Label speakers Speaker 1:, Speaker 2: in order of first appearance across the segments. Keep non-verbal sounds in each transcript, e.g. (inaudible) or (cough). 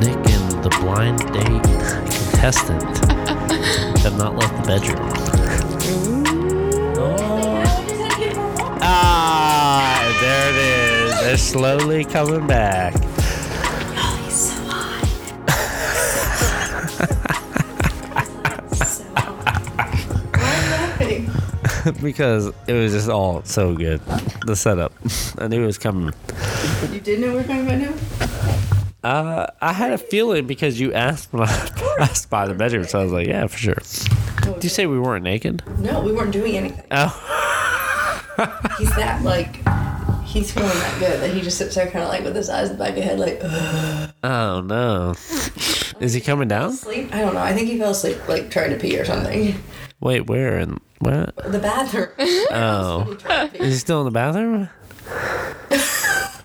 Speaker 1: Nick and the blind date contestant have not left the bedroom. Ah, there it is. They're slowly coming back. (laughs) because it was just all so good. The setup. (laughs) I knew it was coming.
Speaker 2: (laughs) You did know we were talking about him?
Speaker 1: Uh, I had a feeling because you asked when I (laughs) passed by the bedroom, so I was like, yeah, for sure. Did you say we weren't naked?
Speaker 2: No, we weren't doing anything.
Speaker 1: Oh, (laughs)
Speaker 2: He's that like, he's feeling that good that he just sits there kind of like with his eyes in the back of his head like, Ugh.
Speaker 1: oh no. Is he coming down?
Speaker 2: sleep. I don't know. I think he fell asleep like trying to pee or something.
Speaker 1: Wait, where and what?
Speaker 2: The bathroom. (laughs)
Speaker 1: Oh,
Speaker 2: Tried to pee.
Speaker 1: is he still in the bathroom?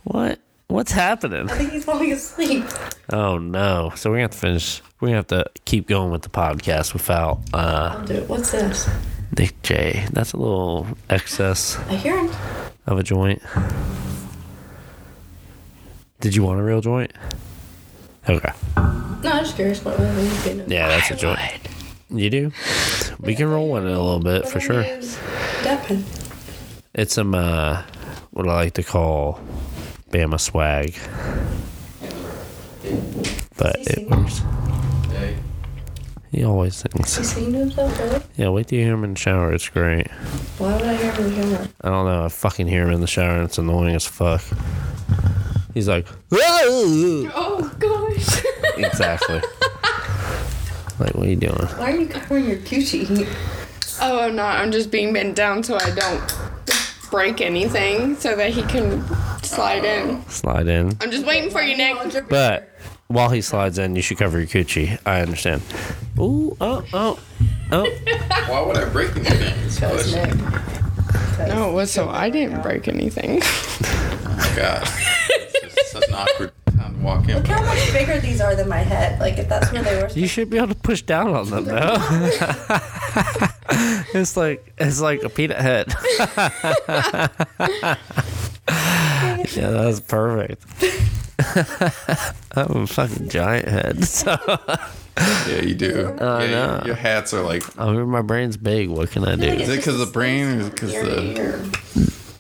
Speaker 1: What? What's happening?
Speaker 2: I think he's falling asleep.
Speaker 1: Oh no! So we're gonna have to finish. We're gonna have to keep going with the podcast without uh,
Speaker 2: I'll do it. What's this?
Speaker 1: Nick J. That's a little excess
Speaker 2: I hear him.
Speaker 1: of a joint. Did you want a real joint? Okay.
Speaker 2: No, I'm just curious what was he doing.
Speaker 1: Yeah, that's a joint. You do? We can roll one in a little bit for sure.
Speaker 2: Deppin.
Speaker 1: It's some uh, what I like to call Bama swag, but it works. He always
Speaker 2: He
Speaker 1: thinks.
Speaker 2: seen himself really?
Speaker 1: Yeah, wait till you hear him in the shower. It's great.
Speaker 2: Why would I hear him in the camera?
Speaker 1: I don't know. I fucking hear him in the shower and it's annoying as fuck. He's like, (laughs) "Whoa!"
Speaker 2: Oh gosh.
Speaker 1: exactly. like, what are you doing?
Speaker 2: Why are you covering your (laughs) coochie?
Speaker 3: (laughs) Oh, I'm not. I'm just being bent down so I don't break anything so that he can slide in.
Speaker 1: Slide in.
Speaker 3: I'm just waiting for you, Nick.
Speaker 1: But while he slides in, you should cover your coochie. I understand. Ooh, oh, oh, oh.
Speaker 4: Why would I break anything?
Speaker 2: Because Nick.
Speaker 3: No, it was so I didn't break anything. (laughs)
Speaker 4: Oh
Speaker 1: (laughs)
Speaker 4: my God. It's just such an awkward time to walk in.
Speaker 2: Look how much bigger these are than my head. Like if that's where they were.
Speaker 1: You should be able to push down on them, though. it's like it's like a peanut head. yeah, that was perfect. (laughs) I'm a fucking giant head. (laughs) So
Speaker 4: Yeah, you do. yeah, you- Your hats are like.
Speaker 1: I mean, my brain's big. What can I do?
Speaker 4: Is it because the brain? Is because
Speaker 2: Ear to
Speaker 4: the.
Speaker 2: ear.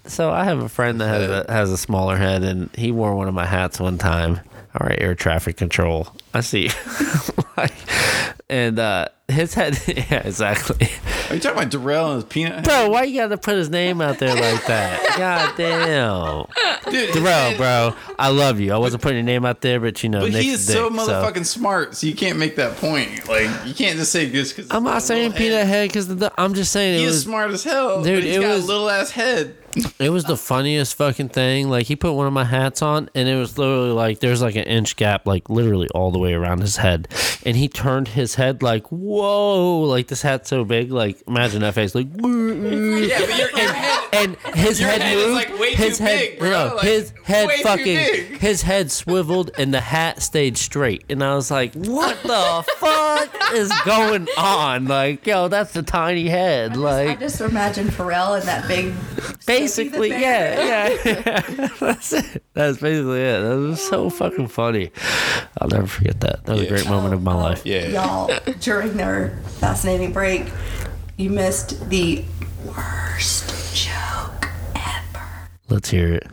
Speaker 1: So I have a friend that has a has a smaller head, and he wore one of my hats one time. All right, air traffic control. I see. (laughs) Like, and uh, his head, (laughs) yeah, exactly.
Speaker 4: Are you talking about Darrell and his peanut? head?
Speaker 1: Bro, why you gotta put his name out there like that? God damn.
Speaker 4: Dude,
Speaker 1: Bro, bro, I love you. I wasn't putting your name out there, but you know,
Speaker 4: But
Speaker 1: Nick's
Speaker 4: he is so
Speaker 1: dick,
Speaker 4: motherfucking smart, so you can't make that point. Like you can't just say just because.
Speaker 1: I'm not saying peanut head because I'm just saying
Speaker 4: He
Speaker 1: it
Speaker 4: is
Speaker 1: was
Speaker 4: smart as hell,
Speaker 1: Dude,
Speaker 4: dude. He's
Speaker 1: it
Speaker 4: got
Speaker 1: was-
Speaker 4: a little ass head.
Speaker 1: it was the funniest fucking thing. Like he put one of my hats on, and it was literally like there's like an inch gap, like literally all the way around his head, and he turned his head like whoa, like this hat's so big. Like imagine that face,
Speaker 4: (laughs)
Speaker 1: like.
Speaker 4: Yeah, but your,
Speaker 1: (laughs)
Speaker 4: your head
Speaker 1: and his
Speaker 4: Your
Speaker 1: head,
Speaker 4: head is,
Speaker 1: moved.
Speaker 4: like, way
Speaker 1: his
Speaker 4: too
Speaker 1: head,
Speaker 4: big, bro.
Speaker 1: no,
Speaker 4: Like,
Speaker 1: his head
Speaker 4: way too
Speaker 1: fucking,
Speaker 4: big. (laughs)
Speaker 1: his head swiveled, and the hat stayed straight. And I was like, "What the fuck is going on?" Like, yo, that's the tiny head.
Speaker 2: I
Speaker 1: Like,
Speaker 2: just imagine Pharrell in that big.
Speaker 1: basically,
Speaker 2: Sophie the
Speaker 1: yeah, yeah. (laughs) that's it. That's basically it. That was so fucking funny. I'll never forget that. That was a
Speaker 4: Yeah.
Speaker 1: great moment of my life.
Speaker 4: Yeah.
Speaker 2: Y'all, during their fascinating break, you missed the worst joke ever.
Speaker 1: Let's hear it.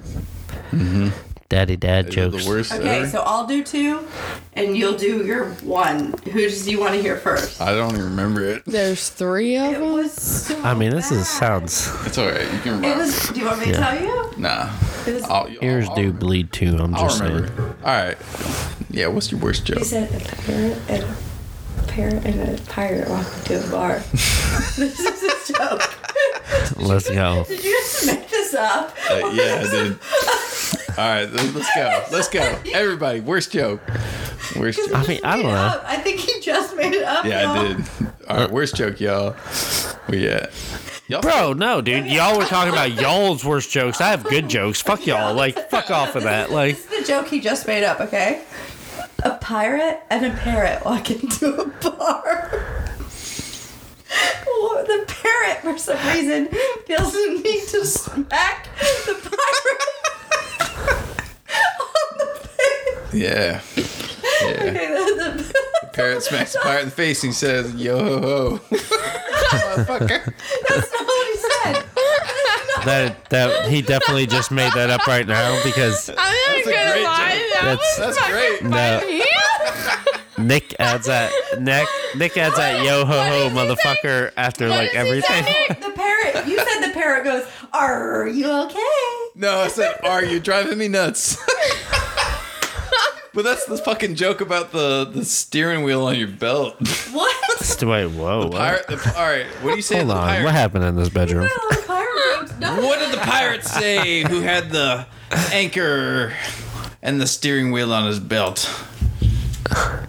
Speaker 1: Daddy dad jokes.
Speaker 4: Mm-hmm. the worst.
Speaker 2: Okay,
Speaker 4: ever.
Speaker 2: so I'll do two, and you'll do your one. Who's do you want to hear first?
Speaker 4: I don't even remember it.
Speaker 3: There's three of
Speaker 2: It
Speaker 3: them.
Speaker 2: was so
Speaker 1: I mean, this is
Speaker 2: bad.
Speaker 1: sounds.
Speaker 4: It's all right. You can
Speaker 2: It
Speaker 4: remember.
Speaker 2: was. Do you want me to
Speaker 1: Yeah.
Speaker 2: tell you?
Speaker 4: Nah.
Speaker 2: It was.
Speaker 4: I'll, I'll-
Speaker 1: Ears
Speaker 4: I'll
Speaker 1: do
Speaker 4: remember.
Speaker 1: bleed too. I'm
Speaker 4: I'll
Speaker 1: just saying.
Speaker 4: remember. All right. Yeah. What's your worst joke?
Speaker 2: He said a parrot and a parrot and a pirate walked into a bar. (laughs) this is a joke.
Speaker 1: Let's go.
Speaker 2: Did you just make this up?
Speaker 4: Uh, yeah, I did. All right, let- let's go. Let's go. Everybody, worst joke. Worst joke.
Speaker 1: I mean, I
Speaker 2: Made
Speaker 1: don't
Speaker 2: it
Speaker 1: know.
Speaker 2: up. I think he just made it up.
Speaker 4: Yeah, I
Speaker 2: y'all.
Speaker 4: did. All right, worst joke, y'all. We at? Y'all
Speaker 1: Bro, no, dude. Y'all were talking about y'all's worst jokes. I have good jokes. Fuck y'all. Like, fuck off of that. Like,
Speaker 2: This is the joke he just made up, okay? A pirate and a parrot walk into a bar. (laughs) Well, the parrot, for some reason, feels the need to smack the (laughs) pirate on the face.
Speaker 4: Yeah. Yeah.
Speaker 2: Okay, the, the,
Speaker 4: Parrot smacks the pirate in the face and he says, Yo ho ho. Motherfucker.
Speaker 2: (laughs) that's not what he said.
Speaker 4: (laughs)
Speaker 1: That that he definitely just made that up right now because
Speaker 3: I'm not
Speaker 4: a
Speaker 3: gonna
Speaker 4: great
Speaker 3: lie. That
Speaker 1: That's-
Speaker 3: was
Speaker 4: That's
Speaker 3: fucking
Speaker 4: great.
Speaker 1: No.
Speaker 3: funny.
Speaker 1: Nick adds that Nick Nick adds that yo ho ho
Speaker 3: What did he say?
Speaker 1: motherfucker after
Speaker 3: What
Speaker 1: like
Speaker 3: does he say?
Speaker 1: everything.
Speaker 2: The parrot. You said the parrot goes. Are you okay?
Speaker 4: No, I said, Are you driving me nuts? but that's the fucking joke about the, the steering wheel on your belt.
Speaker 2: What?
Speaker 1: Wait, whoa, what?
Speaker 4: Pirate, the, all right, what do you say? to
Speaker 1: Hold
Speaker 4: the
Speaker 1: on,
Speaker 4: pirate?
Speaker 1: what happened in this bedroom?
Speaker 2: No, the pirate goes. No.
Speaker 4: What did the pirate say who had the anchor and the steering wheel on his belt?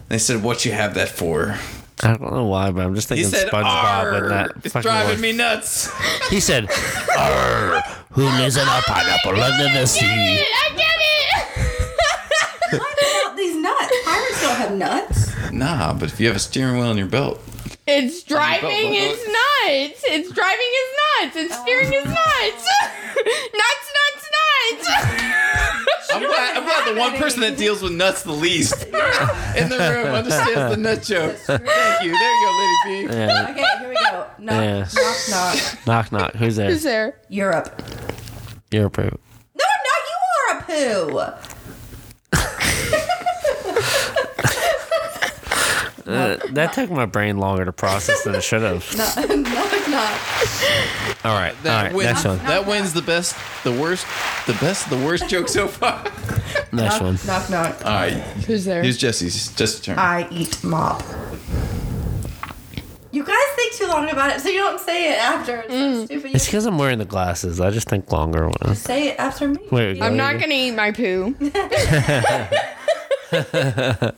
Speaker 4: They said, What you have that for?
Speaker 1: I don't know why, but I'm just
Speaker 4: He
Speaker 1: thinking
Speaker 4: said,
Speaker 1: SpongeBob
Speaker 4: "Arr,
Speaker 1: and that
Speaker 4: It's
Speaker 1: fucking
Speaker 4: driving
Speaker 1: one.
Speaker 4: me nuts.
Speaker 1: He said, Arr, "Who lives in a pineapple under the (laughs) sea?"
Speaker 3: I get it.
Speaker 2: Why about these nuts? Pirates don't have nuts.
Speaker 4: Nah, but if you have a steering wheel on your belt,
Speaker 3: It's
Speaker 4: Bubble,
Speaker 3: driving
Speaker 4: bubble.
Speaker 3: is nuts. It's driving is nuts. It's steering is nuts. (laughs) nuts, nuts, nuts.
Speaker 4: I'm glad, I'm glad the one person that deals with nuts the (laughs) least in the room understands the nut joke. (laughs) Thank you. There you go, Lady P.
Speaker 1: Yeah,
Speaker 2: Okay, here we go. Knock,
Speaker 1: Yeah.
Speaker 2: knock, knock.
Speaker 1: knock knock. Who's there?
Speaker 3: Who's there?
Speaker 2: Europe.
Speaker 1: You're approved.
Speaker 2: No, no, you are a poo. (laughs)
Speaker 1: Uh, that took my brain longer to process than it should
Speaker 3: (laughs)
Speaker 1: have.
Speaker 2: Knock, knock, knock.
Speaker 1: All right, all
Speaker 4: That
Speaker 1: right.
Speaker 4: wins.
Speaker 1: Next one.
Speaker 4: That wins the best, the worst, the best, the worst joke so far.
Speaker 1: Next one.
Speaker 2: Knock, knock, knock.
Speaker 4: All right,
Speaker 3: Who's there?
Speaker 4: here's Jesse's. Just turn.
Speaker 2: I eat mop. You guys think too long about it, so you don't say it after. It's so stupid. You
Speaker 1: It's because I'm wearing the glasses. I just think longer. When I-
Speaker 2: say it after me.
Speaker 1: Wait,
Speaker 3: I'm not gonna eat my poo.
Speaker 1: all right.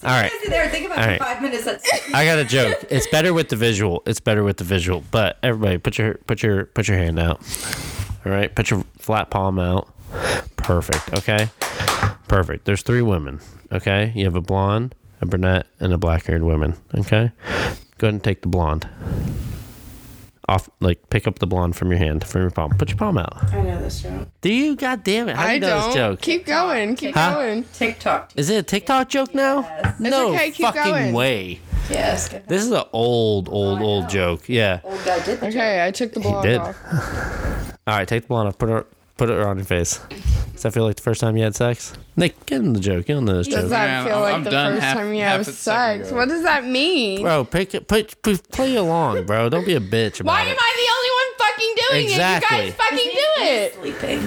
Speaker 2: You guys sit there and think about it
Speaker 1: All
Speaker 2: for
Speaker 1: right.
Speaker 2: five minutes. That's
Speaker 1: I got a joke. It's better with the visual. It's better with the visual. But everybody, put your put your put your hand out. All right, put your flat palm out. Perfect. Okay, perfect. There's three women. Okay, you have a blonde, a brunette, and a black-haired woman. Okay, go ahead and take the blonde off. Like pick up the blonde from your hand, from your palm. Put your palm out.
Speaker 2: I know this joke.
Speaker 1: Do you? God damn it! How do
Speaker 3: I
Speaker 1: you know this
Speaker 3: don't.
Speaker 1: joke?
Speaker 3: Keep going. Keep
Speaker 1: Huh?
Speaker 3: going.
Speaker 2: TikTok.
Speaker 1: Is it a TikTok joke now? No
Speaker 3: okay, keep
Speaker 1: fucking
Speaker 3: going.
Speaker 1: way.
Speaker 2: Yes. good.
Speaker 1: This is an old, old, old joke. Yeah.
Speaker 2: Old guy did. the joke.
Speaker 3: Okay, I took the blonde
Speaker 1: did.
Speaker 3: off.
Speaker 1: All right, take the blonde off. Put her, put her on your face. Does that feel like the first time you had sex? Nick, get in the joke. Get in the joke.
Speaker 3: Does that
Speaker 4: Man,
Speaker 3: feel
Speaker 4: I'm-
Speaker 3: like
Speaker 4: I'm
Speaker 3: the
Speaker 4: done
Speaker 3: first
Speaker 4: half-
Speaker 3: time you
Speaker 4: half
Speaker 3: have
Speaker 4: a second
Speaker 3: sex?
Speaker 4: ago.
Speaker 3: What does that mean?
Speaker 1: Bro, pick it, put, put, play along, bro. Don't be a bitch about
Speaker 3: Why am
Speaker 1: it.
Speaker 3: I the only one fucking doing it?
Speaker 1: Exactly.
Speaker 3: You guys fucking do it.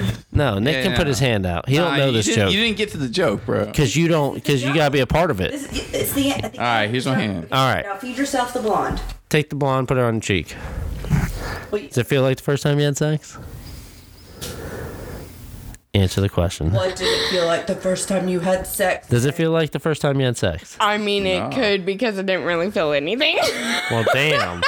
Speaker 2: Sleeping.
Speaker 1: No, Nick
Speaker 4: Yeah,
Speaker 1: can put
Speaker 4: yeah.
Speaker 1: his hand out. He
Speaker 4: Nah,
Speaker 1: don't know
Speaker 4: you
Speaker 1: this
Speaker 4: didn't-
Speaker 1: joke
Speaker 4: You didn't get to the joke, bro.
Speaker 1: because you don't because you gotta be a part of it.
Speaker 2: This is, it's the, at the
Speaker 4: All right, here's my hand.
Speaker 1: All right,
Speaker 2: Now feed yourself the blonde.
Speaker 1: take the blonde, put her on the cheek.
Speaker 2: Wait.
Speaker 1: Does it feel like the first time you had sex? Answer the question.
Speaker 2: What did it feel like the first time you had sex?
Speaker 1: Does it feel like the first time you had sex?
Speaker 3: I mean, it could because I didn't really feel anything.
Speaker 1: Well, damn.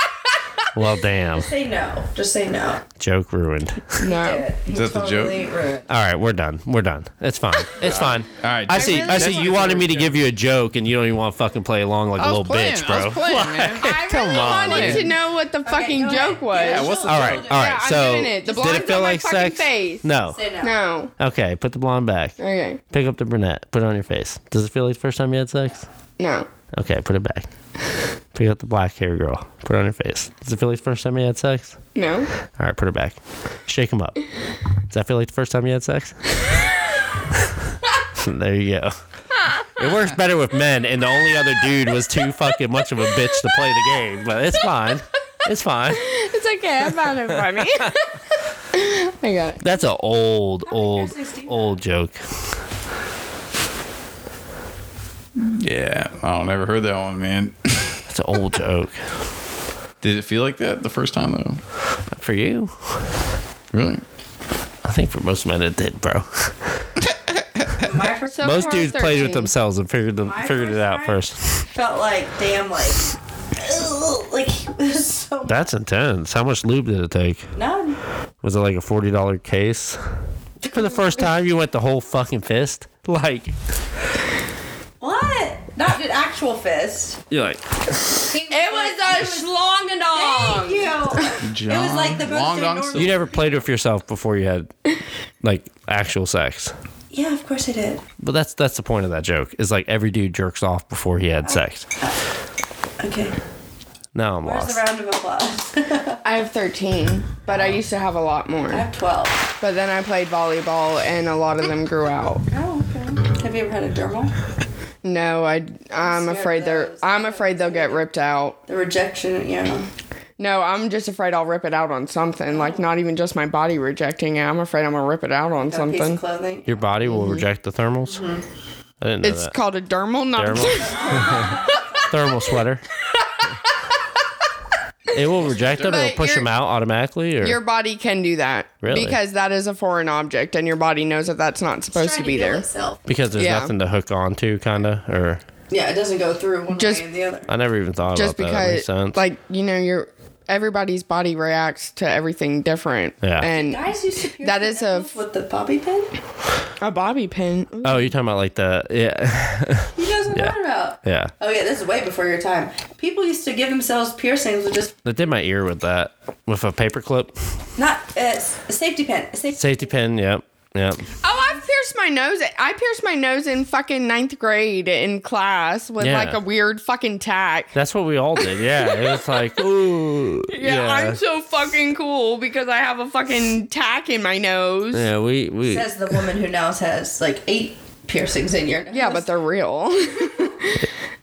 Speaker 1: well, damn.
Speaker 2: Say no. Just say no.
Speaker 1: Joke ruined.
Speaker 3: (laughs) no.
Speaker 2: Is
Speaker 4: that the
Speaker 2: joke? Ruined.
Speaker 1: All right, we're done. We're done. It's fine. It's fine.
Speaker 4: All right.
Speaker 1: I see.
Speaker 3: I really
Speaker 1: I see.
Speaker 3: don't
Speaker 1: You
Speaker 4: wanna
Speaker 1: wanted me to
Speaker 4: do a
Speaker 1: give you a joke, and you don't even want to fucking play along like a
Speaker 4: I was
Speaker 1: little
Speaker 4: playing,
Speaker 1: bitch,
Speaker 4: I
Speaker 1: bro.
Speaker 4: was
Speaker 1: (laughs)
Speaker 4: playing, man.
Speaker 3: I
Speaker 1: Come
Speaker 3: really
Speaker 1: on,
Speaker 3: wanted
Speaker 1: man.
Speaker 3: to know what the fucking
Speaker 2: go ahead.
Speaker 3: joke was.
Speaker 2: Yeah,
Speaker 4: what's the
Speaker 1: All right. All right.
Speaker 3: Yeah, I'm
Speaker 1: so
Speaker 3: doing it. The
Speaker 1: did it
Speaker 3: blonde's
Speaker 1: feel
Speaker 3: on my
Speaker 1: like
Speaker 3: fucking
Speaker 1: sex?
Speaker 3: face.
Speaker 1: No.
Speaker 2: Say no.
Speaker 3: No.
Speaker 1: Okay. Put the blonde back.
Speaker 3: Okay.
Speaker 1: Pick up the brunette. Put it on your face. Does it feel like the first time you had sex?
Speaker 3: No.
Speaker 1: Okay. Put it back. Pick up the black hair girl. Put it on your face. Does it feel like the first time you had sex?
Speaker 3: No.
Speaker 1: All right. Put it back. Shake him up. Does that feel like the first time you had sex? (laughs) there you go. It works better with men, and the only other dude was too fucking much of a bitch to play the game. But it's fine. It's fine.
Speaker 3: (laughs) It's okay. I found it (laughs) funny. I got it.
Speaker 1: That's an old, old,
Speaker 2: you're 16.
Speaker 1: old joke.
Speaker 4: Yeah, I don't ever heard that one, man. (laughs)
Speaker 1: That's an old joke.
Speaker 4: Did it feel like that the first time though?
Speaker 1: For you,
Speaker 4: Really?
Speaker 1: I think for most men it did, bro.
Speaker 2: My first
Speaker 3: So
Speaker 1: Most
Speaker 3: far,
Speaker 1: dudes played with
Speaker 3: 13.
Speaker 1: themselves and figured them,
Speaker 2: My
Speaker 1: figured it
Speaker 2: first
Speaker 1: out
Speaker 2: time?
Speaker 1: first.
Speaker 2: felt like damn like ugh, like (laughs) it was so
Speaker 1: That's intense. How much lube did it take?
Speaker 2: none.
Speaker 1: Was it like a forty dollar case? For the first time, you went the whole fucking fist. Like
Speaker 2: What? Not an actual fist.
Speaker 1: you're like,
Speaker 3: It was a schlong and all.
Speaker 2: Thank
Speaker 3: (laughs)
Speaker 2: you.
Speaker 4: John
Speaker 2: was like the most
Speaker 4: Long Dong
Speaker 2: enormous-
Speaker 1: you
Speaker 4: Silver.
Speaker 1: never played with yourself before you had like actual sex.
Speaker 2: Yeah, of course I did.
Speaker 1: But that's that's the point of that joke. Is like every dude jerks off before he had sex.
Speaker 2: Okay.
Speaker 1: Now I'm
Speaker 2: Where's the
Speaker 1: lost.
Speaker 2: round of applause? (laughs)
Speaker 3: I have 13, but I used to have a lot more.
Speaker 2: I have 12.
Speaker 3: But then I played volleyball and a lot of them grew out.
Speaker 2: Oh, okay. Have you ever had a dermal?
Speaker 3: No, I I'm
Speaker 2: Scared
Speaker 3: afraid they're
Speaker 2: those.
Speaker 3: I'm afraid they'll get ripped out.
Speaker 2: The rejection, yeah.
Speaker 3: No, I'm just afraid I'll rip it out on
Speaker 2: Oh.
Speaker 3: something. Like not even just my body rejecting it. I'm afraid I'm gonna rip it out on
Speaker 2: A piece
Speaker 3: something.
Speaker 2: of clothing.
Speaker 1: Your body will reject the thermals. I didn't know
Speaker 3: Mm-hmm. It's
Speaker 1: that.
Speaker 3: called a dermal, not
Speaker 1: Thermal. Thermal (laughs) sweater. it will reject them. It'll
Speaker 3: But
Speaker 1: push
Speaker 3: you're-
Speaker 1: them out automatically. Or
Speaker 3: (laughs) your body can do that.
Speaker 1: Really?
Speaker 3: Because that is a foreign object and your body knows that that's not supposed to be there.
Speaker 2: Itself.
Speaker 1: because there's
Speaker 3: yeah.
Speaker 1: nothing to hook onto, kinda. Or
Speaker 2: Yeah, it doesn't go through one
Speaker 3: Just-
Speaker 2: way or the other.
Speaker 1: I never even thought
Speaker 3: Just
Speaker 1: about that. that. Makes
Speaker 3: because
Speaker 1: sense.
Speaker 3: like, you know, your everybody's body reacts to everything different.
Speaker 1: Yeah.
Speaker 3: And
Speaker 2: Guys used to pierce
Speaker 3: That
Speaker 2: their
Speaker 3: is a-
Speaker 2: nipples with the bobby pin.
Speaker 3: a bobby pin.
Speaker 1: oh, you're talking about like the yeah (laughs)
Speaker 2: You guys are
Speaker 1: Yeah.
Speaker 2: talking about.
Speaker 1: yeah.
Speaker 2: Oh yeah, this is way before your time. People used to give themselves piercings with just
Speaker 1: They did my ear with that with a paper clip.
Speaker 2: not uh, s- a safety pin. A safety.
Speaker 1: Safety pin. Yep. Yep.
Speaker 3: Oh, I pierced my nose. I pierced my nose in fucking ninth grade in class with
Speaker 1: Yeah.
Speaker 3: like a weird fucking tack.
Speaker 1: That's what we all did. Yeah. It was like, (laughs) ooh.
Speaker 3: Yeah, I'm so fucking cool because I have a fucking tack in my nose. Yeah,
Speaker 1: yeah, we, we,
Speaker 2: Says the woman who now has like eight piercings in your. Nose.
Speaker 3: but they're real. (laughs)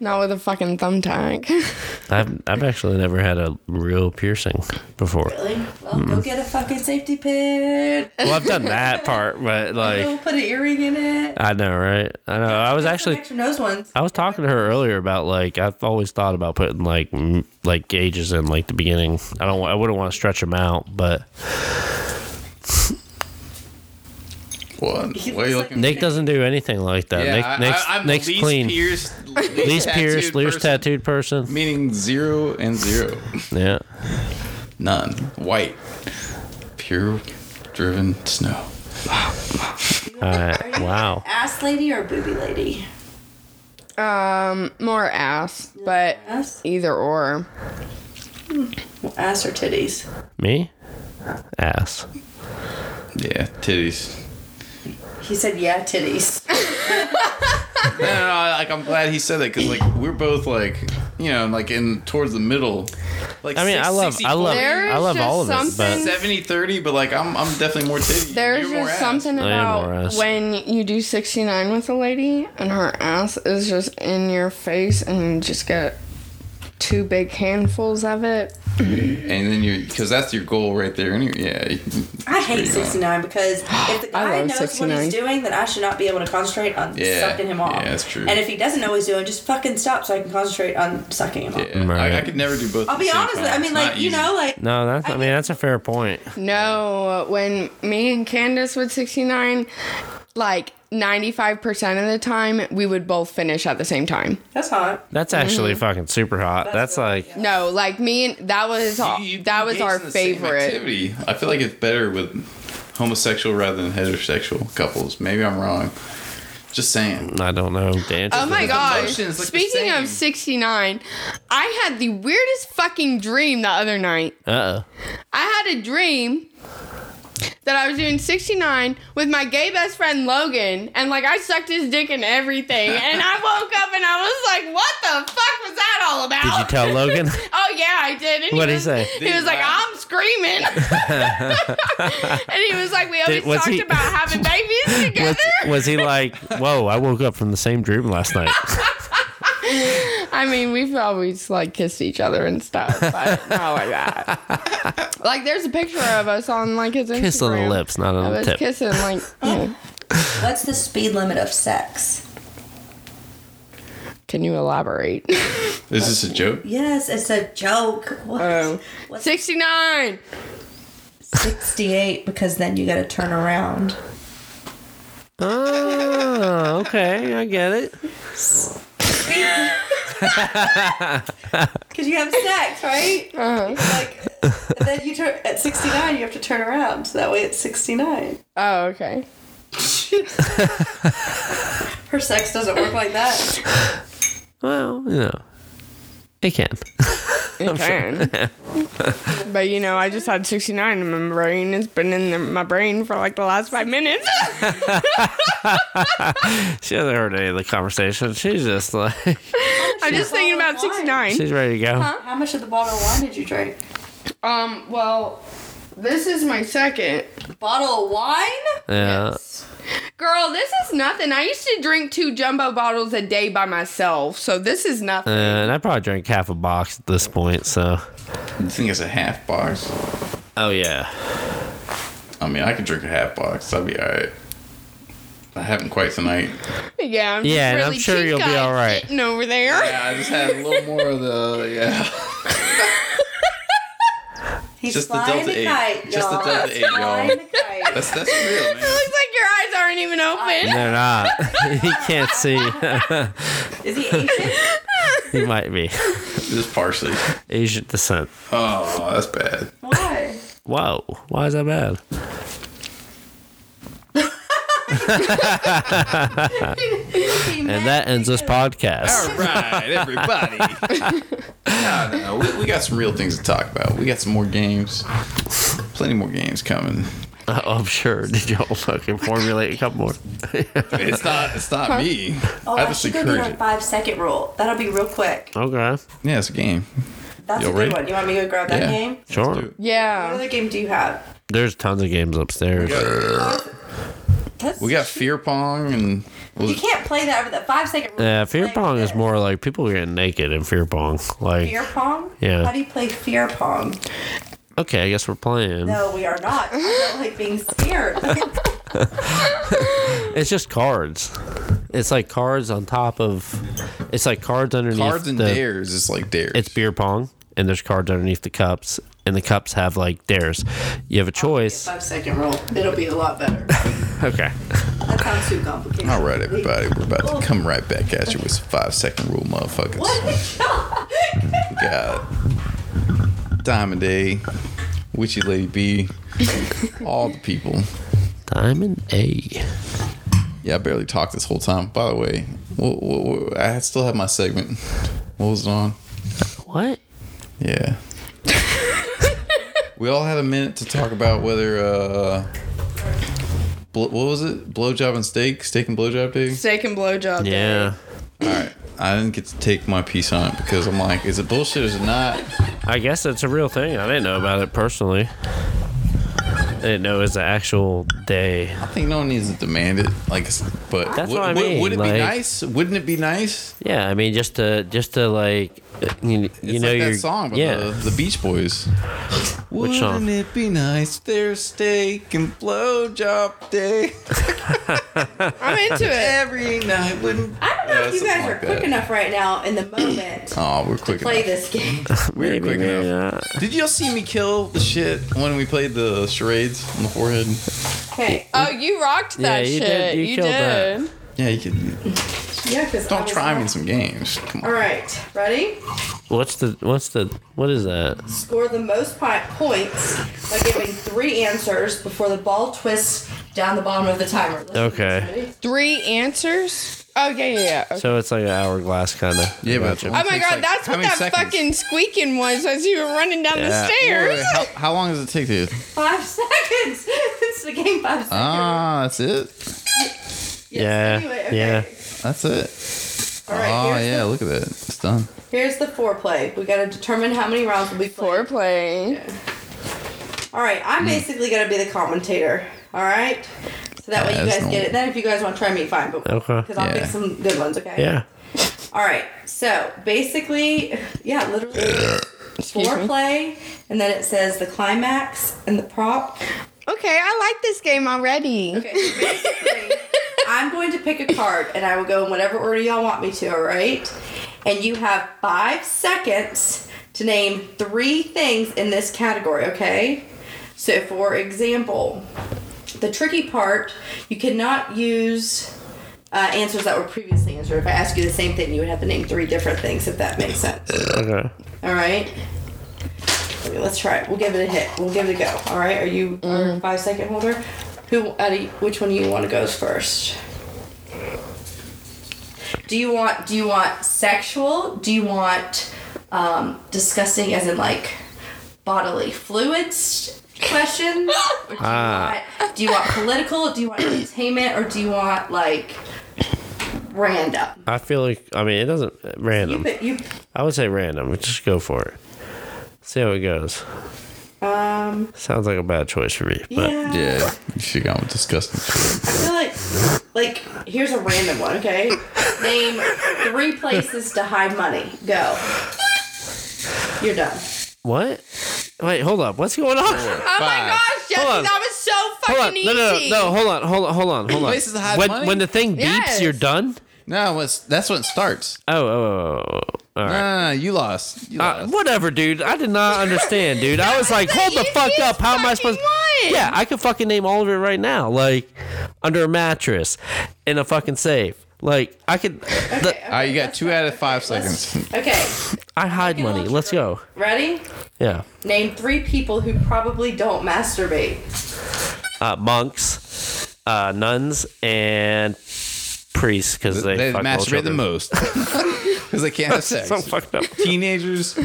Speaker 3: Not with a fucking thumbtack.
Speaker 1: I've, I've actually never had a real piercing before.
Speaker 2: Really? Well, go get a fucking safety pin.
Speaker 1: Well, I've done that part, but
Speaker 2: Go
Speaker 1: like,
Speaker 2: put an earring in it.
Speaker 1: I know, right? I know. I was actually,
Speaker 2: extra nose ones.
Speaker 1: I was talking to her earlier about like I've always thought about putting like m- like gauges in like the beginning. I don't. wa- I wouldn't want to stretch them out, but
Speaker 2: (laughs)
Speaker 4: What? What are you looking?
Speaker 1: Nick doesn't do anything like that.
Speaker 4: Yeah,
Speaker 1: Nick, Nick's,
Speaker 4: I, I, I'm
Speaker 1: Nick's
Speaker 4: least
Speaker 1: clean,
Speaker 2: (laughs)
Speaker 4: Pierced, least,
Speaker 1: least pierced,
Speaker 4: tattooed
Speaker 1: least
Speaker 4: person,
Speaker 1: tattooed person.
Speaker 4: Meaning zero and zero,
Speaker 1: Yeah,
Speaker 4: none, white, pure, driven snow.
Speaker 1: all right. Wow.
Speaker 2: Ass lady or booby lady?
Speaker 3: (laughs) Um, more ass, but
Speaker 2: Ass.
Speaker 3: either or.
Speaker 2: Ass or titties?
Speaker 1: Me, ass.
Speaker 4: Yeah, titties.
Speaker 2: He said, yeah, titties.
Speaker 4: No, no, no, like I'm glad he said that because like we're both like you know like in towards the middle. Like
Speaker 1: I mean, I love, I love, I
Speaker 3: There's
Speaker 1: love all of it,
Speaker 3: just
Speaker 1: but
Speaker 3: something-
Speaker 4: 70 30, but like I'm I'm definitely more titty.
Speaker 3: There's
Speaker 4: You're more
Speaker 3: just
Speaker 4: ass.
Speaker 3: something
Speaker 1: I am more
Speaker 3: about
Speaker 1: ass.
Speaker 3: when you do 69 with a lady and her ass is just in your face and you just get two big handfuls of it.
Speaker 4: and then you because that's your goal right there. Anyway, yeah. you-
Speaker 2: I hate 69 because if
Speaker 4: (gasps)
Speaker 2: the
Speaker 3: I
Speaker 2: guy
Speaker 3: love
Speaker 2: knows
Speaker 3: 69.
Speaker 2: what he's doing, then I should not be able to concentrate on
Speaker 4: Yeah,
Speaker 2: sucking him off.
Speaker 4: yeah, that's true.
Speaker 2: And if he doesn't know what he's doing, just fucking stop so I can concentrate on sucking him off.
Speaker 4: Yeah,
Speaker 1: Right.
Speaker 4: I, I could never do both.
Speaker 2: I'll
Speaker 4: at the
Speaker 2: be
Speaker 4: same
Speaker 2: honest.
Speaker 4: time.
Speaker 2: I mean,
Speaker 4: It's
Speaker 2: like,
Speaker 4: not
Speaker 2: you
Speaker 4: easy.
Speaker 2: know, like,
Speaker 1: no, that's. I mean, that's a fair point.
Speaker 3: No, when me and Candace would 69, like 95% of the time, we would both finish at the same time.
Speaker 2: that's hot.
Speaker 1: That's
Speaker 3: Mm-hmm.
Speaker 1: actually fucking super hot. That's,
Speaker 2: That's good,
Speaker 1: like,
Speaker 3: No, like me and that was all,
Speaker 4: You- you
Speaker 3: that was
Speaker 4: engage
Speaker 3: our
Speaker 4: in the same
Speaker 3: favorite.
Speaker 4: activity. I feel like it's better with homosexual rather than heterosexual couples. Maybe I'm wrong. Just saying.
Speaker 1: I don't know. Dance.
Speaker 3: Oh my gosh.
Speaker 4: emotions look the
Speaker 3: Speaking
Speaker 4: same.
Speaker 3: of 69, I had the weirdest fucking dream the other night.
Speaker 1: Uh
Speaker 3: I had a dream that I was doing 69 with my gay best friend Logan, and like I sucked his dick and everything. And I woke up and I was like, what the fuck was that all about?
Speaker 1: Did you tell Logan?
Speaker 3: oh, yeah, I did. And
Speaker 1: What'd he
Speaker 3: was,
Speaker 1: say?
Speaker 3: He was like,
Speaker 1: (laughs)
Speaker 3: I'm screaming. and he was like, we always
Speaker 1: Did- was
Speaker 3: talked
Speaker 1: he-
Speaker 3: about having
Speaker 1: (laughs)
Speaker 3: babies
Speaker 1: was,
Speaker 3: (laughs) together.
Speaker 1: was he like, whoa, I woke up from the same dream last
Speaker 3: (laughs)
Speaker 1: night?
Speaker 3: I mean, we've always like kissed each other and stuff, but not like that.
Speaker 1: (laughs)
Speaker 3: like, there's a picture of us on like his Instagram.
Speaker 1: Kiss on the lips, not
Speaker 3: I
Speaker 1: on the
Speaker 3: was
Speaker 1: tip. (gasps)
Speaker 3: kissing like you know,
Speaker 2: What's the speed limit of sex?
Speaker 3: Can you elaborate?
Speaker 4: Is this a joke?
Speaker 2: Yes, it's a joke. What?
Speaker 3: Oh. (laughs)
Speaker 2: What's
Speaker 3: 69.
Speaker 2: 68 because then you got to turn around.
Speaker 1: oh, okay. I get it.
Speaker 2: Because you have sex, right? (laughs)
Speaker 3: Uh-huh.
Speaker 2: like then you turn at 69 you have to turn around so that way it's 69
Speaker 3: Oh, okay.
Speaker 2: her sex doesn't work like that
Speaker 1: Well, you know, it can. (laughs)
Speaker 3: It can. but you know, I just had 69 in my brain. It's been in the, my brain for like the last five minutes. (laughs)
Speaker 1: She hasn't heard any of the conversation. She's just like,
Speaker 3: I'm just thinking about 69.
Speaker 1: she's ready to go.
Speaker 2: How much of the bottle of wine did you drink?
Speaker 3: Um, well, this is my second.
Speaker 2: Bottle of wine?
Speaker 1: Yeah.
Speaker 3: Girl, this is nothing. I used to drink two jumbo bottles a day by myself, so this
Speaker 1: Uh.
Speaker 3: is nothing.
Speaker 1: And I probably drank half a box at this point, so.
Speaker 4: I think it's a half box.
Speaker 1: Oh, yeah.
Speaker 4: I mean, I could drink a half box. I'll be all right. I haven't quite tonight.
Speaker 3: Yeah, I'm
Speaker 1: Yeah,
Speaker 3: just
Speaker 1: and
Speaker 3: really
Speaker 1: I'm sure
Speaker 3: cheap
Speaker 1: you'll be
Speaker 3: guy
Speaker 1: all right.
Speaker 3: sitting over there.
Speaker 4: Yeah, I just had a little more of the yeah.
Speaker 2: He's
Speaker 4: Just the
Speaker 2: flying
Speaker 4: Delta
Speaker 2: the
Speaker 4: eight.
Speaker 2: kite,
Speaker 4: Just the
Speaker 2: y'all.
Speaker 4: Delta
Speaker 2: He's
Speaker 4: eight, y'all.
Speaker 2: flying the kite.
Speaker 4: That's that's real,
Speaker 3: (laughs) It
Speaker 4: man.
Speaker 3: looks like your eyes aren't even open.
Speaker 1: They're not. (laughs) he can't see. (laughs)
Speaker 2: Is he Asian?
Speaker 1: he might be
Speaker 4: Just partially.
Speaker 1: Asian descent.
Speaker 4: Oh, that's bad.
Speaker 2: Why?
Speaker 1: Whoa. Why is that bad? And that ends this podcast.
Speaker 4: All right, everybody. no, no, we, we got some real things to talk about. We got some more games. Plenty more games coming.
Speaker 1: Oh, (laughs) I'm sure. Did y'all fucking formulate a couple more? (laughs)
Speaker 4: It's not. It's not me.
Speaker 2: Oh,
Speaker 4: I
Speaker 2: I
Speaker 4: just
Speaker 2: should go do
Speaker 4: encourage
Speaker 2: our
Speaker 4: it.
Speaker 2: five second rule. That'll be real quick.
Speaker 1: okay.
Speaker 4: Yeah, it's a game.
Speaker 2: That's
Speaker 4: You
Speaker 2: a good
Speaker 4: already-
Speaker 2: one. You want me to go grab that
Speaker 4: Yeah.
Speaker 2: game?
Speaker 1: Sure.
Speaker 2: What
Speaker 3: Yeah.
Speaker 2: other game do you have?
Speaker 1: There's tons of games upstairs.
Speaker 2: That's-
Speaker 4: We got fear pong and
Speaker 2: You can't play that over the five second rule.
Speaker 1: Yeah, fear
Speaker 2: Play
Speaker 1: pong
Speaker 2: with
Speaker 1: is
Speaker 2: it.
Speaker 1: more like people are getting naked in fear pong. Like,
Speaker 2: Fear pong?
Speaker 1: Yeah.
Speaker 2: How do you play fear pong?
Speaker 1: okay, I guess we're playing.
Speaker 2: No, we are not. I don't like being (laughs) scared.
Speaker 1: It's just cards. It's like cards on top of. It's like cards underneath.
Speaker 4: cards and
Speaker 1: the,
Speaker 4: dares. It's like dares.
Speaker 1: It's beer pong, and there's cards underneath the cups, and the cups have like dares. You have a choice.
Speaker 2: five second rule. It'll be a lot better.
Speaker 1: Okay.
Speaker 2: That sounds too complicated.
Speaker 4: All right, everybody.
Speaker 2: (laughs)
Speaker 4: We're about to come right back at you with some five second rule, motherfuckers. We got Diamond Day, Witchy Lady B, all the people.
Speaker 1: Diamond A.
Speaker 4: Yeah, I barely talked this whole time. By the way, wha- wha- wha- I still have my segment. What was it on?
Speaker 1: What?
Speaker 4: Yeah. we all had a minute to talk about whether uh, bl- what was it? Blowjob and steak, steak and blowjob day.
Speaker 3: Steak and blowjob.
Speaker 1: Yeah.
Speaker 4: I didn't get to take my piece on it because I'm like, is it bullshit? or Is it not?
Speaker 1: I guess it's a real thing. I didn't know about it personally. I didn't know it was an actual day.
Speaker 4: I think no one needs to demand it. Like, but
Speaker 1: That's
Speaker 4: would,
Speaker 1: what I
Speaker 4: would-
Speaker 1: mean,
Speaker 4: would it
Speaker 1: like-
Speaker 4: be nice? Wouldn't it be nice?
Speaker 1: Yeah, I mean, just to just to like, you, you
Speaker 4: It's
Speaker 1: know,
Speaker 4: like
Speaker 1: your
Speaker 4: that song by
Speaker 1: yeah.
Speaker 4: the, the Beach Boys. Wouldn't
Speaker 1: song?
Speaker 4: it be nice? There's steak and blowjob day
Speaker 1: (laughs)
Speaker 3: I'm into it.
Speaker 4: every night. Wouldn't
Speaker 2: I don't know
Speaker 4: Yeah,
Speaker 2: if you
Speaker 4: something
Speaker 2: guys are
Speaker 4: like
Speaker 2: quick
Speaker 4: that.
Speaker 2: enough right now in the moment to
Speaker 4: Oh, we're quick
Speaker 2: play this
Speaker 4: enough. (laughs)
Speaker 2: game.
Speaker 4: We're quick
Speaker 1: Maybe
Speaker 4: enough.
Speaker 1: not.
Speaker 4: Did y'all see me kill the shit when we played the charades on the forehead?
Speaker 2: Okay.
Speaker 3: Oh, you rocked
Speaker 1: Yeah,
Speaker 3: that
Speaker 1: you
Speaker 3: shit.
Speaker 1: did- you
Speaker 3: you
Speaker 1: killed
Speaker 3: did.
Speaker 1: that.
Speaker 4: Yeah, you could.
Speaker 2: Yeah, because
Speaker 4: Don't try me in some games. Come on.
Speaker 2: All right. Ready?
Speaker 1: What's the what's the what is that?
Speaker 2: Score the most pi- points by giving three answers before the ball twists down the bottom of the timer. Listen to
Speaker 1: Okay.
Speaker 2: this, ready?
Speaker 3: Three answers? Oh, yeah, yeah, yeah. Okay.
Speaker 1: So it's like an hourglass kind of.
Speaker 4: Yeah, but
Speaker 3: Oh my god, that's what that fucking squeaking was as you were running down the stairs.
Speaker 4: How, how long does it take to?
Speaker 2: Five (laughs) seconds. it's the game five seconds.
Speaker 4: Ah, that's it.
Speaker 1: Yeah, yeah.
Speaker 4: That's it.
Speaker 2: All
Speaker 4: Oh
Speaker 2: right. here's,
Speaker 4: yeah, look at that. It's done.
Speaker 2: here's the foreplay. We got to determine how many rounds will be played.
Speaker 3: Foreplay.
Speaker 2: All right,
Speaker 4: Hmm.
Speaker 2: I'm basically gonna be the commentator. All right, so that way
Speaker 4: Yeah,
Speaker 2: you
Speaker 4: that's
Speaker 2: guys
Speaker 4: normal.
Speaker 2: get it. Then if you guys want to try me, fine. But
Speaker 1: Okay.
Speaker 2: because I'll pick
Speaker 4: Yeah.
Speaker 2: some good ones. Okay.
Speaker 1: Yeah.
Speaker 2: All right. So basically, yeah, literally
Speaker 3: Excuse me.
Speaker 2: foreplay, and then it says the climax and the prop.
Speaker 3: Okay, I like this game already.
Speaker 2: Okay. so
Speaker 3: (laughs)
Speaker 2: basically, I'm going to pick a card, and I will go in whatever order y'all want me to. All right. And you have five seconds to name three things in this category. Okay. So, for example, the tricky part, you cannot use uh, answers that were previously answered. If I ask you the same thing, you would have to name three different things, if that makes sense.
Speaker 1: Okay.
Speaker 2: All right. Okay, let's try it. We'll give it a hit. We'll give it a go. All right. Are you our five second holder? Who? Out of, which one do you want to goes first? Do you want? Do you want sexual? Do you want um, disgusting as in like bodily fluids questions. Or do,
Speaker 1: Ah.
Speaker 2: you want, do you want political? Do you want entertainment? Or do you want like random?
Speaker 1: I feel like I mean it doesn't
Speaker 2: You,
Speaker 1: random.
Speaker 2: pick- you
Speaker 1: I would say random. Just go for it. See how it goes.
Speaker 2: um
Speaker 1: Sounds like a bad choice for me, but
Speaker 2: yeah.
Speaker 4: Yeah, she got with disgusting shit.
Speaker 2: I feel like like here's a random one. Okay, name three places to hide money. Go. You're done.
Speaker 1: what? Wait, hold up. What's going on?
Speaker 3: Oh
Speaker 4: Five.
Speaker 3: my gosh, Jesse,
Speaker 1: Hold on.
Speaker 3: that was so fucking
Speaker 1: (laughs) Hold on.
Speaker 3: easy.
Speaker 1: No, no, no, no. Hold on. Hold on. Hold on. Hold on.
Speaker 4: Places to hide
Speaker 1: when,
Speaker 4: money?
Speaker 1: when the thing beeps,
Speaker 3: Yes.
Speaker 1: you're done.
Speaker 4: No, it's, that's when it starts.
Speaker 1: Oh, oh, oh, oh, oh. all right.
Speaker 4: Ah, you lost. You
Speaker 1: Uh,
Speaker 4: lost.
Speaker 1: whatever, dude. I did not understand, dude. I
Speaker 3: (laughs)
Speaker 1: was like,
Speaker 3: the
Speaker 1: hold the fuck
Speaker 3: easiest
Speaker 1: up. How am I
Speaker 3: fucking
Speaker 1: supposed?
Speaker 3: one.
Speaker 1: Yeah, I could fucking name all of it right now. Like, under a mattress, in a fucking safe. Like, I could. the-
Speaker 4: Ah, you got two out of five seconds.
Speaker 1: (laughs)
Speaker 2: Okay,
Speaker 1: I hide money. Let's go.
Speaker 2: ready?
Speaker 1: Yeah.
Speaker 2: Name three people who probably don't masturbate.
Speaker 1: Uh, monks, uh, nuns, and priests because they,
Speaker 4: They
Speaker 1: fuck all
Speaker 4: masturbate the
Speaker 1: children. (laughs)
Speaker 4: most because they can't have sex.
Speaker 1: So fucked
Speaker 4: (laughs)
Speaker 1: up.
Speaker 4: Teenagers.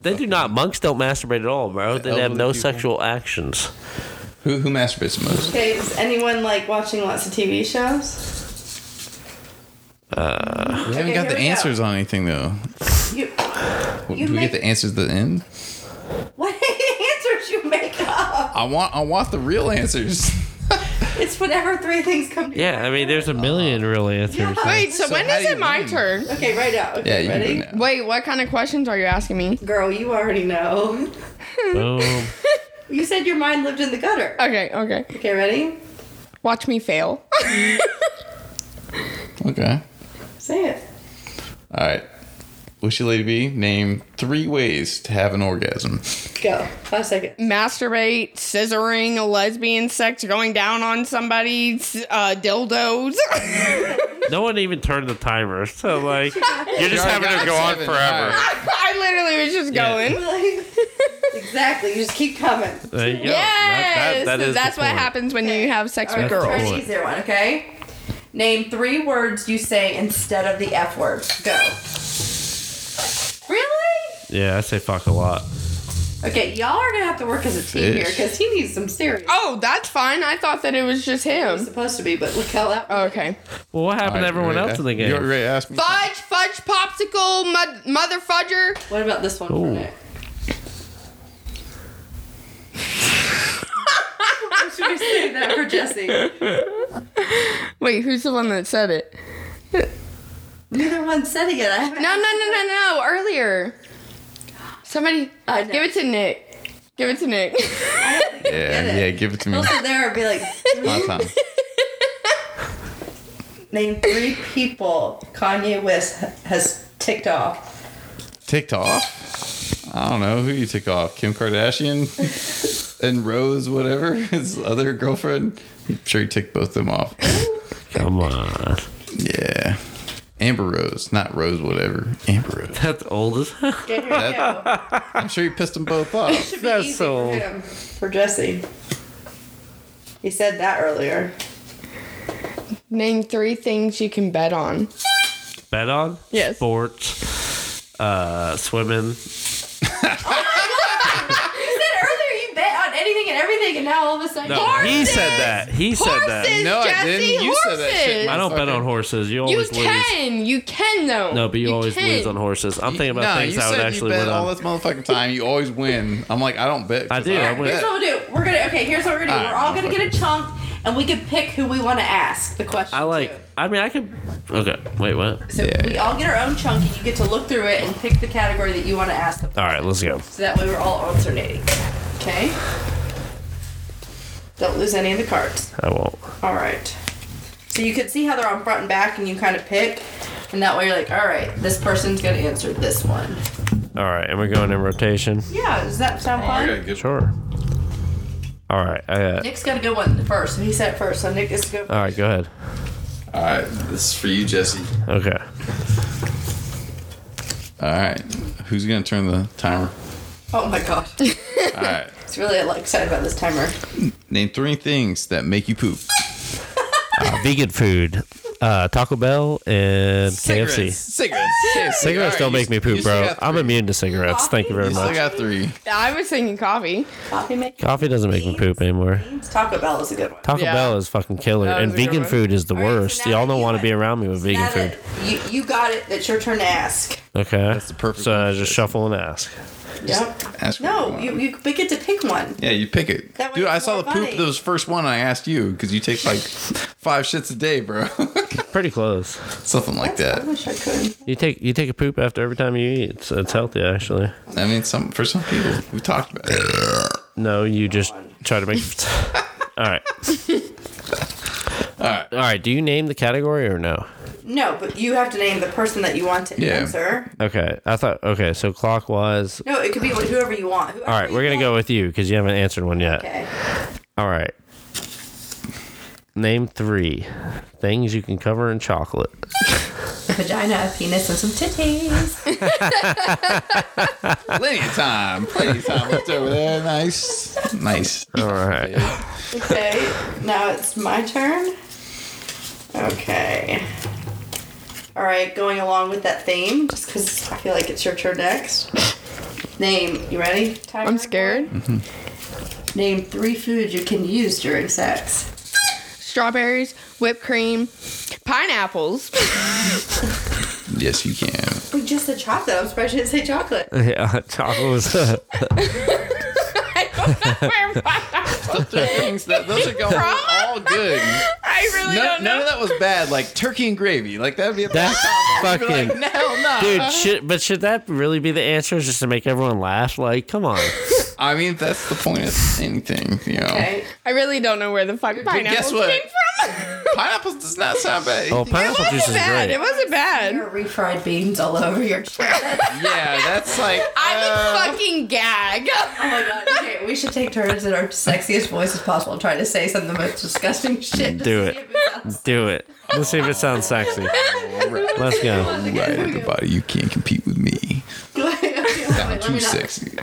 Speaker 1: They do not. Monks don't masturbate at all, bro. They have
Speaker 4: elderly
Speaker 1: no
Speaker 4: people.
Speaker 1: sexual actions.
Speaker 4: Who who masturbates the most?
Speaker 2: Okay, is anyone like watching lots of TV shows?
Speaker 4: We haven't
Speaker 2: Okay,
Speaker 4: got
Speaker 2: here
Speaker 4: the
Speaker 2: we go.
Speaker 4: answers on anything though.
Speaker 2: You,
Speaker 4: Do
Speaker 2: You
Speaker 4: we
Speaker 2: make-
Speaker 4: get the answers at the end?
Speaker 2: what (laughs) answers you make up?
Speaker 4: I want I want the real answers.
Speaker 2: (laughs) It's whatever three things come. to your
Speaker 1: Yeah, I mean, there's a million real answers.
Speaker 2: mind.
Speaker 3: Wait, so,
Speaker 4: So
Speaker 3: when
Speaker 4: how
Speaker 3: is
Speaker 4: do
Speaker 3: it
Speaker 4: you
Speaker 3: my
Speaker 4: win?
Speaker 3: turn?
Speaker 2: Okay, right now.
Speaker 4: Yeah,
Speaker 2: Okay,
Speaker 4: you
Speaker 2: ready?
Speaker 4: can do it now.
Speaker 3: Wait, what kind of questions are you asking me?
Speaker 2: Girl, you already know. (laughs)
Speaker 1: Boom.
Speaker 2: You said your mind lived in the gutter.
Speaker 3: Okay, okay.
Speaker 2: Okay, ready?
Speaker 3: Watch me fail. (laughs)
Speaker 4: Okay.
Speaker 2: Say it.
Speaker 4: All right. Wish you lady be name three ways to have an orgasm.
Speaker 2: Go. Five seconds.
Speaker 3: Masturbate, scissoring, lesbian sex, going down on somebody, s- uh, dildos. (laughs)
Speaker 1: No one even turned the timer, so like you're just
Speaker 4: You
Speaker 1: having
Speaker 4: already
Speaker 1: her
Speaker 4: got
Speaker 1: go on
Speaker 4: seven.
Speaker 1: forever.
Speaker 4: All right.
Speaker 3: I literally was just
Speaker 1: Yeah.
Speaker 3: going.
Speaker 2: (laughs) exactly. You just keep coming.
Speaker 1: There you go.
Speaker 3: Yes,
Speaker 1: That- that- that is the
Speaker 3: that's what
Speaker 1: point.
Speaker 3: happens when you have sex with
Speaker 1: That's the
Speaker 3: girls.
Speaker 2: Try an
Speaker 1: point.
Speaker 2: easier one, okay? Name three words you say instead of the F word. Go. Really?
Speaker 1: Yeah, I say fuck a lot.
Speaker 2: Okay, y'all are gonna have to work as a team here
Speaker 4: Fish.
Speaker 2: because he needs some serious.
Speaker 3: Oh, that's fine. I thought that it was just
Speaker 2: He's
Speaker 3: him.
Speaker 2: supposed to be, but look how that.
Speaker 3: Okay.
Speaker 1: Well, what happened
Speaker 4: All right,
Speaker 1: to everyone
Speaker 4: you
Speaker 1: else
Speaker 4: ready-
Speaker 1: in the game?
Speaker 4: You already asked me.
Speaker 3: Fudge, fudge, popsicle, mud, mother fudger.
Speaker 2: What about this one
Speaker 1: Ooh.
Speaker 2: for
Speaker 3: (laughs)
Speaker 2: Nick? Why should we save that for Jesse?
Speaker 3: Wait, who's the one that said it?
Speaker 2: Neither one said it yet. I haven't.
Speaker 3: No, no, no, no, no. Earlier. Somebody uh,
Speaker 2: I know.
Speaker 3: give it to Nick. Give it to Nick.
Speaker 4: Yeah, yeah, give it to
Speaker 2: (laughs)
Speaker 4: me.
Speaker 2: He'll sit there and be like,
Speaker 4: My time.
Speaker 2: name three people Kanye West has ticked off.
Speaker 4: Ticked off. I don't know who you tick off. Kim
Speaker 1: (laughs)
Speaker 4: Kardashian and Rose, whatever his other girlfriend. I'm sure you ticked both of them off.
Speaker 1: Come on,
Speaker 4: Yeah. Amber Rose, not Rose, whatever. Amber Rose.
Speaker 1: that's old as hell.
Speaker 2: Okay, here we go.
Speaker 4: I'm sure you pissed them both off.
Speaker 2: Should be
Speaker 1: That's
Speaker 2: easy
Speaker 1: so
Speaker 2: for
Speaker 1: old.
Speaker 2: him. For Jesse. He said that earlier.
Speaker 3: (laughs) Name three things you can bet on.
Speaker 1: Bet on
Speaker 3: Yes.
Speaker 1: sports, uh, swimming.
Speaker 2: You said earlier you bet on anything and everything, and now all of a sudden.
Speaker 1: No, he said that. He said that.
Speaker 3: Horses,
Speaker 4: No, I
Speaker 3: Jesse,
Speaker 4: didn't. You said
Speaker 3: horses.
Speaker 4: that shit.
Speaker 1: I don't bet on horses. You
Speaker 3: You
Speaker 1: always lose.
Speaker 3: can. You can though.
Speaker 1: No, but you, always
Speaker 3: can.
Speaker 1: lose on horses. I'm thinking about
Speaker 4: Nah,
Speaker 1: things
Speaker 4: you
Speaker 1: I would
Speaker 4: said
Speaker 1: actually
Speaker 4: you bet
Speaker 1: win
Speaker 4: all
Speaker 1: on.
Speaker 4: this motherfucking time. You always win. I'm like, I don't bet.
Speaker 1: I
Speaker 4: 'cause
Speaker 1: do, I
Speaker 4: don't
Speaker 1: win.
Speaker 2: Here's
Speaker 4: bet.
Speaker 2: what we'll do. We're gonna okay. Here's what we're gonna do.
Speaker 4: All
Speaker 1: Ah,
Speaker 4: right,
Speaker 2: we're all gonna get a chunk, and we can pick who we want to ask the question.
Speaker 1: I like.
Speaker 2: to.
Speaker 1: I mean, I could. Okay, wait, what?
Speaker 2: So
Speaker 4: Yeah,
Speaker 2: we all get our own chunk, and you get to look through it and pick the category that you want to ask them.
Speaker 1: All right, let's go.
Speaker 2: So that way we're all alternating. Okay. Don't lose any of the cards.
Speaker 1: I won't.
Speaker 2: All right. So you can see how they're on front and back, and you kind of pick, and that way you're like, all right, this person's gonna answer this one.
Speaker 1: All right, and we're going in rotation.
Speaker 2: Yeah. Does that
Speaker 1: Oh,
Speaker 2: sound
Speaker 4: I
Speaker 2: fun?
Speaker 4: gotta get-
Speaker 1: Sure. All right, I got.
Speaker 2: Nick's got a good one first. He said it first, so Nick is good.
Speaker 1: All right, go ahead.
Speaker 4: All right, this is for you, Jesse.
Speaker 1: Okay.
Speaker 4: All right, who's gonna turn the timer?
Speaker 2: Oh my gosh. (laughs)
Speaker 4: All right,
Speaker 2: It's really like, excited about this timer.
Speaker 4: name three things that make you poop.
Speaker 1: vegan food. Uh, Taco Bell and
Speaker 4: Cigarettes.
Speaker 1: KFC.
Speaker 4: Cigarettes.
Speaker 1: Cigarettes
Speaker 4: Seriously. All right,
Speaker 1: don't
Speaker 4: you-
Speaker 1: make me
Speaker 4: you
Speaker 1: poop,
Speaker 4: still
Speaker 1: bro.
Speaker 4: got
Speaker 1: I'm
Speaker 4: three.
Speaker 1: immune to cigarettes. Thank you very
Speaker 4: You still
Speaker 1: much.
Speaker 4: got three.
Speaker 3: I was thinking coffee.
Speaker 2: Coffee makes
Speaker 1: Coffee doesn't make me poop anymore.
Speaker 2: Taco Bell is a good one.
Speaker 1: Taco
Speaker 3: Yeah.
Speaker 1: Bell is fucking killer,
Speaker 3: That
Speaker 1: and
Speaker 3: was a good
Speaker 1: vegan
Speaker 3: one.
Speaker 1: food is the
Speaker 2: right, so
Speaker 1: worst.
Speaker 2: now
Speaker 1: Y'all don't
Speaker 2: you
Speaker 1: want to
Speaker 2: went-
Speaker 1: be around me with vegan
Speaker 2: Now
Speaker 1: food.
Speaker 2: that you, you got it. That's your turn to ask.
Speaker 1: Okay, that's
Speaker 4: the perfect
Speaker 1: So I
Speaker 4: one.
Speaker 1: just shuffle and ask.
Speaker 2: Yep.
Speaker 4: Ask what
Speaker 2: No,
Speaker 4: you
Speaker 2: you,
Speaker 4: want.
Speaker 2: you but get to pick one.
Speaker 4: Yeah, you pick it.
Speaker 2: That way
Speaker 4: Dude,
Speaker 2: it's
Speaker 4: I saw
Speaker 2: more
Speaker 4: the poop
Speaker 2: funny.
Speaker 4: that was first one I asked you because you take like five shits a day, bro. (laughs)
Speaker 1: Pretty close.
Speaker 4: Something like
Speaker 2: I
Speaker 4: that.
Speaker 2: wish I could.
Speaker 1: You take you take a poop after every time you eat. It's, it's healthy actually.
Speaker 4: I mean, some for some people, we talked about it.
Speaker 1: No, you just try to make. (laughs) All right. All right. All right. Do you name the category or no?
Speaker 2: No, but you have to name the person that you want to
Speaker 4: Yeah.
Speaker 2: answer.
Speaker 1: Okay. I thought. Okay. So clockwise.
Speaker 2: No, it could be with whoever you want.
Speaker 1: All right. We're gonna go with you because you haven't answered one yet.
Speaker 2: Okay.
Speaker 1: All right. Name three things you can cover in chocolate.
Speaker 2: Vagina, penis, and some titties.
Speaker 4: Plenty of time. Plenty of time left over there. Nice. Nice.
Speaker 1: All right.
Speaker 2: okay. Now it's my turn. Okay. All right. Going along with that theme, just because I feel like it's your turn next. Name. You ready? Timer?
Speaker 3: I'm scared.
Speaker 2: Name three foods you can use during sex.
Speaker 3: Strawberries, whipped cream, pineapples. (laughs)
Speaker 4: Yes, you can.
Speaker 2: (laughs) We just said chocolate. I'm surprised you didn't say chocolate.
Speaker 1: (laughs) Yeah. Chocolate (laughs)
Speaker 3: Oh,
Speaker 1: was.
Speaker 3: I don't know where pineapples.
Speaker 4: Those are things that those are going all good.
Speaker 3: (laughs) I really
Speaker 4: No,
Speaker 3: don't
Speaker 4: none
Speaker 3: know.
Speaker 4: of that was bad. Like turkey and gravy. Like that'd be a (laughs) bad
Speaker 1: That's
Speaker 4: combo. You'd be
Speaker 1: fucking-
Speaker 4: Like, Hell no.
Speaker 1: Dude,
Speaker 3: (laughs)
Speaker 1: should, but should that really be the answer? Just to make everyone laugh? Like, come
Speaker 3: (laughs)
Speaker 1: on.
Speaker 4: I mean, that's the point of anything, you know.
Speaker 2: Okay.
Speaker 3: I really don't know where the fuck pineapples
Speaker 4: what?
Speaker 3: came from.
Speaker 4: Pineapples does not sound bad.
Speaker 1: Oh, (laughs) pineapple
Speaker 3: it
Speaker 1: juice
Speaker 3: wasn't
Speaker 1: is
Speaker 3: bad.
Speaker 1: great.
Speaker 3: It wasn't bad.
Speaker 2: Your refried beans all over your (laughs) chair.
Speaker 4: yeah, that's like.
Speaker 3: I
Speaker 4: uh,
Speaker 3: would
Speaker 1: (laughs)
Speaker 3: fucking gag.
Speaker 2: Oh my god. Okay, we should take turns in our sexiest voice as possible and try to say some of the most disgusting shit. just
Speaker 1: Do
Speaker 2: to
Speaker 1: it.
Speaker 2: see if it sounds-
Speaker 1: Do it. Let's see if it sounds sexy.
Speaker 4: Right,
Speaker 1: Let's go.
Speaker 4: right, everybody, you can't compete with me.
Speaker 2: Okay, okay, wait,
Speaker 4: I'm
Speaker 2: let
Speaker 4: too
Speaker 2: me not-
Speaker 4: sexy.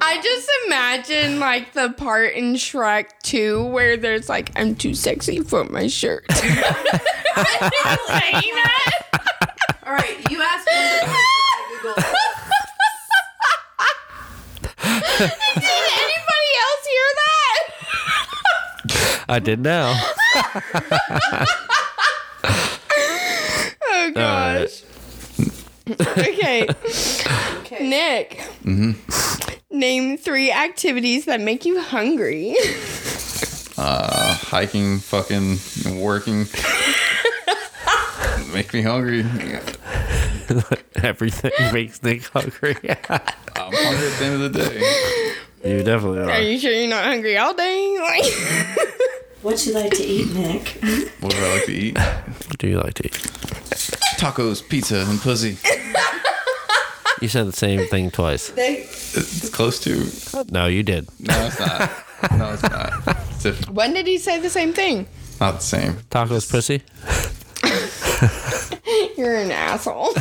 Speaker 3: I just imagine like the part in Shrek 2 where there's like, I'm too sexy for my (laughs) shirt. I'm just saying that.
Speaker 2: All right, you asked me. I Googled it.
Speaker 3: Did anybody else hear that?
Speaker 1: I did now. Uh,
Speaker 3: Oh
Speaker 1: (laughs)
Speaker 3: gosh. okay.
Speaker 2: Okay.
Speaker 3: Nick.
Speaker 1: Mm-hmm.
Speaker 3: Name three activities that make you hungry.
Speaker 1: (laughs)
Speaker 4: Hiking, fucking, and
Speaker 2: (laughs)
Speaker 4: working. Make me hungry.
Speaker 3: (laughs)
Speaker 1: Everything makes Nick (laughs) hungry.
Speaker 4: I'm hungry at the end of the day.
Speaker 1: you definitely
Speaker 3: Are
Speaker 1: are.
Speaker 3: you sure you're not hungry all day? (laughs) Like,
Speaker 2: (laughs) What you like to eat, Nick?
Speaker 4: What do I like to eat?
Speaker 1: What do you like to eat?
Speaker 4: Tacos, pizza, and pussy.
Speaker 1: You said the same thing twice.
Speaker 2: They,
Speaker 4: It's close to.
Speaker 1: No, you did.
Speaker 4: No, it's not. No, it's not. It's different.
Speaker 3: when did he say the same thing?
Speaker 4: Not the same.
Speaker 1: Tacos, pussy.
Speaker 3: You're an asshole. (laughs)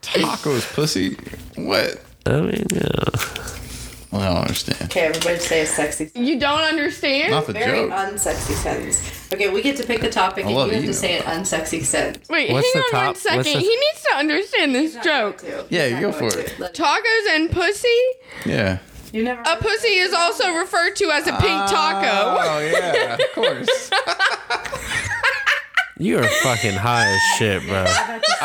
Speaker 4: Tacos, pussy. What?
Speaker 1: I mean, yeah.
Speaker 4: Well, I don't understand.
Speaker 2: okay, everybody say a sexy.
Speaker 3: you don't understand?
Speaker 4: Not the
Speaker 2: Very
Speaker 4: joke.
Speaker 2: unsexy sentence. Okay, we get to pick the topic, and you
Speaker 4: love
Speaker 2: have to
Speaker 4: you.
Speaker 2: say an unsexy sentence.
Speaker 3: Wait,
Speaker 1: What's
Speaker 3: hang
Speaker 1: the
Speaker 3: on one
Speaker 1: top-
Speaker 3: second.
Speaker 1: what's the-
Speaker 3: He needs to understand this joke.
Speaker 4: Yeah,
Speaker 2: Not
Speaker 4: go
Speaker 2: going
Speaker 4: for
Speaker 2: to.
Speaker 4: it.
Speaker 2: Let-
Speaker 3: Tacos and pussy?
Speaker 4: Yeah.
Speaker 2: You never.
Speaker 3: A pussy is also referred to as a pink taco.
Speaker 4: Oh yeah, of course.
Speaker 1: You are fucking high as shit,
Speaker 4: (laughs)
Speaker 1: bro.
Speaker 4: I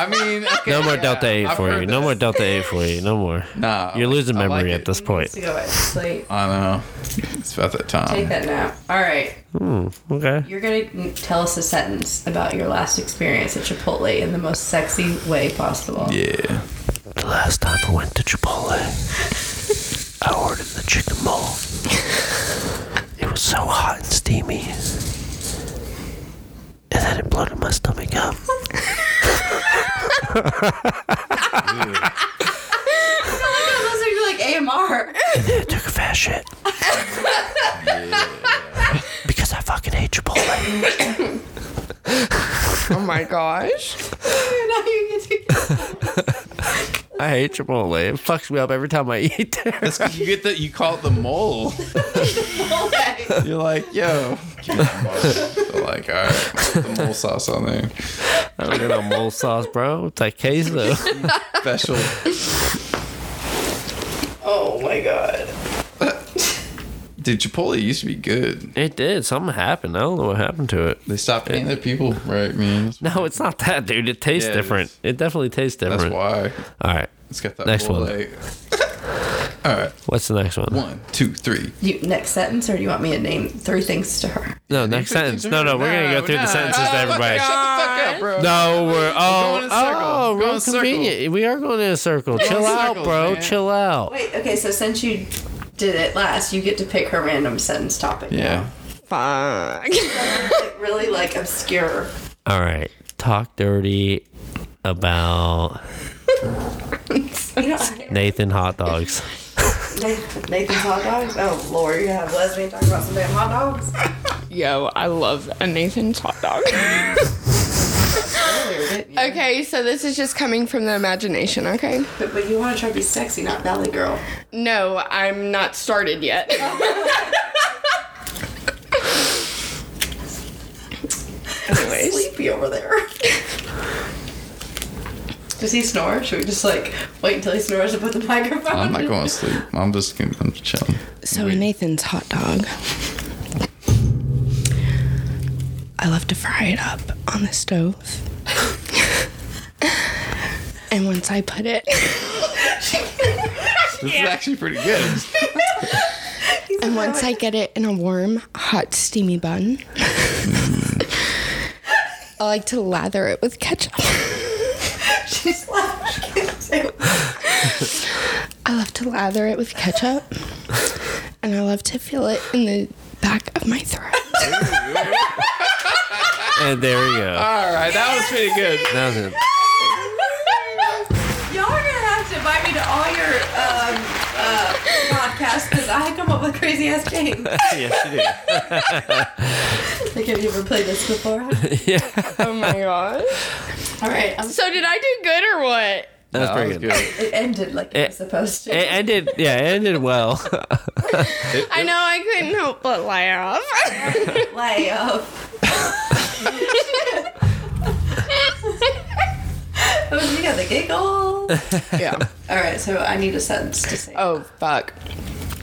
Speaker 4: mean, okay,
Speaker 1: (laughs) No more
Speaker 4: yeah,
Speaker 1: Delta 8
Speaker 4: I've
Speaker 1: for
Speaker 4: heard
Speaker 1: you. No
Speaker 4: that.
Speaker 1: more Delta 8 for you. No more.
Speaker 4: Nah,
Speaker 1: You're losing
Speaker 4: I like
Speaker 1: memory
Speaker 4: it.
Speaker 1: at this point.
Speaker 2: to go at sleep.
Speaker 4: I don't know. It's about that
Speaker 2: Take
Speaker 4: time.
Speaker 2: that nap. All right.
Speaker 1: Okay.
Speaker 2: You're going to tell us a sentence about your last experience at Chipotle in the most sexy way possible.
Speaker 4: Yeah.
Speaker 1: The last time I went to Chipotle, I ordered the chicken bowl. It was so hot and steamy. And then it bloated my stomach um, up.
Speaker 2: (laughs) Those are like AMR.
Speaker 1: I took a fat shit. Because I fucking hate Chipotle.
Speaker 3: Oh my (laughs) gosh.
Speaker 2: (laughs) now you get to
Speaker 1: I hate Chipotle.
Speaker 4: (laughs)
Speaker 1: It fucks me up every time I eat there.
Speaker 4: You get the you call it the mole.
Speaker 2: Chipotle. right.
Speaker 4: You're like, yo. They're like, all right, put the mole sauce on there.
Speaker 1: I don't get no mole sauce, bro. It's like queso. (laughs)
Speaker 4: Special.
Speaker 2: Oh my god.
Speaker 4: Dude, Chipotle used to be good.
Speaker 1: It did. Something happened. I don't know what happened to it.
Speaker 4: They stopped paying their people, right, man?
Speaker 1: No, it's not that, dude. It tastes
Speaker 4: Yeah, it
Speaker 1: different.
Speaker 4: is.
Speaker 1: It, definitely tastes different.
Speaker 4: That's why.
Speaker 1: All right.
Speaker 4: It's got that
Speaker 1: Next
Speaker 4: Next
Speaker 1: one.
Speaker 4: All right.
Speaker 1: What's the next one?
Speaker 4: One, two, three.
Speaker 2: You next sentence, or do you want me to name three things to her?
Speaker 1: No, next sentence. No, no, we're gonna go through the sentences to everybody.
Speaker 4: Shut the fuck up, bro.
Speaker 1: No, we're oh
Speaker 4: going in a circle.
Speaker 1: oh,
Speaker 4: Go in
Speaker 1: real
Speaker 4: a circle.
Speaker 1: convenient. We are going in a circle. Chill
Speaker 4: in
Speaker 1: out,
Speaker 4: circles,
Speaker 1: bro.
Speaker 4: man.
Speaker 1: Chill out.
Speaker 2: Wait. Okay. So since you did it last, you get to pick her random sentence topic.
Speaker 4: Yeah.
Speaker 3: Fuck.
Speaker 2: Like, really like obscure.
Speaker 1: All right, talk dirty about
Speaker 2: You know,
Speaker 1: Nathan hot dogs.
Speaker 2: Nathan- Nathan's hot dogs. Oh lord, you have lesbian talking about some damn hot dogs.
Speaker 3: Yo, I love a Nathan's hot dog. (laughs)
Speaker 2: Okay.
Speaker 3: okay, so this is just coming from the imagination, okay?
Speaker 2: But, but you want to try to be sexy, not valley girl.
Speaker 3: No, I'm not started yet. Anyways.
Speaker 2: Sleepy over there. Does he snore? Should we just like wait until he snores to put the microphone?
Speaker 4: Oh, I'm not going to sleep. I'm just going to chill.
Speaker 3: So Nathan's hot dog. I love (laughs) to fry it up on the (laughs) stove. and once I put it
Speaker 4: This is actually pretty (laughs) good.
Speaker 3: and once I get it in a warm, hot, steamy bun, I like to lather it with ketchup.
Speaker 2: She's laughing.
Speaker 3: I love to lather it with ketchup, and I love to feel it in the back of my throat.
Speaker 1: And there we go.
Speaker 4: All right. That was pretty good.
Speaker 1: That was it.
Speaker 2: Y'all are gonna have to invite me to all your um, uh, podcasts because I come up with crazy ass games.
Speaker 1: Yes,
Speaker 2: (laughs) Like, have you ever played this (laughs) before? all
Speaker 1: you do. Yeah,
Speaker 3: Oh my god!
Speaker 2: right, I'm,
Speaker 3: So did I do good or what?
Speaker 1: that was
Speaker 4: That
Speaker 1: pretty
Speaker 4: was
Speaker 1: good.
Speaker 4: good.
Speaker 2: it ended like it,
Speaker 1: It-
Speaker 2: was supposed to.
Speaker 1: It ended. Yeah, it ended (laughs) well.
Speaker 3: I know I couldn't help but laugh.
Speaker 1: eh.
Speaker 2: Lay (laughs) off. Oh, you got the giggle.
Speaker 3: yeah.
Speaker 2: All right, so I need a sentence to say.
Speaker 3: Oh fuck!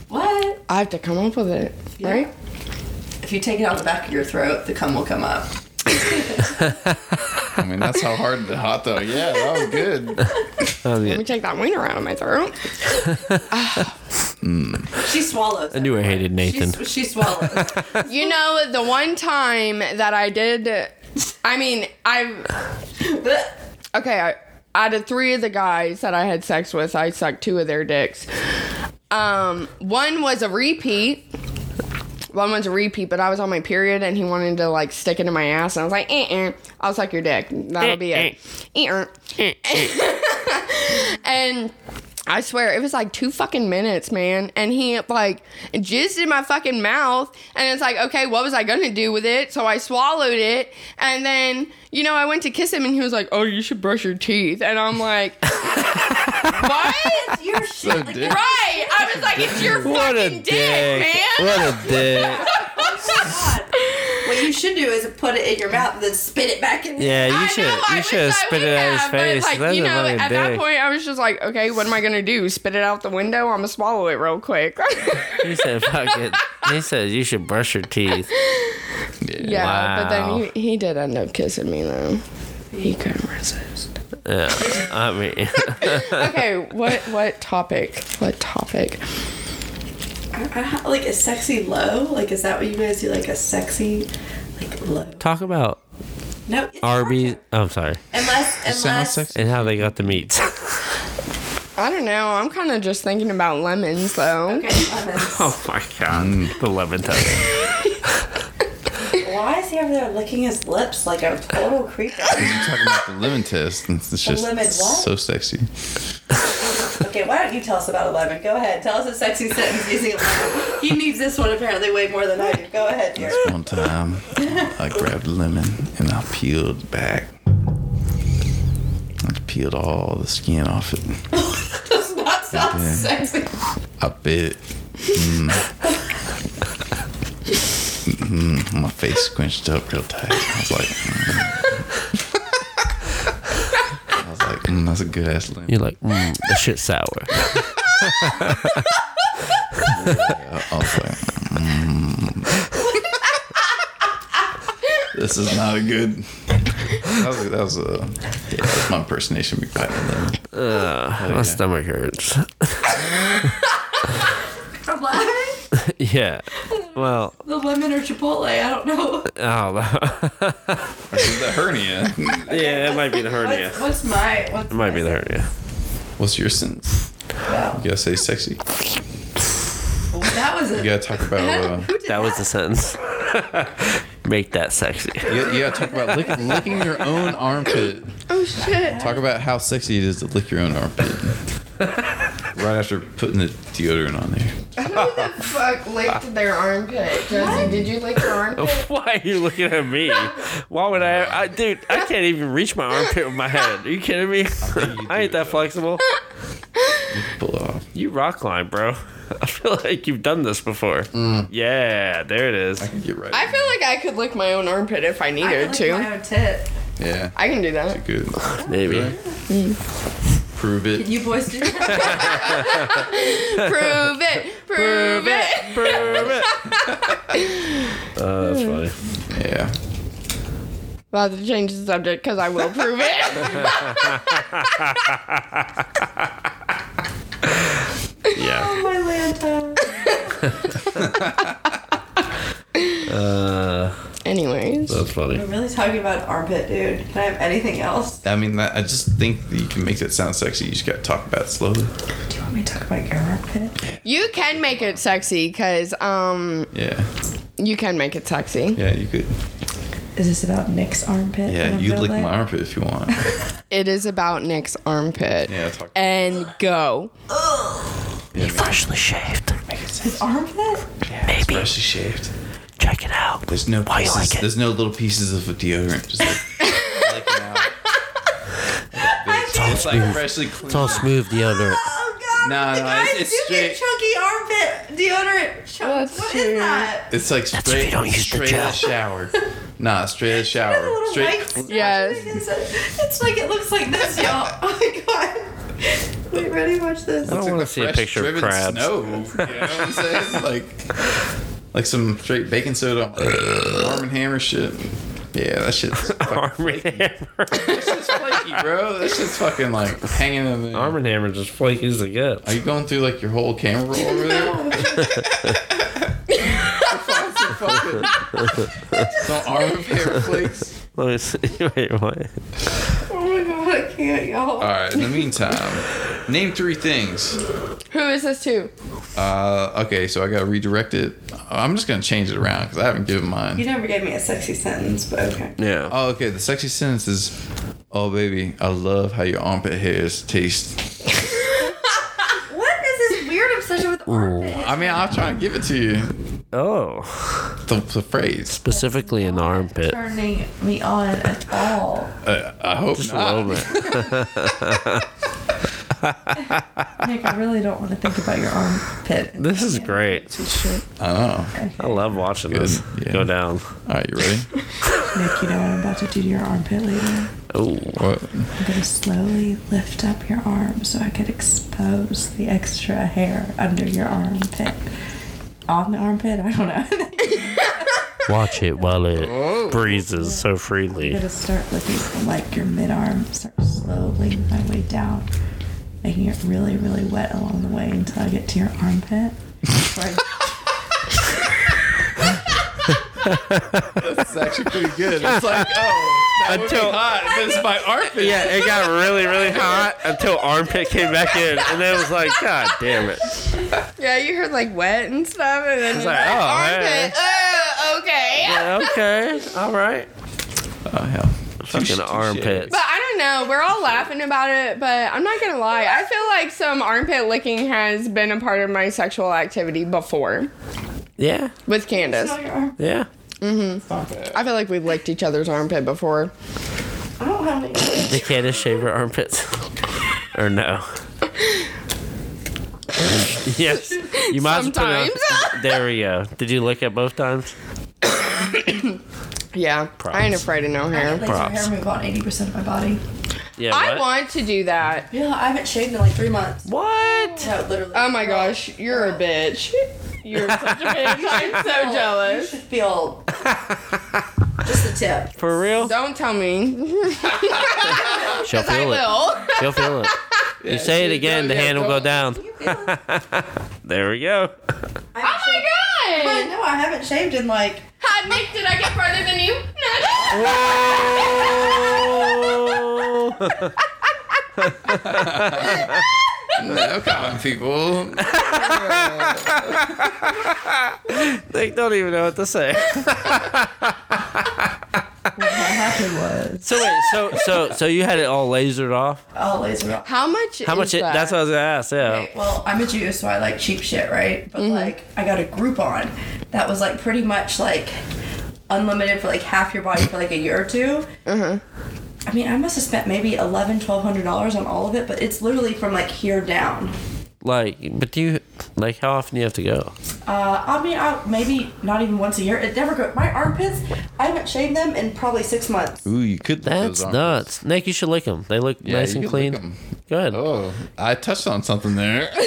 Speaker 2: What?
Speaker 3: I have to come up with it, right?
Speaker 2: If you take it out the back of your throat, the cum will come up.
Speaker 4: I mean, that's how hard the hot dog. Yeah, that
Speaker 2: (laughs)
Speaker 4: was good.
Speaker 1: That was
Speaker 3: Let me
Speaker 1: good.
Speaker 3: take that wiener out of my throat.
Speaker 2: She swallows.
Speaker 1: I knew I hated Nathan.
Speaker 2: She, she swallows. (laughs)
Speaker 3: You know, the one time that I did, I mean, I've okay, I, out of three of the guys that I had sex with, I sucked two of their dicks. Um, one was a repeat. One was a repeat, but I was on my period and he wanted to like stick it in my ass, and I was like, eh, eh, I'll suck your dick. That'll be it. Eh, eh. (laughs) and I swear it was like two fucking minutes, man. And he like jizzed in my fucking mouth, and it's like, okay, what was I gonna do with it? So I swallowed it, and then you know I went to kiss him, and he was like, oh, you should brush your teeth, and I'm like, (laughs) what?
Speaker 2: You're shit. like,
Speaker 4: dick.
Speaker 3: Right? I was like, it's your
Speaker 1: What a
Speaker 3: fucking
Speaker 1: dick!
Speaker 3: dick, man.
Speaker 1: What a
Speaker 3: (laughs)
Speaker 1: dick!
Speaker 2: God. What you should do is put it in your mouth and then spit it back in.
Speaker 1: Yeah, you
Speaker 3: I
Speaker 1: should.
Speaker 3: know, I
Speaker 1: You should have
Speaker 3: wish I
Speaker 1: spit
Speaker 3: would
Speaker 1: it at his
Speaker 3: have, but,
Speaker 1: face.
Speaker 3: Like,
Speaker 1: That's
Speaker 3: you
Speaker 1: a
Speaker 3: know,
Speaker 1: fucking
Speaker 3: at that
Speaker 1: dick.
Speaker 3: point, I was just like, okay, what am I gonna do? Spit it out the window? I'm gonna swallow it real
Speaker 1: (laughs)
Speaker 3: quick. (laughs)
Speaker 1: He said, "Fuck it." He said, "You should brush your (laughs) teeth."
Speaker 3: yeah,
Speaker 1: Wow.
Speaker 3: but then he, he did end up kissing me though. He couldn't
Speaker 1: (laughs)
Speaker 3: resist.
Speaker 1: Yeah, I mean, (laughs)
Speaker 3: Okay, what what topic? What topic?
Speaker 2: Uh, Like a sexy low? Like, is that what you guys do? Like a sexy, like low?
Speaker 1: talk about
Speaker 2: No. it's
Speaker 1: Arby's.
Speaker 2: hard.
Speaker 1: I'm sorry,
Speaker 2: Unless,
Speaker 4: Sounds
Speaker 2: unless.
Speaker 4: sexy.
Speaker 1: and how they got the meats. (laughs) Oh
Speaker 3: I don't know. I'm kind of just thinking about lemons though.
Speaker 2: Okay, lemons.
Speaker 1: my god, the lemon toast.
Speaker 2: Why is he over there licking his lips like a total creeper?
Speaker 4: You're talking about the lemon test. and It's just
Speaker 2: lemon what?
Speaker 4: so sexy.
Speaker 2: Okay, why don't you tell us about a lemon? Go ahead. Tell us a sexy sentence using a lemon. He needs this one apparently way more than I do. Go ahead. Here.
Speaker 4: One time, I grabbed a lemon and I peeled back. I peeled all the skin off it.
Speaker 2: Does not (laughs) sound sexy.
Speaker 4: I bit. it. Mm. mm, my face squinched up real tight. I was like, mm. I was like, mm, that's a good ass lemon.
Speaker 1: You're like, mm, that shit's sour.
Speaker 4: I was like, mm. this is not a good. That was, that was a yeah, that's my impersonation. of Me biting lemon.
Speaker 1: (laughs) My stomach hurts.
Speaker 2: From laughing?
Speaker 1: yeah. Well,
Speaker 2: The lemon or Chipotle, I don't know.
Speaker 1: (laughs) oh,
Speaker 4: This is the hernia.
Speaker 1: yeah, it might be the hernia.
Speaker 2: What's, what's my. What's
Speaker 1: It might be the hernia.
Speaker 4: What's your sentence? You gotta say sexy.
Speaker 2: That was
Speaker 4: You
Speaker 2: a.
Speaker 4: gotta talk about. Uh,
Speaker 1: That was the sentence. (laughs) Make that sexy.
Speaker 4: you, you gotta talk about lick, licking your own armpit.
Speaker 3: Oh shit.
Speaker 4: Talk about how sexy it is to lick your own armpit. right after putting the deodorant on there.
Speaker 3: Fuck licked their armpit. Josie, did you lick your
Speaker 1: (laughs)
Speaker 3: armpit?
Speaker 1: (laughs) Why are you looking at me? Why would I, I? Dude, I can't even reach my armpit with my head. Are you kidding me? (laughs) I ain't that flexible.
Speaker 4: Pull off.
Speaker 1: You rock climb, bro. (laughs) I feel like you've done this before. Yeah, there it is.
Speaker 4: Get right.
Speaker 3: I feel like I could lick my own armpit if I
Speaker 2: I
Speaker 3: needed
Speaker 2: licked
Speaker 3: to.
Speaker 2: My own tit.
Speaker 4: yeah.
Speaker 3: I can do that.
Speaker 4: Good.
Speaker 1: Maybe.
Speaker 4: Prove it.
Speaker 2: You boys do
Speaker 3: (laughs) Prove it. Prove it.
Speaker 1: (laughs) Oh, that's funny.
Speaker 4: Yeah.
Speaker 3: I'll have to change the subject because I will prove (laughs) it.
Speaker 1: Yeah.
Speaker 2: my lanta.
Speaker 3: Anyways.
Speaker 1: Uh, That's funny.
Speaker 2: I'm really talking about armpit, dude. Can I have anything else?
Speaker 4: I mean, that, I just think that you can make that sound sexy. You just gotta talk about it slowly.
Speaker 2: Do you want me to talk about your armpit?
Speaker 3: You can make it sexy because um
Speaker 4: Yeah.
Speaker 3: you can make it sexy.
Speaker 4: Yeah, you could.
Speaker 2: Is this about Nick's armpit?
Speaker 4: Yeah, you lick my armpit if
Speaker 2: (laughs)
Speaker 4: you want.
Speaker 3: It is about Nick's armpit.
Speaker 4: Yeah, talk.
Speaker 3: And go.
Speaker 4: Yeah,
Speaker 1: Freshly shaved.
Speaker 2: His armpit?
Speaker 1: Maybe.
Speaker 4: freshly shaved.
Speaker 1: Check it out.
Speaker 4: There's no
Speaker 1: Why you
Speaker 4: pieces.
Speaker 1: like it?
Speaker 4: There's no little pieces of deodorant. Just like, (laughs) like it out. It's like freshly cleaned.
Speaker 1: It's all smooth deodorant.
Speaker 2: Oh god!
Speaker 4: No,
Speaker 2: the
Speaker 4: no,
Speaker 2: guys
Speaker 4: it's-
Speaker 2: do
Speaker 4: it's
Speaker 2: get
Speaker 4: straight.
Speaker 2: chunky armpit deodorant. Chunk.
Speaker 3: Well, that's
Speaker 2: What is
Speaker 3: true.
Speaker 2: that?
Speaker 4: It's like
Speaker 1: if you
Speaker 4: straight,
Speaker 1: don't use the
Speaker 4: straight
Speaker 1: gel.
Speaker 4: out of shower. Nah, straight out of
Speaker 2: It's a
Speaker 4: shower.
Speaker 2: little
Speaker 4: Straight.
Speaker 2: white snatch
Speaker 3: Yes.
Speaker 2: thing. It's, a- it's like it looks like this, y'all. (laughs) Oh my god! Wait, ready? Watch this.
Speaker 1: I
Speaker 4: Oh.
Speaker 1: don't want to see a
Speaker 4: fresh
Speaker 1: picture of
Speaker 4: driven
Speaker 1: crabs.
Speaker 4: Snow, you know what I'm saying? like, like some straight baking soda, Arm and Hammer shit. Yeah,
Speaker 1: (laughs)
Speaker 4: that shit's
Speaker 1: (laughs)
Speaker 4: fucking
Speaker 1: Arm and Hammer.
Speaker 4: flaky, bro. That shit's fucking like hanging in the.
Speaker 1: Arm and Hammer just flaky as it gets.
Speaker 4: Are you going through like your whole camera roll over there? (laughs) Some arm and hammer flakes.
Speaker 1: (laughs) Let me see. (laughs) Wait, what?
Speaker 2: Oh my god! I can't, y'all.
Speaker 4: All right. In the meantime, name three things.
Speaker 3: Who is this to?
Speaker 4: Uh, okay, so I gotta redirect it. Uh, I'm just gonna change it around because I haven't given mine.
Speaker 2: You never gave me a sexy sentence, but okay.
Speaker 1: Yeah.
Speaker 4: Oh, okay. The sexy sentence is, "Oh baby, I love how your armpit hairs taste."
Speaker 2: (laughs) What is this weird obsession with armpit?
Speaker 4: I mean, I'll try and give it to you.
Speaker 1: Oh.
Speaker 4: The, the phrase.
Speaker 1: Specifically in the armpit.
Speaker 2: Turning me on at all.
Speaker 4: Uh, I hope
Speaker 1: Just a
Speaker 4: not.
Speaker 1: little (laughs) bit.
Speaker 2: (laughs) Nick, I really don't want to think about your armpit.
Speaker 1: This is great.
Speaker 4: I know.
Speaker 1: I love watching this
Speaker 4: Good, yeah.
Speaker 1: go down.
Speaker 4: All right, you ready?
Speaker 2: Nick, you know what I'm about to do to your armpit later?
Speaker 1: Oh.
Speaker 4: What?
Speaker 2: I'm gonna slowly lift up your arm so I can expose the extra hair under your armpit. On the armpit? I don't know. (laughs)
Speaker 1: Watch it while it
Speaker 4: Oh.
Speaker 1: breezes so
Speaker 2: I'm
Speaker 1: freely.
Speaker 2: gonna start looking from like your mid arm, start slowly my way down, making it really, really wet along the way until I get to your armpit. Before I-
Speaker 4: It's actually pretty good. It's like,
Speaker 1: (laughs)
Speaker 4: oh, that would be
Speaker 1: Until-
Speaker 4: hot. But it's my armpit.
Speaker 1: Yeah, it got really, really hot until armpit came back in, and then it was like, God damn it!
Speaker 3: Yeah, you heard like wet and stuff, and then it's
Speaker 1: like, oh,
Speaker 3: like, armpit. Uh, okay.
Speaker 1: Okay, all right.
Speaker 4: Oh hell.
Speaker 1: Fucking armpits.
Speaker 3: But I don't know. We're all laughing about it, but I'm not gonna lie. I feel like some armpit licking has been a part of my sexual activity before
Speaker 1: Yeah,
Speaker 3: with Candace.
Speaker 2: Oh, your arm-
Speaker 1: yeah.
Speaker 3: I feel like we've licked each other's armpit before.
Speaker 2: I don't have any.
Speaker 1: Did Candace shave her armpits? or no? yes. You might as well put it on-
Speaker 3: Sometimes.
Speaker 1: There we go. Did you lick it both times?
Speaker 3: Yeah, I ain't
Speaker 1: Props.
Speaker 3: afraid of no
Speaker 2: I
Speaker 3: hair.
Speaker 2: get laser
Speaker 1: Props.
Speaker 2: hair removal on 80% of my body.
Speaker 1: Yeah.
Speaker 3: I
Speaker 1: what?
Speaker 3: want to do that.
Speaker 2: Yeah, I haven't shaved in like three months.
Speaker 1: What?
Speaker 2: No, literally.
Speaker 3: Oh my gosh, you're a bitch. You're such a (laughs) bitch. I'm so
Speaker 2: You
Speaker 3: jealous.
Speaker 2: should
Speaker 1: (laughs)
Speaker 2: feel just the tip.
Speaker 1: For real?
Speaker 3: Don't tell me.
Speaker 1: She'll feel
Speaker 3: I
Speaker 1: it.
Speaker 3: will.
Speaker 1: She'll feel it. You say it
Speaker 3: she-
Speaker 1: again, the
Speaker 3: no, yeah,
Speaker 1: hand will
Speaker 3: go-
Speaker 1: go down.
Speaker 2: Can you feel it?
Speaker 1: There we go.
Speaker 2: I
Speaker 3: (laughs) Oh my god!
Speaker 2: No, I haven't shaved in like.
Speaker 3: Hi, Nick, did I get further than you? No.
Speaker 1: Whoa!
Speaker 4: No comment, people.
Speaker 1: they don't even know what to (laughs) say.
Speaker 2: What happened was.
Speaker 1: So wait, so so so you had it all lasered off?
Speaker 2: All oh, laser off.
Speaker 3: How much?
Speaker 1: How much?
Speaker 3: Is
Speaker 1: It,
Speaker 3: that?
Speaker 1: that's what I was gonna ask. Yeah.
Speaker 2: Okay, well, I'm a Jew, so I like cheap shit, right?
Speaker 1: Mm-hmm.
Speaker 2: But like, I got a Groupon that was like pretty much like unlimited for like half your body for like a year or 2
Speaker 1: Uh-huh.
Speaker 2: I mean, I must have spent maybe eleven, twelve hundred dollars on all of it, but it's literally from like here down.
Speaker 1: Like, but do you like how often do you have to go?
Speaker 2: Uh, I mean, I, maybe not even once a year. It never goes. My armpits, I haven't shaved them in probably six months.
Speaker 4: Ooh, you could. lick
Speaker 1: That's
Speaker 4: those armpits.
Speaker 1: nuts. Nick, you should lick them. They look
Speaker 4: Yeah,
Speaker 1: nice
Speaker 4: you
Speaker 1: and
Speaker 4: could lick
Speaker 1: clean.
Speaker 4: 'em.
Speaker 1: Go ahead.
Speaker 4: Oh, I touched on something there. (laughs)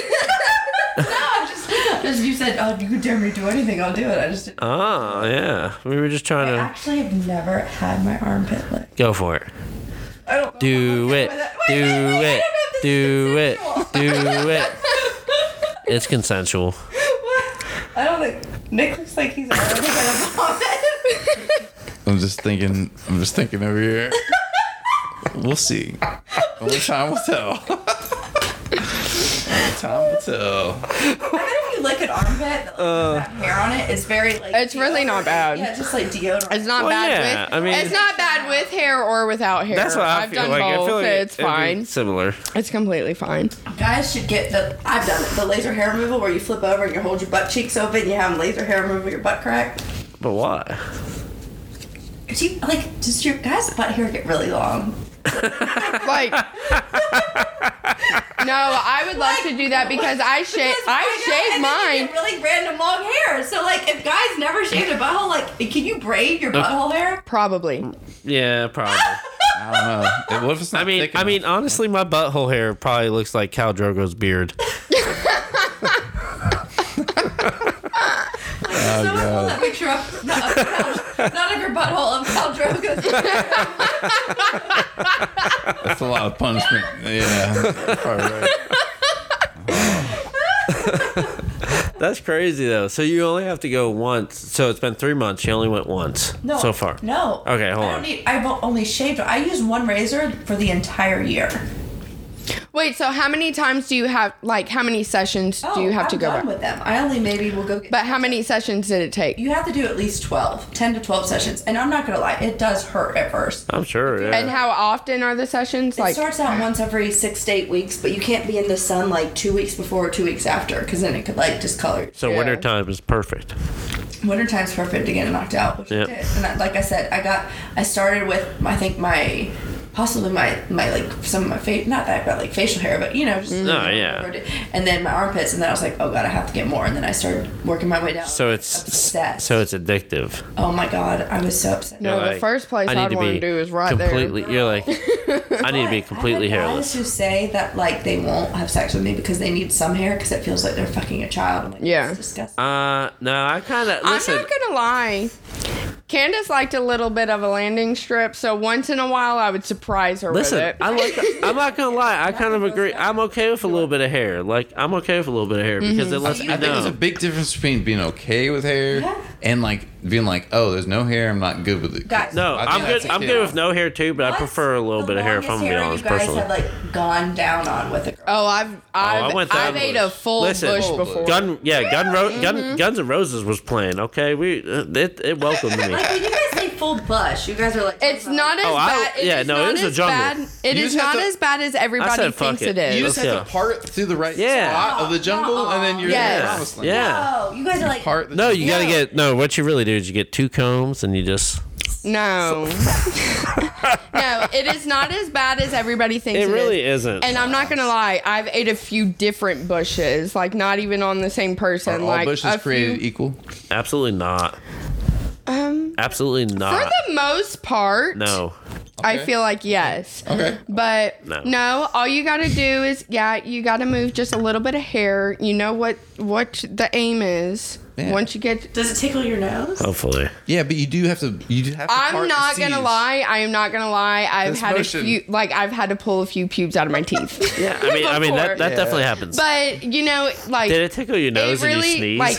Speaker 2: Just you said, oh, you dare me to do anything, I'll do it. I just didn't.
Speaker 1: Mm. Oh yeah, we were just trying
Speaker 2: I
Speaker 1: to
Speaker 2: actually have never had my armpit licked.
Speaker 1: go for it.
Speaker 2: I don't
Speaker 1: Do
Speaker 2: Okay,
Speaker 1: it.
Speaker 2: wait,
Speaker 1: Do
Speaker 2: wait, wait, wait,
Speaker 1: it.
Speaker 2: I
Speaker 1: Do
Speaker 2: don't know
Speaker 1: it.
Speaker 2: if this is
Speaker 1: Do it. It's consensual.
Speaker 2: consensual. What? I don't think Nick looks like he's already gonna (laughs) vomit.
Speaker 4: I'm just thinking. I'm just thinking over here. We'll see. Only time will tell. (laughs) Only time will tell.
Speaker 2: I bet if you lick an armpit, that hair on it is very like.
Speaker 3: It's really not
Speaker 2: deodorant.
Speaker 3: bad.
Speaker 2: Yeah, just like deodorant.
Speaker 3: It's not
Speaker 1: Well,
Speaker 3: bad
Speaker 1: yeah,
Speaker 3: with.
Speaker 1: I mean-
Speaker 3: it's not bad with hair or without hair.
Speaker 1: That's what I
Speaker 3: have
Speaker 1: feel
Speaker 3: done
Speaker 1: like.
Speaker 3: Both.
Speaker 1: I feel like
Speaker 3: it's
Speaker 1: it'd be
Speaker 3: fine.
Speaker 1: Similar.
Speaker 3: It's completely fine.
Speaker 2: Guys should get the. I've done it. The laser hair removal where you flip over and you hold your butt cheeks open. You have 'em laser hair removal your butt crack.
Speaker 1: But why?
Speaker 2: Cause you like, does your guys' butt hair get really long?
Speaker 1: (laughs)
Speaker 3: Like, no, I would love to do that because I shave.
Speaker 2: Because
Speaker 3: I
Speaker 2: why not?
Speaker 3: shave
Speaker 2: And then you
Speaker 3: mine.
Speaker 2: get Really random long hair. So like, if guys never shaved a butthole, like, can you braid your butthole hair?
Speaker 3: Probably.
Speaker 1: Yeah, probably.
Speaker 4: I don't know. What if it's not
Speaker 1: I mean,
Speaker 4: thick
Speaker 1: I
Speaker 4: enough?
Speaker 1: mean, honestly, my butthole hair probably looks like Cal Drogo's beard.
Speaker 2: Oh, Someone pull that picture up, not, of Cal- not of your butthole, of Cal Drogo's.
Speaker 4: That's a lot of punishment. Yeah. Probably right.
Speaker 1: That's crazy though. So you only have to go once. So it's been three months. You only went once
Speaker 2: No,
Speaker 1: so far.
Speaker 2: No.
Speaker 1: Okay, hold
Speaker 2: I
Speaker 1: on.
Speaker 2: don't need. I've only shaved. I used one razor for the entire year.
Speaker 3: Wait. So how many times do you have? Like, how many sessions do you have
Speaker 2: Oh, I'm
Speaker 3: to go
Speaker 2: done
Speaker 3: back?
Speaker 2: with them? I only maybe will go. Get,
Speaker 3: But how many sessions did it take?
Speaker 2: you have to do at least 12, 10 to twelve sessions, and I'm not gonna lie, it does hurt at first.
Speaker 1: I'm sure. Yeah.
Speaker 3: And how often are the sessions?
Speaker 2: It
Speaker 3: Like,
Speaker 2: starts out once every six to eight weeks, but you can't be in the sun like two weeks before or two weeks after, because then it could like discolor.
Speaker 1: so
Speaker 3: Yeah.
Speaker 1: winter time is perfect.
Speaker 2: Wintertime's perfect to get it knocked out, which
Speaker 1: Yep.
Speaker 2: I did. And I, like I said, I got I started with I think my possibly my my like some of my face not that but like facial hair, but you know just
Speaker 1: No, Oh, yeah.
Speaker 2: and then my armpits, and then I was like, oh god, I have to get more, and then I started working my way down.
Speaker 1: So it's
Speaker 2: Obsessed.
Speaker 1: so it's addictive.
Speaker 2: oh my god, I was so upset.
Speaker 3: no,
Speaker 1: You're
Speaker 3: the
Speaker 1: like,
Speaker 3: first place
Speaker 1: I need
Speaker 3: I'd
Speaker 1: to
Speaker 3: want to
Speaker 1: be
Speaker 3: do is right
Speaker 1: completely. You're like, I need to be completely
Speaker 2: I have
Speaker 1: hairless.
Speaker 2: Guys who say that like they won't have sex with me because they need some hair because it feels like they're fucking a child. I'm like,
Speaker 3: Yeah.
Speaker 2: that's disgusting.
Speaker 1: Uh, no, I kind of listen.
Speaker 3: I'm not gonna lie. Candace liked a little bit of a landing strip, so once in a while I would surprise her with
Speaker 1: Listen,
Speaker 3: it.
Speaker 1: I like. I'm not gonna lie.
Speaker 3: (laughs)
Speaker 1: I kind of agree. I'm okay with a little bit of hair. Like I'm okay with a little bit of
Speaker 3: Mm-hmm.
Speaker 1: hair because it lets me
Speaker 4: I think there's a
Speaker 1: know.
Speaker 4: big difference between being okay with hair
Speaker 2: Yeah.
Speaker 4: and like being like, oh, there's no hair. I'm not good with it.
Speaker 2: Guys,
Speaker 1: No,
Speaker 4: I think
Speaker 1: I'm
Speaker 4: that's
Speaker 1: good.
Speaker 4: a
Speaker 1: I'm
Speaker 4: kid.
Speaker 1: good with no hair too, but I
Speaker 2: what's
Speaker 1: prefer a little
Speaker 2: the
Speaker 1: bit of hair. If I'm gonna
Speaker 2: longest
Speaker 1: be
Speaker 2: hair
Speaker 1: honest,
Speaker 2: you guys
Speaker 1: personally.
Speaker 2: Have like gone down on with a girl.
Speaker 3: oh, I've I've,
Speaker 1: went down
Speaker 3: I've ate
Speaker 1: bush.
Speaker 3: a full
Speaker 1: Listen,
Speaker 3: bush
Speaker 1: full
Speaker 3: before. Mm-hmm.
Speaker 1: Gun, yeah, gun, ro- gun, Guns and Roses was playing. Okay, we uh, it, it welcomed me.
Speaker 4: (laughs)
Speaker 2: Like when you guys say full bush, you guys are like
Speaker 3: It's not as
Speaker 1: Oh, I-
Speaker 3: bad. it
Speaker 1: yeah,
Speaker 3: is
Speaker 1: no, it
Speaker 3: not
Speaker 1: is a
Speaker 3: as
Speaker 1: jungle.
Speaker 3: Bad. It
Speaker 4: You
Speaker 3: is
Speaker 4: just have
Speaker 3: not
Speaker 4: to-
Speaker 3: as bad as everybody
Speaker 1: I said, fuck
Speaker 3: thinks
Speaker 1: it.
Speaker 3: it
Speaker 4: You
Speaker 3: is.
Speaker 4: just have
Speaker 1: Yeah.
Speaker 4: to part through the right
Speaker 1: Yeah.
Speaker 4: spot of the jungle, and then you're in
Speaker 3: Yes.
Speaker 4: the promised land.
Speaker 1: Yeah.
Speaker 2: Oh, you guys are like
Speaker 4: Part the
Speaker 1: No, you gotta
Speaker 3: No.
Speaker 1: get no. What you really do is you get two combs and you just. (laughs)
Speaker 3: No, no, it is not as bad as everybody thinks.
Speaker 1: It
Speaker 3: is.
Speaker 1: really isn't.
Speaker 3: And I'm not gonna lie, I've ate a few different bushes, like not even on the same person.
Speaker 4: Are all
Speaker 3: like
Speaker 4: bushes
Speaker 3: a few-
Speaker 4: created equal?
Speaker 1: Absolutely not.
Speaker 3: Um,
Speaker 1: Absolutely
Speaker 3: for
Speaker 1: not.
Speaker 3: the most part,
Speaker 1: no.
Speaker 3: I
Speaker 4: Okay. Oh,
Speaker 3: feel like yes.
Speaker 4: Okay.
Speaker 3: But
Speaker 1: No.
Speaker 3: no. all you gotta do is yeah, you gotta move just a little bit of hair. You know what what the aim is.
Speaker 4: Yeah.
Speaker 3: Once you get
Speaker 2: Does it tickle your nose?
Speaker 1: Hopefully.
Speaker 4: Yeah, but you do have to. You do have to. part
Speaker 3: I'm
Speaker 4: the
Speaker 3: not gonna
Speaker 4: seas.
Speaker 3: lie, I am not gonna lie. I've
Speaker 4: This
Speaker 3: had
Speaker 4: motion.
Speaker 3: a few like I've had to pull a few pubes out of
Speaker 4: (laughs)
Speaker 3: my teeth.
Speaker 1: Yeah. I mean, I mean that,
Speaker 3: Before.
Speaker 1: that
Speaker 4: Yeah.
Speaker 1: definitely happens.
Speaker 3: But you know, like
Speaker 1: Did it tickle your nose and you sneeze?
Speaker 3: like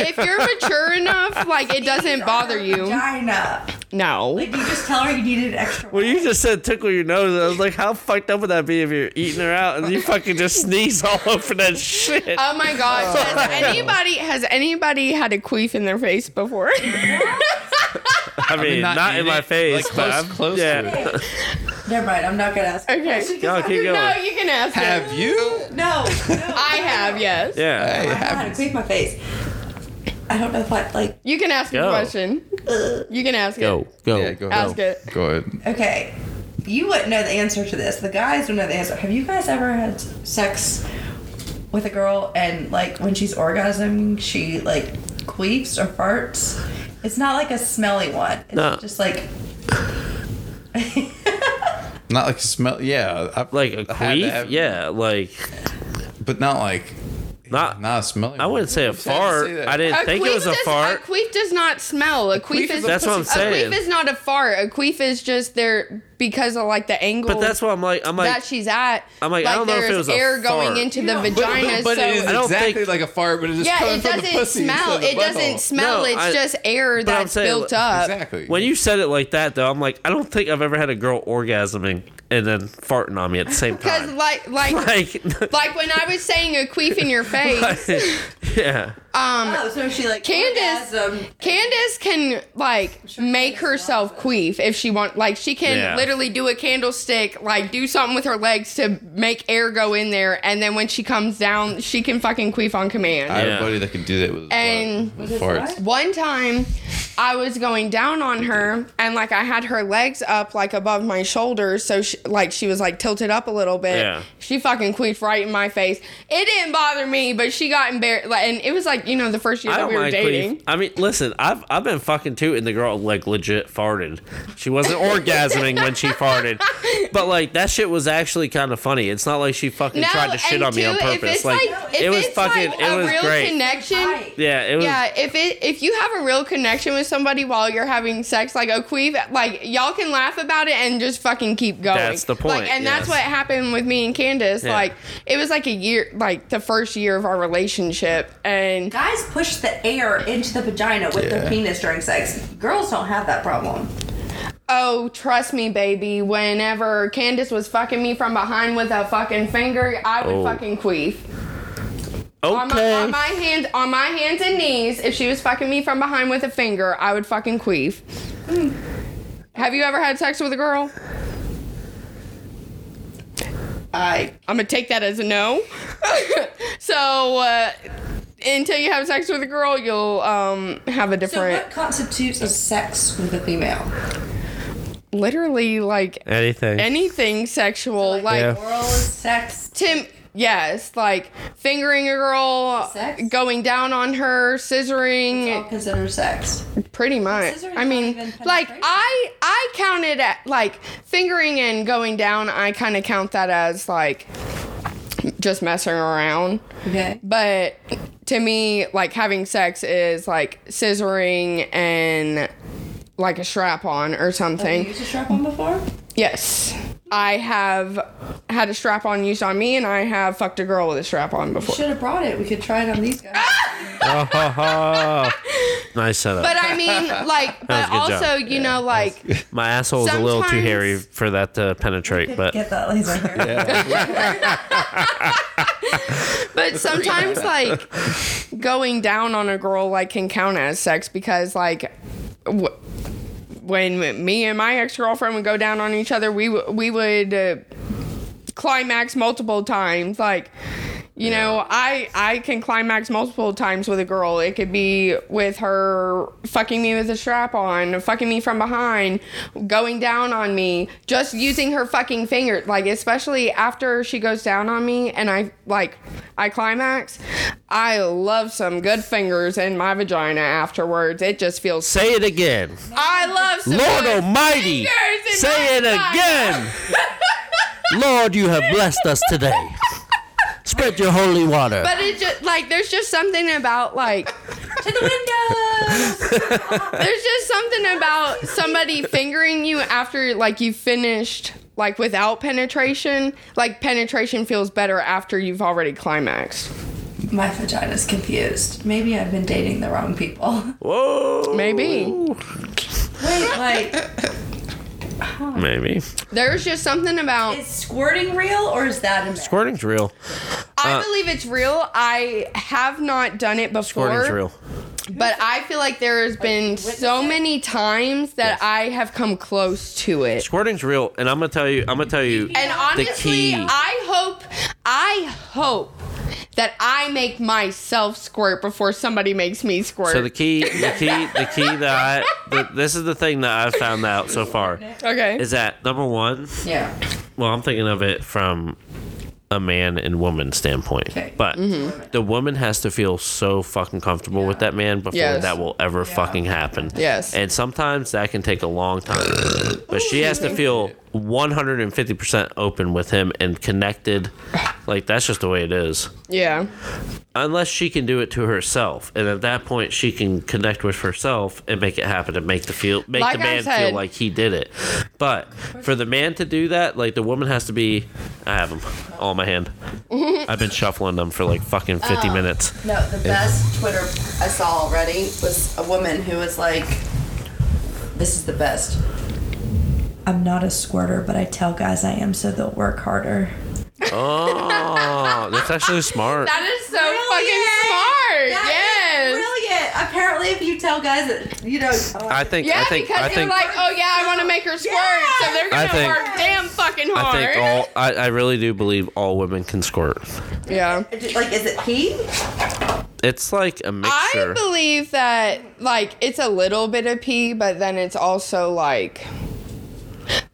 Speaker 3: if you're mature enough, like it doesn't bother you.
Speaker 2: Vagina.
Speaker 3: No.
Speaker 2: Like you just tell her you needed extra.
Speaker 1: well, you just said tickle your nose. I was like, how fucked up would that be if you're eating her out and you fucking just sneeze all over that shit?
Speaker 3: Oh my god. Has anybody has anybody had a queef in their face before?
Speaker 1: I mean,
Speaker 4: not
Speaker 1: not, in
Speaker 4: eating,
Speaker 1: my face,
Speaker 4: like,
Speaker 1: but
Speaker 4: close-
Speaker 1: I'm
Speaker 4: close to
Speaker 1: Yeah.
Speaker 4: it.
Speaker 2: Never mind. I'm not gonna ask.
Speaker 3: Okay.
Speaker 1: No, keep
Speaker 3: (laughs) No,
Speaker 1: going.
Speaker 3: you can ask. her.
Speaker 4: Have you?
Speaker 2: No. no
Speaker 3: I have, yes.
Speaker 1: Yeah.
Speaker 4: Hey,
Speaker 2: I don't know how
Speaker 4: have
Speaker 2: to clean my face. I don't know if I like.
Speaker 3: You can ask
Speaker 1: Go.
Speaker 3: a question. You can ask
Speaker 1: Go.
Speaker 3: it.
Speaker 1: Go.
Speaker 4: Yeah, go ahead.
Speaker 3: Ask it.
Speaker 4: Go ahead.
Speaker 2: Okay. You wouldn't know the answer to this. The guys would know the answer. Have you guys ever had sex with a girl and like when she's orgasming, she like queefs or farts? It's not like a smelly one. It's
Speaker 1: No.
Speaker 2: just like
Speaker 4: Not like smell. Yeah, I've
Speaker 1: Like a
Speaker 4: had
Speaker 1: queef?
Speaker 4: that,
Speaker 1: yeah. Like,
Speaker 4: but not like
Speaker 1: not.
Speaker 4: not a smelling.
Speaker 1: I wouldn't say a fart.
Speaker 4: say that.
Speaker 1: I didn't
Speaker 3: A
Speaker 1: think it
Speaker 3: queef
Speaker 1: was a
Speaker 3: does-
Speaker 1: fart.
Speaker 3: A queef does not smell. A queef, is
Speaker 4: queef is a
Speaker 1: That's what I'm
Speaker 4: pussy-
Speaker 3: a queef
Speaker 1: saying.
Speaker 3: is not a fart. A queef is just there because of like the angle
Speaker 1: But that's why I'm like, I'm like,
Speaker 3: that she's at.
Speaker 1: I'm like, I don't know if it
Speaker 3: there's
Speaker 1: was a
Speaker 3: air
Speaker 1: fart.
Speaker 3: going into the vagina.
Speaker 4: but
Speaker 3: so
Speaker 4: it is
Speaker 1: I don't
Speaker 4: exactly
Speaker 1: think-
Speaker 4: like a fart, but it's just
Speaker 3: yeah,
Speaker 4: coming
Speaker 3: it
Speaker 4: from the
Speaker 3: doesn't
Speaker 4: pussy instead
Speaker 3: smell.
Speaker 4: of the
Speaker 3: It doesn't
Speaker 4: butthole.
Speaker 3: smell.
Speaker 1: No,
Speaker 3: it's
Speaker 1: I-
Speaker 3: just air
Speaker 1: but I'm
Speaker 3: that's
Speaker 1: saying,
Speaker 3: built up.
Speaker 4: Exactly.
Speaker 1: when you said it like that, though, I'm like, I don't think I've ever had a girl orgasming and then farting on me at the same
Speaker 3: Because
Speaker 1: time. (laughs)
Speaker 3: like like
Speaker 1: Like, (laughs)
Speaker 3: like when I was saying a queef in your face, (laughs)
Speaker 1: yeah.
Speaker 2: oh, so she like
Speaker 3: Candace-
Speaker 2: orgasm.
Speaker 3: Candace can like make herself queef if she want. Like she can
Speaker 1: Yeah.
Speaker 3: literally do a candlestick, like do something with her legs to make air go in there, and then when she comes down, she can fucking queef on command.
Speaker 4: I have
Speaker 1: Yeah.
Speaker 4: a buddy that can do that with his butt,
Speaker 3: And-
Speaker 4: with farts.
Speaker 3: One time, I was going down on her, and like I had her legs up like above my shoulders, so she, like she was like tilted up a little bit.
Speaker 1: Yeah.
Speaker 3: She fucking queefed right in my face. It didn't bother me, but she got embarrassed, like, and it was like you know the first year
Speaker 1: I
Speaker 3: that
Speaker 1: don't
Speaker 3: we were
Speaker 1: mind
Speaker 3: dating.
Speaker 1: queef. I mean, listen, I've I've been fucking too, and the girl like legit farted. She wasn't orgasming when she farted, but like that shit was actually kind of funny. It's not like she fucking tried to shit
Speaker 3: and
Speaker 1: on me on
Speaker 3: two, if
Speaker 1: purpose.
Speaker 3: it's
Speaker 1: Like,
Speaker 3: if
Speaker 1: it was
Speaker 3: it's
Speaker 1: fucking,
Speaker 3: like
Speaker 1: it
Speaker 3: a
Speaker 1: was
Speaker 3: real
Speaker 1: great.
Speaker 3: Connection.
Speaker 2: Hi.
Speaker 1: yeah, it was.
Speaker 3: Yeah, if it if you have a real connection with somebody while you're having sex, like a queef, like y'all can laugh about it and just fucking keep going.
Speaker 1: That's the point,
Speaker 3: Like, and
Speaker 1: yes.
Speaker 3: that's what happened with me and Candace.
Speaker 1: Yeah.
Speaker 3: Like it was like a year, like the first year of our relationship, and
Speaker 2: Guys push the air into the vagina with
Speaker 4: Yeah.
Speaker 2: their penis during sex. Girls don't have that problem.
Speaker 3: oh, trust me, baby. Whenever Candace was fucking me from behind with a fucking finger, I would
Speaker 1: Oh.
Speaker 3: fucking queef. On my,
Speaker 1: okay.
Speaker 3: on my hands, on my hands and knees, if she was fucking me from behind with a finger, I would fucking queef.
Speaker 2: Mm.
Speaker 3: Have you ever had sex with a girl? I I'm gonna take that as a no. (laughs) so uh, until you have sex with a girl, you'll um have a
Speaker 2: So
Speaker 3: different,
Speaker 2: what constitutes a sex with a female?
Speaker 3: literally like
Speaker 1: Anything.
Speaker 3: anything sexual, like.
Speaker 1: Yeah.
Speaker 2: Oral sex.
Speaker 3: Tim, yes, like fingering a girl,
Speaker 2: Sex?
Speaker 3: going down on her, scissoring,
Speaker 2: All consider sex.
Speaker 3: Pretty much.
Speaker 2: Scissors
Speaker 3: I
Speaker 2: not
Speaker 3: mean,
Speaker 2: even
Speaker 3: like
Speaker 2: penetration.
Speaker 3: I I counted at like fingering and going down. I kind of count that as like just messing around.
Speaker 2: Okay.
Speaker 3: But to me, like having sex is like scissoring and like a strap on or
Speaker 2: Have
Speaker 3: something.
Speaker 2: you used a strap on before?
Speaker 3: Yes. I have had a strap on used on me and I have fucked a girl with a strap on before.
Speaker 2: Should have brought it. We could try it on these guys.
Speaker 1: Oh, ho, ho. nice setup.
Speaker 3: But I mean, like,
Speaker 1: That was
Speaker 3: but
Speaker 1: a good
Speaker 3: also,
Speaker 1: job.
Speaker 3: you know, like,
Speaker 1: my asshole is a little too
Speaker 3: sometimes-
Speaker 1: hairy for that to penetrate, but
Speaker 2: Get that laser hair.
Speaker 3: But sometimes, like, going down on a girl, like, can count as sex because, like, w- when me and my ex girlfriend would go down on each other, we w- we would uh, climax multiple times. Like, You know, I I can climax multiple times with a girl. It could be with her fucking me with a strap on, fucking me from behind, going down on me, just using her fucking finger. Like especially after she goes down on me and I like I climax, I love some good fingers in my vagina afterwards. It just feels
Speaker 1: Say it again.
Speaker 3: I love some
Speaker 1: Lord
Speaker 3: good
Speaker 1: Almighty.
Speaker 3: fingers in
Speaker 1: Say
Speaker 3: my
Speaker 1: it
Speaker 3: vagina.
Speaker 1: again. Lord, you have blessed us today. Spread your holy water.
Speaker 3: But it just like there's just something about like
Speaker 2: To the windows.
Speaker 3: (laughs) there's just something about somebody fingering you after like you finished like without penetration. Like penetration feels better after you've already climaxed.
Speaker 2: My vagina's confused. Maybe I've been dating the wrong people.
Speaker 1: Whoa.
Speaker 3: Maybe.
Speaker 2: Wait, like,
Speaker 1: Maybe.
Speaker 3: There's just something about
Speaker 2: (laughs) is squirting real or is that a myth?
Speaker 1: Squirting's real. Uh,
Speaker 3: I believe it's real. I have not done it before.
Speaker 1: Squirting's real.
Speaker 3: But I feel like there has been so many times that I have come close to it.
Speaker 1: Squirting's real, and I'm gonna tell you. I'm gonna tell you.
Speaker 3: And honestly,
Speaker 1: key.
Speaker 3: I hope, I hope that I make myself squirt before somebody makes me squirt.
Speaker 1: So the key, the key, the key that I. The, this is the thing that I've found out so far.
Speaker 3: okay.
Speaker 1: Is that number one?
Speaker 2: Yeah.
Speaker 1: Well, I'm thinking of it from a man and woman standpoint.
Speaker 2: Okay.
Speaker 1: But
Speaker 3: Mm-hmm.
Speaker 1: the woman has to feel so fucking comfortable with that man before
Speaker 3: Yes.
Speaker 1: that will ever fucking happen.
Speaker 3: Yes.
Speaker 1: And sometimes that can take a long time. but she has to feel 150% open with him and connected. Like, that's just the way it is.
Speaker 3: yeah.
Speaker 1: Unless she can do it to herself. And at that point, she can connect with herself and make it happen and make the feel make
Speaker 3: Like
Speaker 1: the
Speaker 3: I
Speaker 1: man
Speaker 3: said-
Speaker 1: feel like he did it. But for the man to do that, like the woman has to be. I have them all in my
Speaker 3: (laughs)
Speaker 1: hand. I've been shuffling them for like fucking 50
Speaker 3: Oh. (laughs)
Speaker 1: minutes.
Speaker 2: No, the best Twitter I saw already was a woman who was like, "This is the best." I'm not a squirter, but I tell guys I am so they'll work harder.
Speaker 1: Oh, that's actually smart.
Speaker 3: That is so
Speaker 2: Brilliant.
Speaker 3: fucking smart.
Speaker 2: Brilliant.
Speaker 3: yes.
Speaker 2: Apparently, if you tell guys that you know,
Speaker 1: I think.
Speaker 3: yeah,
Speaker 1: I think.
Speaker 3: because
Speaker 1: I
Speaker 3: they're
Speaker 1: think.
Speaker 3: like, oh yeah, I want to make her squirt, so they're
Speaker 1: I
Speaker 3: gonna
Speaker 1: think-
Speaker 3: work damn fucking
Speaker 1: I
Speaker 3: hard.
Speaker 1: think all. I, I really do believe all women can squirt.
Speaker 3: yeah.
Speaker 2: like, is it pee?
Speaker 1: It's like a
Speaker 3: I
Speaker 1: mixture.
Speaker 3: believe that like it's a little bit of pee, but then it's also like.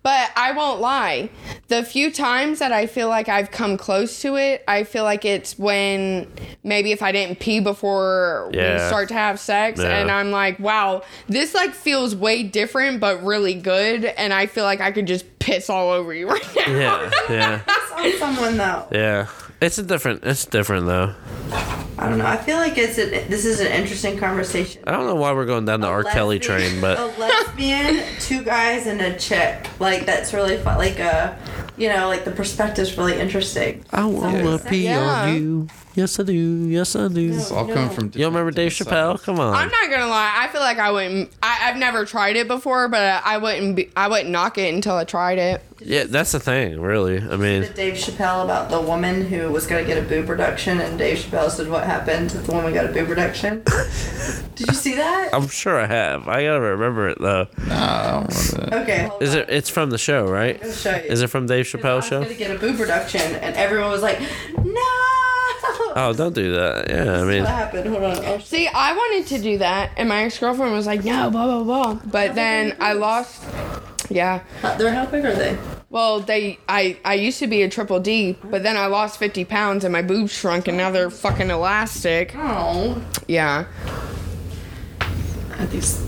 Speaker 3: But I won't lie. The few times that I feel like I've come close to it, I feel like it's when maybe if I didn't pee before we
Speaker 1: Yeah.
Speaker 3: start to have sex,
Speaker 1: Yeah.
Speaker 3: and I'm like, wow, this like feels way different, but really good, and I feel like I could just piss all over you right now.
Speaker 1: yeah.
Speaker 3: (laughs)
Speaker 1: Yeah.
Speaker 2: That's on someone though.
Speaker 1: Yeah. It's a different. It's different though.
Speaker 2: I don't know. I feel like it's an, this is an interesting conversation.
Speaker 1: I don't know why we're going down the Uh, R. Kelly train, (laughs) but
Speaker 2: a lesbian, two guys, and a chick. Like that's really fun. Like a, you know, like the perspective's really interesting.
Speaker 1: I wanna pee
Speaker 3: Yeah.
Speaker 1: on you. Yes I do. Yes I do.
Speaker 4: It's all come from.
Speaker 1: Y'all remember Dave Chappelle? Come on.
Speaker 3: I'm not gonna lie. I feel like I wouldn't. I, I've never tried it before, but I wouldn't. Be, I wouldn't knock it until I tried it.
Speaker 1: yeah, that's the thing, really. I mean,
Speaker 2: With Dave Chappelle about the woman who was gonna get a boob reduction, and Dave Chappelle said, "What happened if the woman got a boob
Speaker 1: (laughs)
Speaker 2: reduction?" Did you see that?
Speaker 1: I'm sure I have. I gotta remember it though.
Speaker 4: Nah, I don't remember that.
Speaker 2: Okay, hold
Speaker 1: Is
Speaker 2: on.
Speaker 1: it? It's from the show, right?
Speaker 2: I'll show you.
Speaker 1: Is it from Dave
Speaker 2: I
Speaker 1: Chappelle
Speaker 2: was
Speaker 1: show?
Speaker 2: gonna get a boob reduction, and everyone was like, "No."
Speaker 1: Oh, don't do that. Yeah, I
Speaker 2: What
Speaker 1: mean,
Speaker 2: happened? Hold on. I'll show
Speaker 3: See, I wanted to do that, and my ex girlfriend was like, "No, blah blah blah." But then I lost. Yeah.
Speaker 2: you. Uh, They're how big are they?
Speaker 3: Well, they. I. I used to be a triple D, but then I lost 50 pounds, and my boobs shrunk, and now they're fucking elastic.
Speaker 2: Oh.
Speaker 3: Yeah.
Speaker 2: Are these?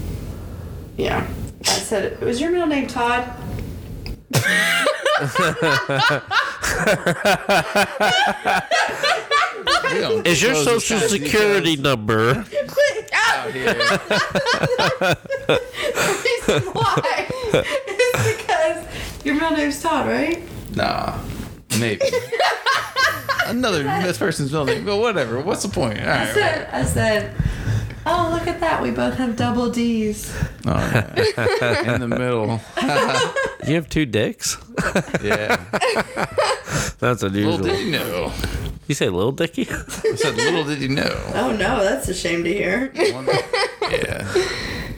Speaker 2: Yeah. I said, "Was your middle name Todd?"
Speaker 4: We don't
Speaker 1: is your
Speaker 4: disclose this
Speaker 1: social
Speaker 4: kind of
Speaker 1: security
Speaker 4: details
Speaker 1: number?
Speaker 2: (laughs)
Speaker 1: Oh.
Speaker 4: out here.
Speaker 2: reason
Speaker 1: (laughs)
Speaker 2: why is because your middle name's Todd, right?
Speaker 4: Nah,
Speaker 1: (laughs)
Speaker 4: maybe. Another this person's middle name, but whatever. What's the point? All
Speaker 2: I
Speaker 4: right.
Speaker 2: said, I said, oh look at that, we both have double D's.
Speaker 1: (laughs)
Speaker 4: All right. In the middle.
Speaker 1: You have two dicks?
Speaker 4: Yeah.
Speaker 1: That's
Speaker 4: Little did
Speaker 1: unusual.
Speaker 4: you know.
Speaker 1: You say little dicky? (laughs)
Speaker 4: I said, little did you know.
Speaker 3: (laughs)
Speaker 2: Oh no, that's a shame to hear.
Speaker 4: One- yeah.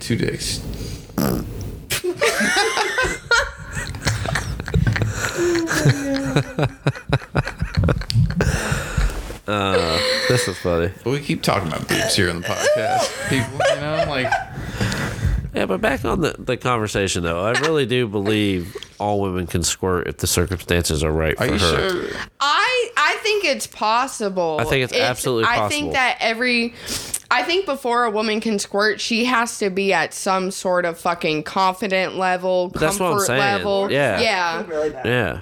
Speaker 4: Two dicks.
Speaker 1: Oh This is funny.
Speaker 4: But we keep talking about boobs here on the podcast. (laughs) People, you know, I'm like,
Speaker 1: Yeah, but back on the, the conversation though, I really do believe all women can squirt if the circumstances are right for
Speaker 4: are
Speaker 1: her.
Speaker 4: you sure?
Speaker 3: I I think it's possible.
Speaker 1: I think it's absolutely
Speaker 3: I
Speaker 1: possible.
Speaker 3: think that every I think before a woman can squirt, she has to be at some sort of fucking confident level,
Speaker 1: that's what I'm
Speaker 3: comfort
Speaker 1: saying.
Speaker 3: level.
Speaker 1: Yeah.
Speaker 3: Yeah.
Speaker 2: really bad.
Speaker 1: Yeah.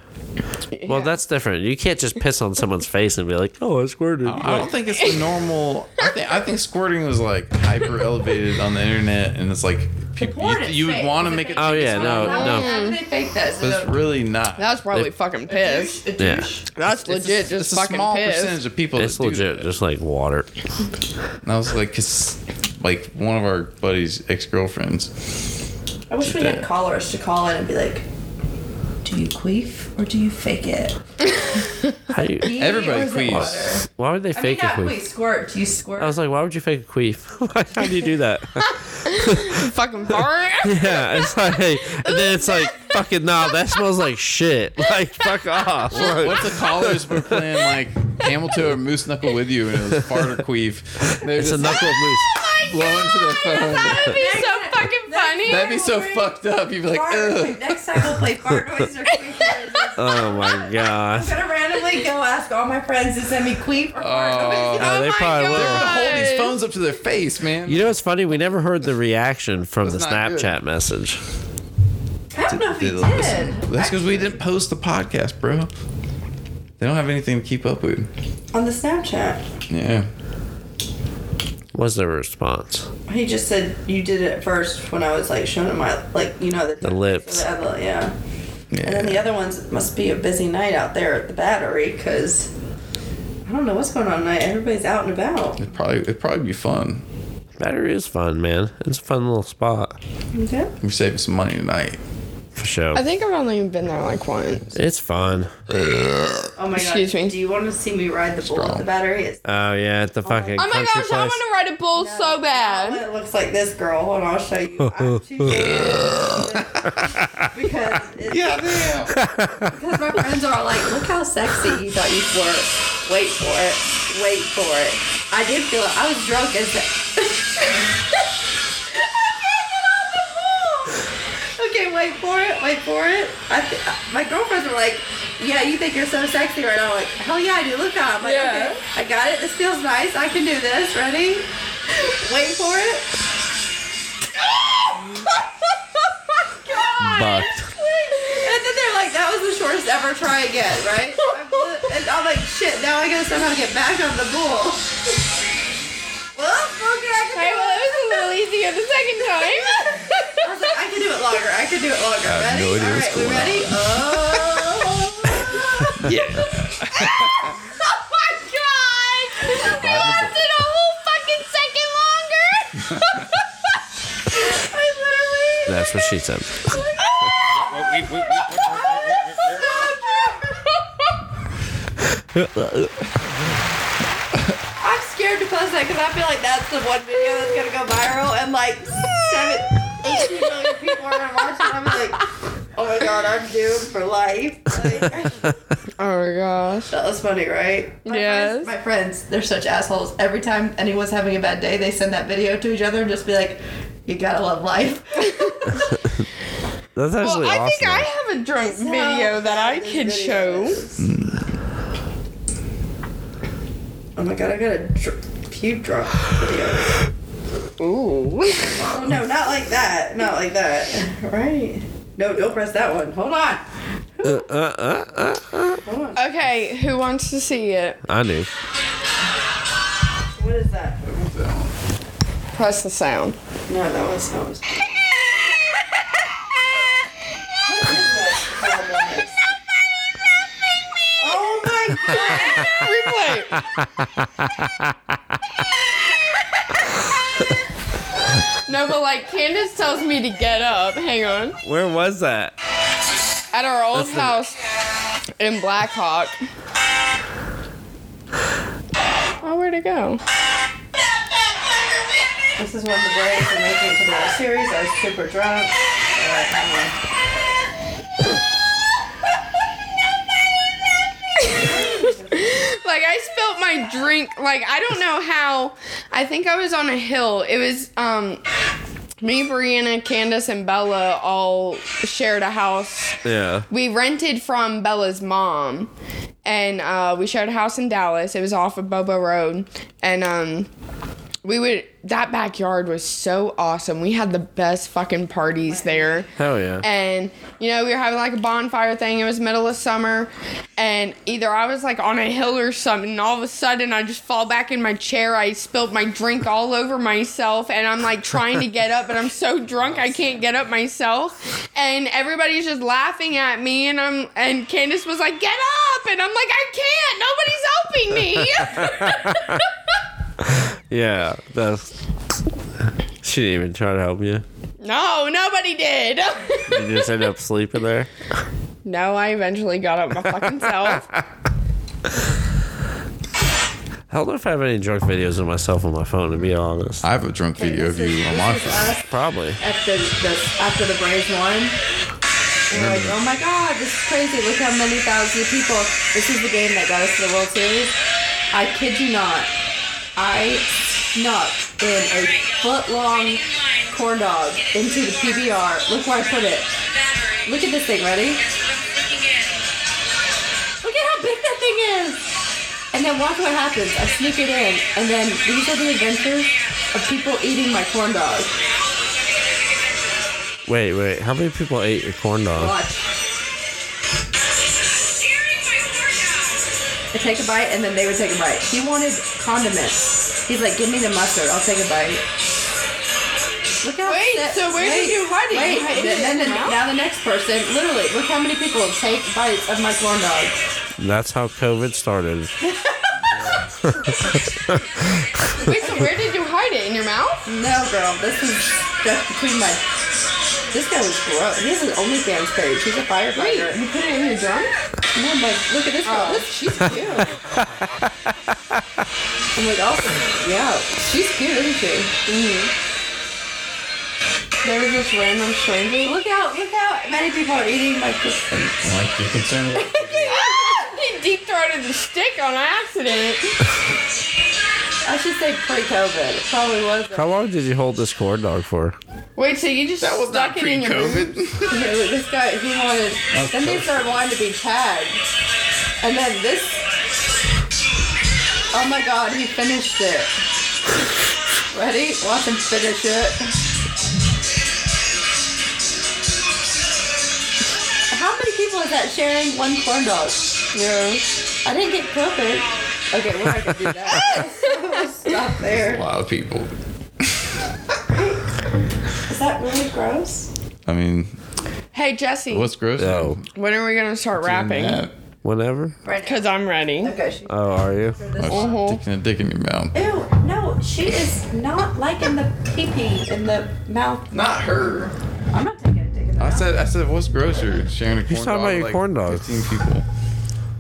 Speaker 1: Well, that's different. You can't just piss on someone's face and be like, "Oh, I squirted."
Speaker 4: I don't think it's the normal. I think I think squirting was like hyper elevated on the internet, and it's like people you,
Speaker 2: Porn is
Speaker 4: you would
Speaker 2: fake.
Speaker 4: want to
Speaker 2: It's
Speaker 4: make it,
Speaker 2: a
Speaker 1: Oh, yeah,
Speaker 2: fake.
Speaker 1: no,
Speaker 2: How-
Speaker 1: no.
Speaker 2: How can they fake that? So
Speaker 4: but it's really not.
Speaker 3: That was probably fucking piss.
Speaker 2: a
Speaker 1: Yeah.
Speaker 2: douche.
Speaker 3: That's legit
Speaker 4: It's
Speaker 3: just
Speaker 4: a
Speaker 3: fucking
Speaker 4: small
Speaker 3: piss.
Speaker 4: percentage of people.
Speaker 1: it's
Speaker 4: that do
Speaker 1: legit,
Speaker 4: that.
Speaker 1: just like water.
Speaker 4: And I was like, cause like one of our buddies' ex girlfriends.
Speaker 2: I wish we had callers to call in and be like, "Do you queef or do you fake it?"
Speaker 1: How you,
Speaker 4: Everybody
Speaker 2: Or is it
Speaker 4: queefs.
Speaker 2: water?
Speaker 1: why would they
Speaker 2: I mean,
Speaker 1: fake a
Speaker 2: not
Speaker 1: queef? Oh,
Speaker 2: queef. Squirt. Do you squirt?
Speaker 1: I was like, why would you fake a queef? (laughs) Why- How do you do that? (laughs)
Speaker 3: fucking (laughs) fart.
Speaker 1: yeah, it's like, and then it's like, fucking no, that smells like shit. (laughs) Like, fuck off. Like,
Speaker 4: What's the callers were playing like camel toe or moose knuckle with you, and it was fart or queef. They're
Speaker 1: it's a
Speaker 4: just "Ah, like,
Speaker 1: knuckle of moose.
Speaker 4: blowing to their phone.
Speaker 3: That'd be so fucking funny.
Speaker 4: That'd be so
Speaker 2: Sorry.
Speaker 4: fucked up. You'd be like,
Speaker 2: Fart.
Speaker 4: ugh.
Speaker 2: Next time
Speaker 1: (laughs)
Speaker 2: we'll play fart noise or queef noises. I'm
Speaker 1: Oh my god.
Speaker 2: gonna randomly go ask all my friends to send me queef or fart noises.
Speaker 1: Oh,
Speaker 3: Oh
Speaker 1: they
Speaker 3: my
Speaker 1: probably will.
Speaker 3: God.
Speaker 4: Hold these phones up to their face, man.
Speaker 1: You know what's funny? We never heard the reaction from the
Speaker 4: That's not good.
Speaker 1: Snapchat message.
Speaker 2: I don't know if he
Speaker 4: Did
Speaker 2: did.
Speaker 4: they listen? That's because we didn't post the podcast, bro. They don't have anything to keep up with.
Speaker 2: On the Snapchat,
Speaker 4: Yeah.
Speaker 1: What's their response?
Speaker 2: he just said you did it first when I was like showing him my like you know the,
Speaker 1: The lips.
Speaker 2: the other- yeah. And then the
Speaker 4: Yeah.
Speaker 2: other ones must be a busy night out there at the battery because I don't know what's going on tonight. Everybody's out and about.
Speaker 4: It'd probably, it'd probably be fun.
Speaker 1: Battery is fun, man. It's a fun little spot
Speaker 2: Okay.
Speaker 3: Mm-hmm.
Speaker 4: We're saving some money tonight.
Speaker 1: for sure.
Speaker 3: I think I've only been there like once.
Speaker 1: It's fun.
Speaker 2: Oh my
Speaker 3: Excuse
Speaker 2: god.
Speaker 3: me.
Speaker 2: Do you want to see me ride the bull at the battery? It's,
Speaker 1: Oh yeah, at the fucking
Speaker 3: Oh my
Speaker 1: country
Speaker 3: gosh, I
Speaker 1: place.
Speaker 3: want to ride a bull so bad.
Speaker 2: it looks like this girl. Hold on, I'll show you. I'm too scared. because it's,
Speaker 4: damn.
Speaker 2: because my friends are all like, look how sexy you thought you were. Wait for it. Wait for it. I did feel it. I was drunk as (laughs) Okay, wait for it, wait for it. I th- my girlfriends were like, "Yeah, you think you're so sexy right now?" I'm like, "Hell yeah, I do. Look how I'm like,
Speaker 3: Yeah.
Speaker 2: okay, I got it. This feels nice. I can do this. Ready? Wait for
Speaker 4: (laughs)
Speaker 2: it."
Speaker 1: Bucked.
Speaker 2: And then they're like, that was the shortest ever try again, right? (laughs) and I'm like, shit, now I gotta somehow get back on the bull. well, okay, I can
Speaker 3: Hey,
Speaker 2: do
Speaker 3: well,
Speaker 2: it.
Speaker 3: it was a little easier the second time. (laughs)
Speaker 2: I was like, I can do it longer, I can do it longer.
Speaker 4: I have
Speaker 2: Ready?
Speaker 4: no idea what's
Speaker 2: Alright, we ready?
Speaker 4: going on. (laughs)
Speaker 2: Oh.
Speaker 3: Oh my
Speaker 1: (laughs)
Speaker 3: god! It wasn't a whole fucking second longer!
Speaker 1: (laughs)
Speaker 3: I literally.
Speaker 1: That's what she
Speaker 3: (laughs)
Speaker 1: said.
Speaker 2: I'm scared to post that because I feel like that's the one video that's gonna go viral and like seven, 18 million people are gonna watch it. I'm like, oh my god, I'm doomed for life. Like,
Speaker 3: Oh my gosh.
Speaker 2: that was funny, right? My
Speaker 3: Yes.
Speaker 2: Friends, my friends, they're such assholes. Every time anyone's having a bad day, they send that video to each other and just be like, you gotta love life.
Speaker 1: That's actually
Speaker 3: Well, I
Speaker 1: awesome.
Speaker 3: think I have a drunk video that I could (laughs) show.
Speaker 2: Oh my god, I got a dr- pew drop video.
Speaker 3: Ooh.
Speaker 2: Oh no, not like that. Not like that. (laughs) Right. No, don't press that one. Hold on.
Speaker 3: Okay, who wants to see it?
Speaker 1: I knew.
Speaker 2: What is that?
Speaker 3: Press the sound.
Speaker 2: No, that was that was. Oh my god!
Speaker 3: Replay. (laughs) no, but like Candace tells me to get up. Hang on.
Speaker 1: Where was that?
Speaker 3: At our old
Speaker 1: That's the-
Speaker 3: house in Blackhawk. Oh, where'd it go?
Speaker 2: This is one of the brains for making it to the World Series. I was super drunk. Uh, hang
Speaker 3: Like I spilt my drink like I don't know how I think I was on a hill. It was um me, Brianna, Candace, and Bella all shared a house
Speaker 1: Yeah.
Speaker 3: we rented from Bella's mom, and uh, we shared a house in Dallas. It was off of Bobo Road, and um, we would that backyard was so awesome. We had the best fucking parties there.
Speaker 1: Hell yeah.
Speaker 3: And you know we were having like a bonfire thing. It was middle of summer, and either I was like on a hill or something. And all of a sudden, I just fall back in my chair. I spilled my drink all over myself, and I'm like trying to get up, but I'm so drunk I can't get up myself. And everybody's just laughing at me, and I'm and Candace was like, "Get up!" And I'm like, "I can't. Nobody's
Speaker 1: (laughs)
Speaker 3: helping me."
Speaker 1: Yeah. That's. She didn't even try to help you.
Speaker 3: no, nobody did.
Speaker 1: You just ended up sleeping there.
Speaker 3: no, I eventually got up my fucking self.
Speaker 1: I don't know if I have any drunk videos of myself on my phone, to be honest.
Speaker 4: I have a drunk video of you on my phone.
Speaker 1: Probably.
Speaker 2: after the after the Braves won. And we're like, oh my God, this is crazy! Look how many thousand people. This is the game that got us to the World Series. I kid you not. I snuck in a foot long corn dog into the PBR. Look where I put it. Look at this thing. Ready? Look at how big that thing is. And then watch what happens. I sneak it in, and then these are the adventures of people eating my corn dog.
Speaker 1: Wait, wait. How many people ate your corn dog?
Speaker 2: Watch. I take a bite, and then they would take a bite. He wanted condiments. He's like, "Give me the mustard. I'll take a bite." Look how
Speaker 3: Wait,
Speaker 2: upset-
Speaker 3: so where did
Speaker 2: wait,
Speaker 3: you hide it? You
Speaker 2: Wait,
Speaker 3: hid it
Speaker 2: then,
Speaker 3: in
Speaker 2: then
Speaker 3: your
Speaker 2: the-
Speaker 3: mouth?
Speaker 2: now the next person, literally, look how many people take bites of my corn dog.
Speaker 1: That's how COVID started.
Speaker 3: Wait, so where did you hide it in your mouth?
Speaker 2: No, girl, this is just between my. This guy was gross. He has an OnlyFans page. He's a firefighter.
Speaker 3: you put it in your drum?
Speaker 2: No, I'm like, look at this girl. This- she's cute. I'm like, oh, yeah, she's cute, isn't she?
Speaker 3: Mm-hmm. They were just random strangers.
Speaker 2: Look out, look out. Many people are eating like this.
Speaker 4: Like you're
Speaker 2: (laughs)
Speaker 4: concerned with
Speaker 3: he deep throated the stick on accident.
Speaker 2: I should say pre COVID. It probably was.
Speaker 1: How long did you hold this corn dog for?
Speaker 3: Wait, so you just stuck it in your boobs?
Speaker 2: Okay, look, this guy, he wanted. Then they started wanting to be tagged. And then this. Oh my god, he finished it. Ready? Watch him finish it. How many people is that sharing one corn dog?
Speaker 3: No.
Speaker 2: I didn't get COVID. Okay, we're not gonna do that. (laughs) Stop
Speaker 4: a
Speaker 2: there.
Speaker 4: lot of people.
Speaker 2: Is that really gross?
Speaker 4: I mean,
Speaker 3: Hey, Jesse,
Speaker 4: what's gross?
Speaker 1: No.
Speaker 3: when are we going to start rapping?
Speaker 4: That.
Speaker 1: Whenever?
Speaker 3: Because I'm ready.
Speaker 2: Okay, she.
Speaker 1: Oh, are you?
Speaker 3: Uh-huh.
Speaker 4: Sticking a dick in your mouth.
Speaker 2: Ew, no, she is not liking the pee pee in the mouth.
Speaker 4: Not her.
Speaker 2: I'm not taking a dick in the
Speaker 4: I
Speaker 2: mouth.
Speaker 4: said, I said, what's grosser? Sharing a corn
Speaker 1: He's
Speaker 4: dog
Speaker 1: talking about
Speaker 4: with,
Speaker 1: your
Speaker 4: like
Speaker 1: corn dog.
Speaker 4: 15 people.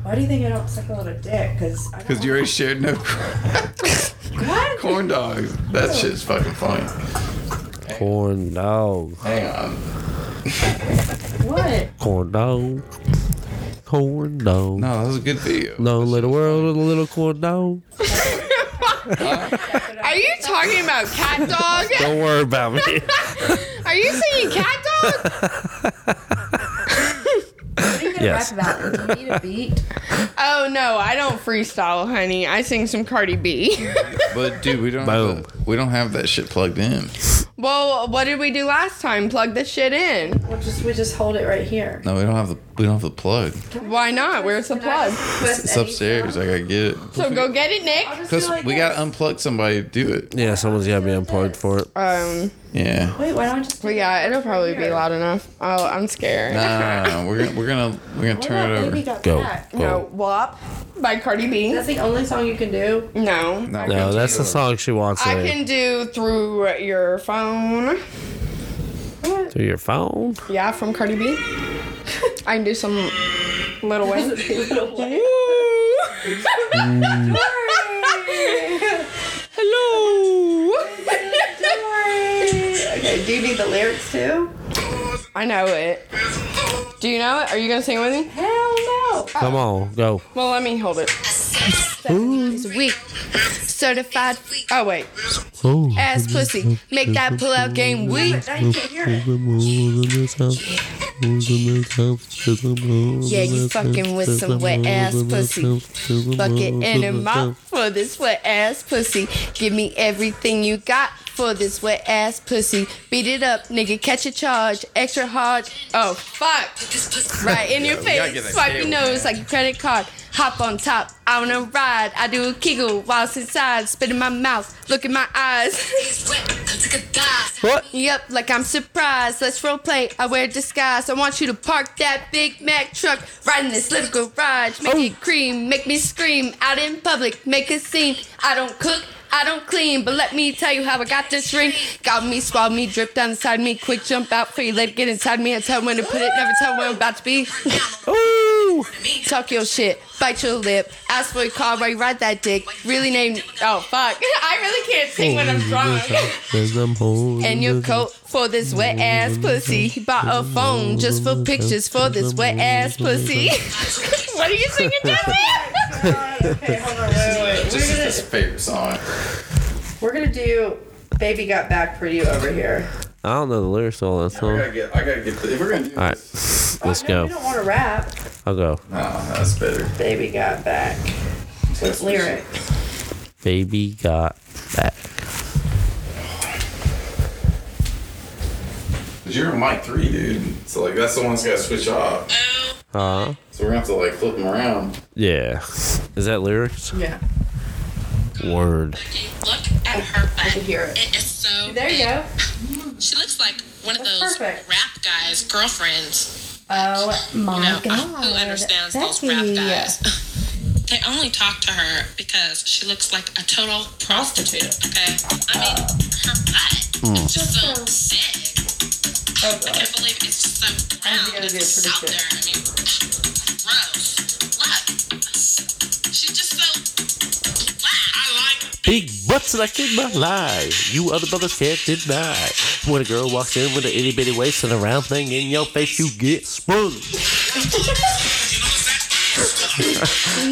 Speaker 2: Why do you think I don't suck a lot of dick? Because
Speaker 4: Because you already shared no corn,
Speaker 2: What?
Speaker 4: corn dogs. That shit's fucking funny.
Speaker 1: Corn dog.
Speaker 4: Hang on.
Speaker 2: What?
Speaker 1: Corn dog. Corn dog.
Speaker 4: No, that was a good video.
Speaker 1: No little world with a little corn dog.
Speaker 3: Are you talking about cat dog?
Speaker 1: Don't worry about
Speaker 3: (laughs)
Speaker 1: me.
Speaker 3: Are you singing cat dog?
Speaker 2: What are you gonna
Speaker 1: Yes.
Speaker 2: rap about? Do you need a beat?
Speaker 3: Oh, no, I don't freestyle, honey. I sing some Cardi B. (laughs)
Speaker 4: But dude, we don't.
Speaker 1: Boom.
Speaker 4: Have that, we don't have that shit plugged in.
Speaker 3: well, what did we do last time? Plug this shit in.
Speaker 2: We'll just we just hold it right here.
Speaker 4: No, we don't have the. We don't have the plug.
Speaker 3: Why not? Where's the plug?
Speaker 4: It's upstairs. I gotta get it.
Speaker 3: So go get it, Nick.
Speaker 4: Cause we gotta unplug somebody to do it.
Speaker 1: yeah, someone's gotta be unplugged for it.
Speaker 3: Um,
Speaker 4: Yeah.
Speaker 2: Wait, why don't I just?
Speaker 3: but yeah, it'll probably be loud enough. Oh, I'm scared.
Speaker 4: Nah, nah, nah, we're gonna we're gonna we're gonna turn it over.
Speaker 1: Go.
Speaker 3: No,
Speaker 1: Go.
Speaker 3: WAP by Cardi B.
Speaker 2: That's the only song you can do.
Speaker 3: No.
Speaker 4: No,
Speaker 1: No, that's the
Speaker 4: the
Speaker 1: song she wants
Speaker 3: I
Speaker 1: to
Speaker 3: can do through your phone.
Speaker 1: through your phone.
Speaker 3: Yeah, from Cardi B. I can do some (laughs) little way. (laughs) Hello.
Speaker 2: Okay, do you need the lyrics too?
Speaker 3: (laughs) I know it. Do you know it? Are you gonna sing with me?
Speaker 2: Hell no.
Speaker 1: Come on, go.
Speaker 3: Well, let me hold it. It's weak. Certified. Oh, wait.
Speaker 1: Oh.
Speaker 3: Ass pussy. Make that pull out game weak.
Speaker 2: I can hear it.
Speaker 3: Yeah,
Speaker 1: Yeah,
Speaker 3: you fucking with some wet ass pussy. Bucket in her mouth for this wet ass pussy. Give me everything you got for this wet ass pussy. Beat it up, nigga. Catch a charge. Extra hard. Oh, fuck. Right in your
Speaker 4: we gotta get
Speaker 3: face.
Speaker 4: that
Speaker 3: Swipe your
Speaker 4: tail,
Speaker 3: nose like a credit card. Hop on top. I wanna ride. I do a kegel whilst inside. Spit in my mouth. Look in my eyes. (laughs)
Speaker 1: What?
Speaker 3: Yep, like I'm surprised. Let's role play. I wear disguise. I want you to park that Big Mac truck right in this little garage. Make it cream, make me scream out in public, make a scene. I don't cook, I don't clean, but let me tell you how I got this ring. Got me, swallowed me, dripped down inside me. Quick jump out for you, let it get inside me. I tell when to put it, never tell when I'm about to be.
Speaker 1: Ooh.
Speaker 3: Talk your shit, bite your lip, ask for a car while you ride that dick. Really name. Oh fuck, (laughs) I really can't sing when I'm drunk. (laughs) and your coat for this wet ass pussy. He bought a phone just for pictures for this wet ass pussy. (laughs) what are you singing, Jesse?
Speaker 2: (laughs) Okay, hold on, wait,
Speaker 4: (laughs)
Speaker 2: wait, wait.
Speaker 4: This
Speaker 2: We're
Speaker 4: is
Speaker 2: gonna,
Speaker 4: his favorite song.
Speaker 2: we're gonna do Baby Got Back for You over here.
Speaker 1: I don't know the lyrics to all that
Speaker 4: I
Speaker 1: song.
Speaker 4: gotta get. I gotta get. The, if we're gonna do
Speaker 1: All right,
Speaker 4: this,
Speaker 1: let's
Speaker 2: Oh, no,
Speaker 1: go.
Speaker 2: We don't want to rap.
Speaker 1: I'll go.
Speaker 4: oh, that's better.
Speaker 2: Baby Got Back.
Speaker 4: That's
Speaker 2: Lyric.
Speaker 1: Baby got back.
Speaker 4: Cause you're on mic three, dude. So like, that's the one that's gotta switch off.
Speaker 1: Huh?
Speaker 4: So we're gonna have to like flip him around.
Speaker 1: Yeah. Is that lyrics?
Speaker 2: Yeah.
Speaker 1: Word.
Speaker 5: Look at her butt.
Speaker 2: can hear it.
Speaker 5: It is so.
Speaker 2: There you go.
Speaker 5: She looks like one of
Speaker 2: That's
Speaker 5: those
Speaker 2: perfect.
Speaker 5: rap guys' girlfriends.
Speaker 2: Oh
Speaker 5: You know,
Speaker 2: my god.
Speaker 5: who understands those
Speaker 2: Becky.
Speaker 5: rap guys? (laughs) They only talk to her because she looks like a total prostitute. Okay, I mean, her butt is just so sick.
Speaker 2: Oh,
Speaker 5: I
Speaker 2: God.
Speaker 5: can't believe it's just so
Speaker 2: How's he
Speaker 5: round.
Speaker 2: gonna do
Speaker 5: It's
Speaker 2: a
Speaker 5: just out there.
Speaker 2: prediction?
Speaker 5: I mean, gross. Look, she's just so. I like
Speaker 1: Big butts like in my life. You other brothers can't deny. When a girl walks in with an itty bitty waist and a round thing in your face, you get sprung. (laughs)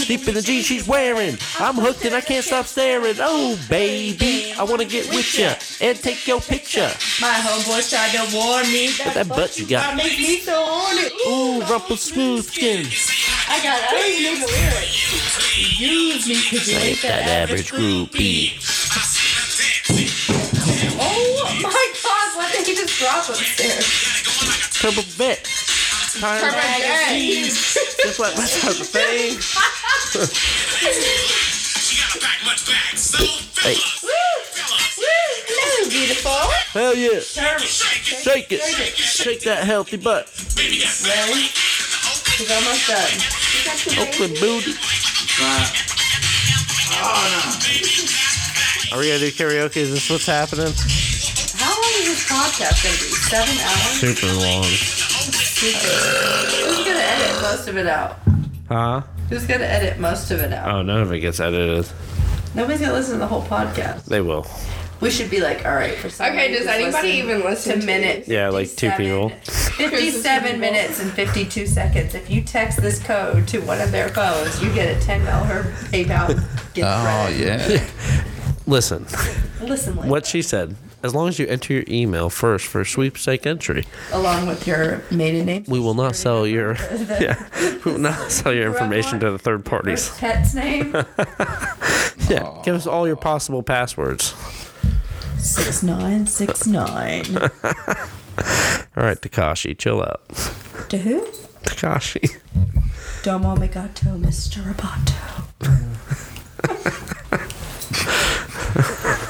Speaker 1: Deep in the jeans she's wearing, I'm hooked and I can't stop staring. Oh, baby, I wanna get with ya and take your picture.
Speaker 2: My homeboy tried to warn me that,
Speaker 1: that butt you got.
Speaker 2: makes me so horny.
Speaker 1: Ooh, rumpled smooth skin.
Speaker 2: I got. I don't even know the lyrics. Use me 'cause you ain't that average groupie. Oh my god! What did he just drop upstairs?
Speaker 1: Turbo vet. Turbo Just like my type of thing. Hey,
Speaker 2: Hello, beautiful.
Speaker 1: hell yeah. Shake it. Shake that healthy butt.
Speaker 2: Ready? He's almost done. You got your
Speaker 1: Oakland
Speaker 2: baby.
Speaker 1: booty. Are we gonna do karaoke? Is this what's happening?
Speaker 2: How long is this podcast gonna be? Seven hours?
Speaker 1: Super long.
Speaker 2: Who's gonna edit most of it out?
Speaker 1: Huh?
Speaker 2: Who's gonna edit most of it out?
Speaker 1: Oh, none of it gets edited.
Speaker 2: Nobody's gonna listen to the whole podcast.
Speaker 1: They will.
Speaker 2: We should be like, all right. For somebody
Speaker 3: Okay, does
Speaker 2: who's
Speaker 3: anybody
Speaker 2: listening
Speaker 3: even listen
Speaker 2: to
Speaker 3: to
Speaker 2: minutes?
Speaker 1: Yeah, like two people.
Speaker 3: (laughs)
Speaker 2: 57 minutes and 52 seconds. If you text this code to one of their phones, you get a $10 PayPal gift
Speaker 4: Oh
Speaker 1: (laughs)
Speaker 2: credit.
Speaker 4: yeah.
Speaker 1: Listen, (laughs)
Speaker 2: Listen, like,
Speaker 1: what she said. As long as you enter your email first for sweepstake entry,
Speaker 2: along with your maiden name,
Speaker 1: we will not sell your (laughs) yeah, we will not sell your information to the third parties.
Speaker 2: pet's name,
Speaker 1: (laughs) Yeah, give us all your possible passwords.
Speaker 2: 6969.
Speaker 1: All right, Takashi, chill out.
Speaker 2: to who?
Speaker 1: Takashi.
Speaker 2: Domo Megato, Mr. Roboto.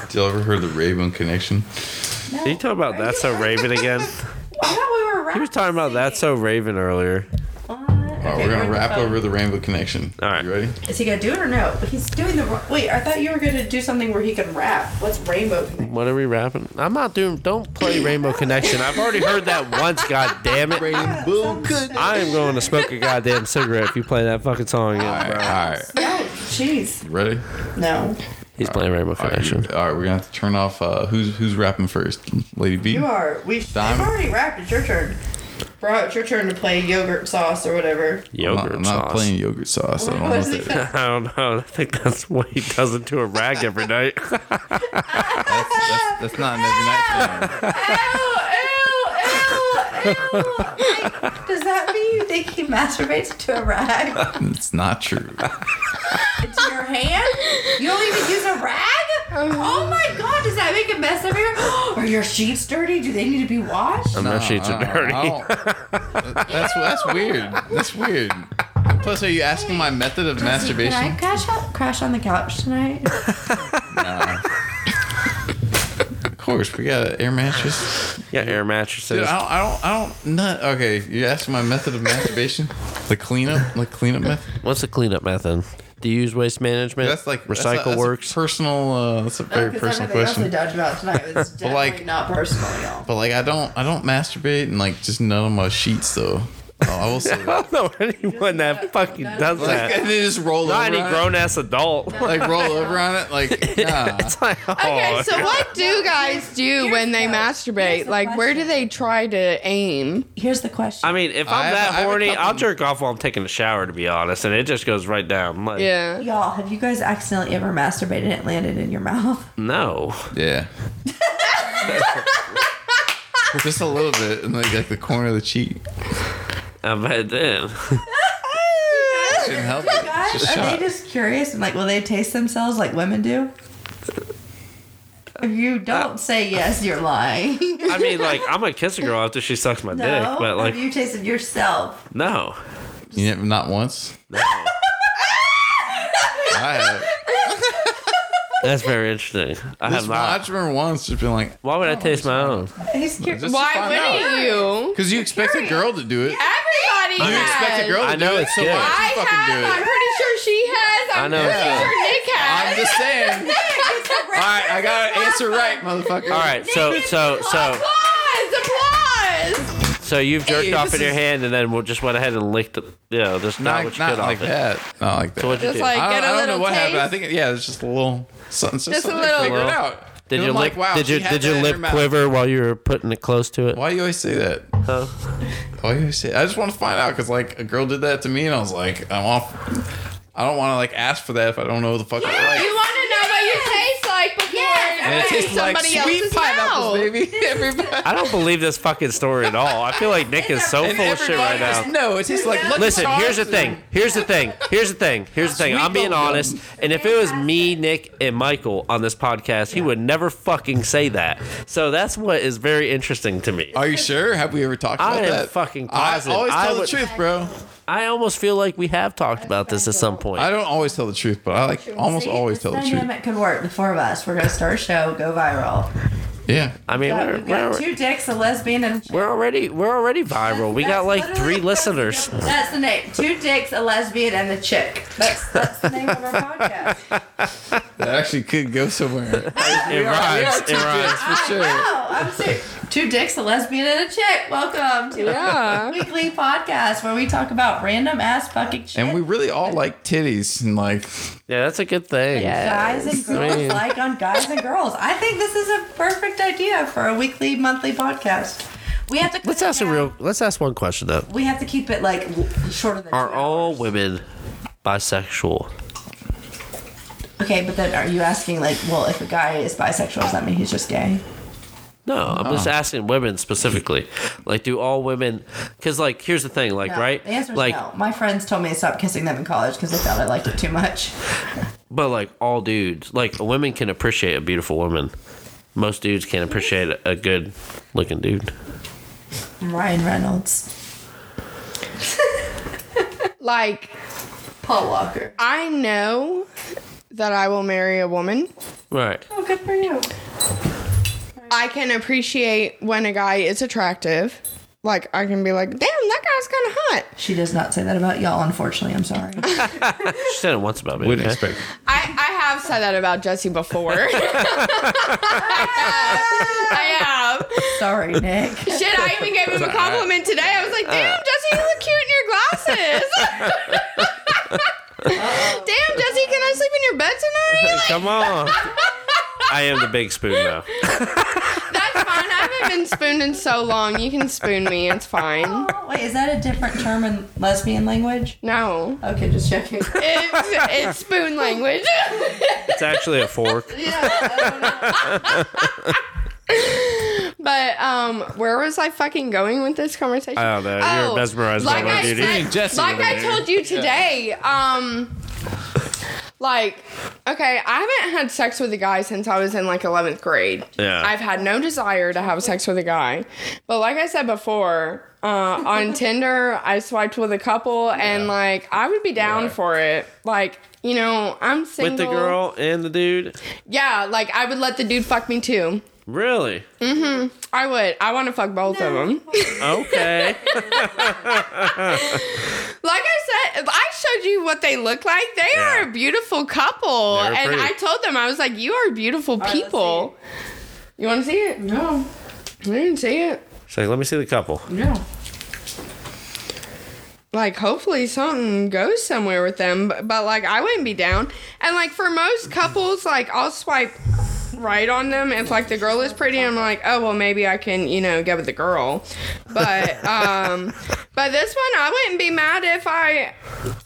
Speaker 4: Did y'all ever heard the Raven Connection?
Speaker 2: No.
Speaker 1: Did you talk about That's So Raven again?
Speaker 2: I thought we were
Speaker 1: He was talking about That's So Raven earlier.
Speaker 4: All right, we're gonna wrap over the Rainbow Connection.
Speaker 1: All right.
Speaker 4: You ready?
Speaker 2: Is he gonna do it or no? He's doing the wrong. Wait, I thought you were gonna do something where he could rap. What's rainbow? Connection?
Speaker 1: What are we rapping? I'm not doing. Don't play Rainbow Connection. I've already heard that once. God damn it!
Speaker 4: Rainbow Connection. All
Speaker 1: I am going to smoke a goddamn cigarette if you play that fucking song again,
Speaker 4: right. All
Speaker 1: bro.
Speaker 4: right.
Speaker 2: No, jeez,
Speaker 4: You ready?
Speaker 2: no.
Speaker 1: He's playing Rainbow
Speaker 4: All right,
Speaker 1: Connection.
Speaker 4: you- all right, we're gonna have to turn off. Uh, who's who's rapping first, Lady B?
Speaker 2: You are. We. I've
Speaker 4: Diamond.
Speaker 2: already rapped. It's your turn. Bro, it's your turn to play yogurt sauce or whatever.
Speaker 1: Yogurt
Speaker 4: I'm not
Speaker 1: sauce.
Speaker 4: playing yogurt sauce. I don't know
Speaker 2: What
Speaker 4: what
Speaker 2: is it
Speaker 4: that is.
Speaker 1: (laughs)
Speaker 2: called?
Speaker 1: I don't know. I think that's what he does it to a rag every night. (laughs)
Speaker 4: That's, that's, that's not an every night
Speaker 2: Ew, ew, ew,
Speaker 4: thing.
Speaker 2: ew. Like, does that mean you think he masturbates to a rag?
Speaker 4: It's not true.
Speaker 2: It's your hand? You don't even use a rag? Oh my god, does that make a mess everywhere? Are your (gasps) sheets dirty? Do they need to be washed?
Speaker 1: And their sheets are
Speaker 4: Uh, I
Speaker 1: dirty.
Speaker 4: don't- (laughs) That's that's weird. That's weird. And plus, are you asking my method of
Speaker 2: Can I
Speaker 4: masturbation?
Speaker 2: crash, out, crash on the couch
Speaker 4: (laughs)
Speaker 2: tonight?
Speaker 4: Of course, we got an air mattress.
Speaker 1: Yeah, air mattresses.
Speaker 4: Dude, I don't, I don't, I don't. Not okay. You asking my method of masturbation? The cleanup, the cleanup method.
Speaker 1: What's the cleanup method? Do you use waste management?
Speaker 4: That's like that's a-
Speaker 1: recycle
Speaker 4: that's a
Speaker 1: works.
Speaker 4: personal. Uh, that's a very
Speaker 2: Oh, Because
Speaker 4: personal
Speaker 2: everything else
Speaker 4: question.
Speaker 2: we talked about tonight
Speaker 4: (laughs)
Speaker 2: was definitely
Speaker 4: like-
Speaker 2: not personal, y'all.
Speaker 4: But like, I don't, I don't masturbate and like just nut on my sheets though. Oh, I will say
Speaker 1: (laughs)
Speaker 4: (laughs)
Speaker 1: I
Speaker 4: that.
Speaker 1: don't know anyone that fucking does
Speaker 4: Like, and
Speaker 1: that.
Speaker 4: then just roll
Speaker 1: Not
Speaker 4: over.
Speaker 1: any
Speaker 4: on it.
Speaker 1: grown ass
Speaker 4: (laughs)
Speaker 1: adult.
Speaker 4: Like roll over on it. Like nah.
Speaker 1: It's like,
Speaker 3: Okay,
Speaker 1: oh,
Speaker 3: so what do guys do when they masturbate?
Speaker 2: the
Speaker 3: Like, where do
Speaker 2: question.
Speaker 3: they try to aim?
Speaker 2: Here's the question.
Speaker 1: I mean, if I'm
Speaker 4: I have a- I
Speaker 1: that
Speaker 4: have a
Speaker 1: horny,
Speaker 4: couple-
Speaker 1: I'll jerk off while I'm taking a shower, to be honest, and it just goes right down. Like,
Speaker 3: Yeah.
Speaker 2: y'all, have you guys accidentally ever masturbated and it landed in your mouth?
Speaker 1: no.
Speaker 4: Yeah. (laughs) Just a little bit, and like, like the corner of the cheek.
Speaker 1: I bet then.
Speaker 4: Didn't help it.
Speaker 2: Guys,
Speaker 4: Just
Speaker 2: are
Speaker 4: shot.
Speaker 2: they just curious and like, will they taste themselves like women do? If you
Speaker 4: Uh,
Speaker 2: don't say yes, you're lying.
Speaker 4: (laughs)
Speaker 2: no,
Speaker 1: I mean, like, I'm gonna kiss a girl after she sucks my dick, but like,
Speaker 2: have you tasted yourself?
Speaker 1: no.
Speaker 4: You never- not once. (laughs)
Speaker 1: No.
Speaker 4: I have.
Speaker 1: That's very interesting. I
Speaker 4: This
Speaker 1: have
Speaker 4: one, I
Speaker 1: not.
Speaker 4: just remember once just being like,
Speaker 1: Why would I taste my own?
Speaker 2: He's curious.
Speaker 4: Just-
Speaker 3: Why
Speaker 4: find
Speaker 3: wouldn't you?
Speaker 4: because you expect a girl to do it.
Speaker 3: Everybody
Speaker 4: You
Speaker 3: has.
Speaker 4: expect a girl to
Speaker 1: I know
Speaker 4: do it,
Speaker 1: it's
Speaker 4: so
Speaker 1: good.
Speaker 4: why
Speaker 3: I
Speaker 4: don't you
Speaker 3: have. I'm
Speaker 4: fucking do it?
Speaker 3: pretty sure she has. I'm
Speaker 1: I know
Speaker 3: pretty
Speaker 4: it's
Speaker 3: sure Nick
Speaker 4: I'm
Speaker 3: has.
Speaker 4: just saying. (laughs) All right, I got to answer right, motherfucker.
Speaker 1: All right, so so so
Speaker 3: applause! Applause!
Speaker 1: so you've jerked
Speaker 4: Hey,
Speaker 1: off
Speaker 4: this
Speaker 1: in your
Speaker 4: is-
Speaker 1: hand, and then we just went ahead and licked, the, you know, just not, what
Speaker 4: Not,
Speaker 1: you
Speaker 4: not
Speaker 1: could
Speaker 4: like
Speaker 1: off it.
Speaker 4: that. Not like that.
Speaker 1: So what'd you
Speaker 3: Just
Speaker 1: do?
Speaker 3: like-
Speaker 4: I don't,
Speaker 3: Get a
Speaker 4: I don't know
Speaker 3: little
Speaker 4: what happened. I
Speaker 3: taste.
Speaker 4: think it- yeah, it's just a little something. Just,
Speaker 3: Just a
Speaker 4: something
Speaker 3: little.
Speaker 4: Figure it
Speaker 1: Well,
Speaker 4: out.
Speaker 1: Did
Speaker 4: And
Speaker 1: your
Speaker 4: I'm
Speaker 1: lip
Speaker 4: like, wow,
Speaker 1: did, you,
Speaker 4: she had
Speaker 1: did
Speaker 4: that
Speaker 1: your
Speaker 4: in her
Speaker 1: lip
Speaker 4: mouth.
Speaker 1: quiver while you were putting it close to it?
Speaker 4: Why do you always say that?
Speaker 1: Huh?
Speaker 4: Why do you always say? I just want to find out because like a girl did that to me, and I was like, I'm off. I don't want to like ask for that if I don't know the fuck. I like.
Speaker 3: You want to know what you taste like before
Speaker 4: And
Speaker 3: it
Speaker 4: it
Speaker 3: enters
Speaker 4: tastes like
Speaker 3: somebody
Speaker 4: sweet
Speaker 3: else's
Speaker 4: pineapples,
Speaker 3: mouth? (laughs)
Speaker 4: baby. Everybody,
Speaker 1: I don't believe this fucking story at all. I feel like Nick is so
Speaker 4: and
Speaker 1: full of shit right
Speaker 4: everybody
Speaker 1: now.
Speaker 4: just know it tastes like. Lucky
Speaker 1: Listen, here's the
Speaker 4: Charms
Speaker 1: thing. Here's the thing. Here's the thing. Here's the thing. I'm being honest. And if it was me, Nick, and Michael on this podcast, he would never fucking say that. So that's what is very interesting to me.
Speaker 4: and- Are you sure? Have we ever talked
Speaker 1: I
Speaker 4: about
Speaker 1: am
Speaker 4: that?
Speaker 1: fucking
Speaker 4: I
Speaker 1: positive.
Speaker 4: always
Speaker 1: I
Speaker 4: tell the
Speaker 1: would-
Speaker 4: truth, bro.
Speaker 1: I almost feel like we have talked about this at some
Speaker 4: I
Speaker 1: point.
Speaker 4: don't always tell the truth, but I like almost
Speaker 2: See,
Speaker 4: always
Speaker 2: this
Speaker 4: tell the truth.
Speaker 2: dynamic could work. The four of us. We're gonna start a show, go viral.
Speaker 4: Yeah.
Speaker 1: I mean,
Speaker 2: Yeah,
Speaker 1: we're,
Speaker 2: we've got
Speaker 1: we're,
Speaker 2: two dicks, a lesbian, and
Speaker 1: we're already we're already viral. We got
Speaker 2: That's
Speaker 1: like
Speaker 2: literally-
Speaker 1: three listeners.
Speaker 2: That's the name. Two dicks, a lesbian, and the chick. That's that's the name of our podcast. (laughs)
Speaker 4: That actually could go somewhere.
Speaker 1: It rhymes. It rhymes.
Speaker 4: for sure.
Speaker 2: Oh, I'm serious. Two dicks, a lesbian, and a chick. Welcome to
Speaker 3: Yeah.
Speaker 2: our weekly podcast where we talk about random ass fucking shit.
Speaker 4: And we really all like titties and like
Speaker 1: Yeah, that's a good thing.
Speaker 2: guys and girls
Speaker 1: mean-
Speaker 2: like on guys and girls. I think this is a perfect idea for a weekly, monthly podcast. We have to.
Speaker 1: Let's ask a real. Let's ask one question though.
Speaker 2: We have to keep it like w- shorter than.
Speaker 1: Are
Speaker 2: two
Speaker 1: all
Speaker 2: hours.
Speaker 1: women bisexual?
Speaker 2: Okay, but then are you asking like, well, if a guy is bisexual, does that mean he's just gay?
Speaker 1: No, I'm
Speaker 2: Oh.
Speaker 1: just asking women specifically. Like, do all women? Because, like, here's the thing. Like,
Speaker 2: No,
Speaker 1: right?
Speaker 2: The answer is
Speaker 1: like,
Speaker 2: no. My friends told me to stop kissing them in college because they thought I liked it too much.
Speaker 1: but like all dudes, like women can appreciate a beautiful woman. Most dudes can appreciate a good looking dude.
Speaker 2: Ryan Reynolds,
Speaker 3: (laughs) Like,
Speaker 2: Paul Walker.
Speaker 3: I know that I will marry a woman.
Speaker 1: Right.
Speaker 2: Oh, good for you.
Speaker 3: I can appreciate when a guy is attractive. Like, I can be like, damn, that guy's kind of hot.
Speaker 2: She does not say that about y'all. Unfortunately, I'm sorry.
Speaker 1: She said it once about me.
Speaker 4: wouldn't
Speaker 1: okay?
Speaker 4: expect.
Speaker 3: I, I have said that about Jesse before. (laughs) I have.
Speaker 2: (laughs) sorry, Nick. (laughs)
Speaker 3: Shit, I even gave him a compliment today. I was like, damn, Jesse, you look cute in your glasses. (laughs) damn, Jesse, can I sleep in your bed tonight? Like,
Speaker 1: Come on. I am the big spoon now.
Speaker 3: that's fine. I've haven't been spooned in so long. You can spoon me. It's fine.
Speaker 2: Oh, Wait, is that a different term in lesbian language?
Speaker 3: No.
Speaker 2: Okay, just (laughs) checking.
Speaker 3: It's, it's spoon language. (laughs)
Speaker 1: It's actually a fork.
Speaker 3: But um, where was I fucking going with this conversation?
Speaker 1: I don't know.
Speaker 2: Oh,
Speaker 1: You're mesmerized by my
Speaker 3: Oh, I
Speaker 1: beauty.
Speaker 3: said-
Speaker 4: Jesse
Speaker 3: like
Speaker 4: over
Speaker 3: I
Speaker 4: there.
Speaker 3: told you today, um, like, okay, I haven't had sex with a guy since I was in like 11th grade.
Speaker 1: Yeah.
Speaker 3: I've had no desire to have sex with a guy. But like I said before, uh, on (laughs) Tinder, I swiped with a couple, and like, I would be down for it. Like, you know, I'm single.
Speaker 1: With the girl and the dude?
Speaker 3: Yeah, like, I would let the dude fuck me too.
Speaker 1: Really?
Speaker 3: I would. I want to fuck both of them.
Speaker 2: (laughs)
Speaker 1: Okay.
Speaker 3: Like I said, I showed you what they look like. They
Speaker 1: Yeah.
Speaker 3: are a beautiful couple.
Speaker 1: They're
Speaker 3: and
Speaker 1: pretty.
Speaker 3: I told them, I was like, you are beautiful
Speaker 2: right, let's
Speaker 3: people. You want to see it? No. I didn't see it.
Speaker 1: She's like, let me see the couple.
Speaker 2: No.
Speaker 3: Like, hopefully something goes somewhere with them. But, but, like, I wouldn't be down. And, like, for most couples, like, I'll swipe right on them if like the girl is pretty i'm like oh well maybe i can you know get with the girl but (laughs) um but this one i wouldn't be mad if i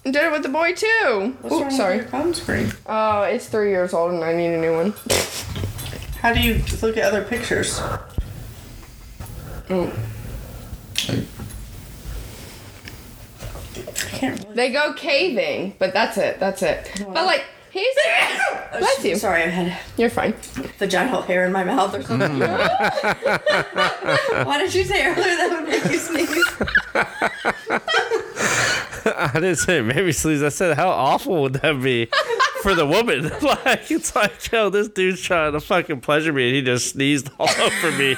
Speaker 3: did it with the boy too Oops, sorry
Speaker 2: Phone screen.
Speaker 3: Oh, it's three years old and I need a new one.
Speaker 2: How do you look at other pictures? I can't really.
Speaker 3: They go caving, but that's it. That's it. But like, he's. Bless you.
Speaker 2: Sorry, I had
Speaker 3: You're fine.
Speaker 2: vaginal hair in my mouth or something. Why did you say earlier that would make you sneeze?
Speaker 1: I didn't say maybe sleaze. I said, how awful would that be for the woman? (laughs) like, it's like, yo, this dude's trying to fucking pleasure me and he just sneezed all (laughs) over me.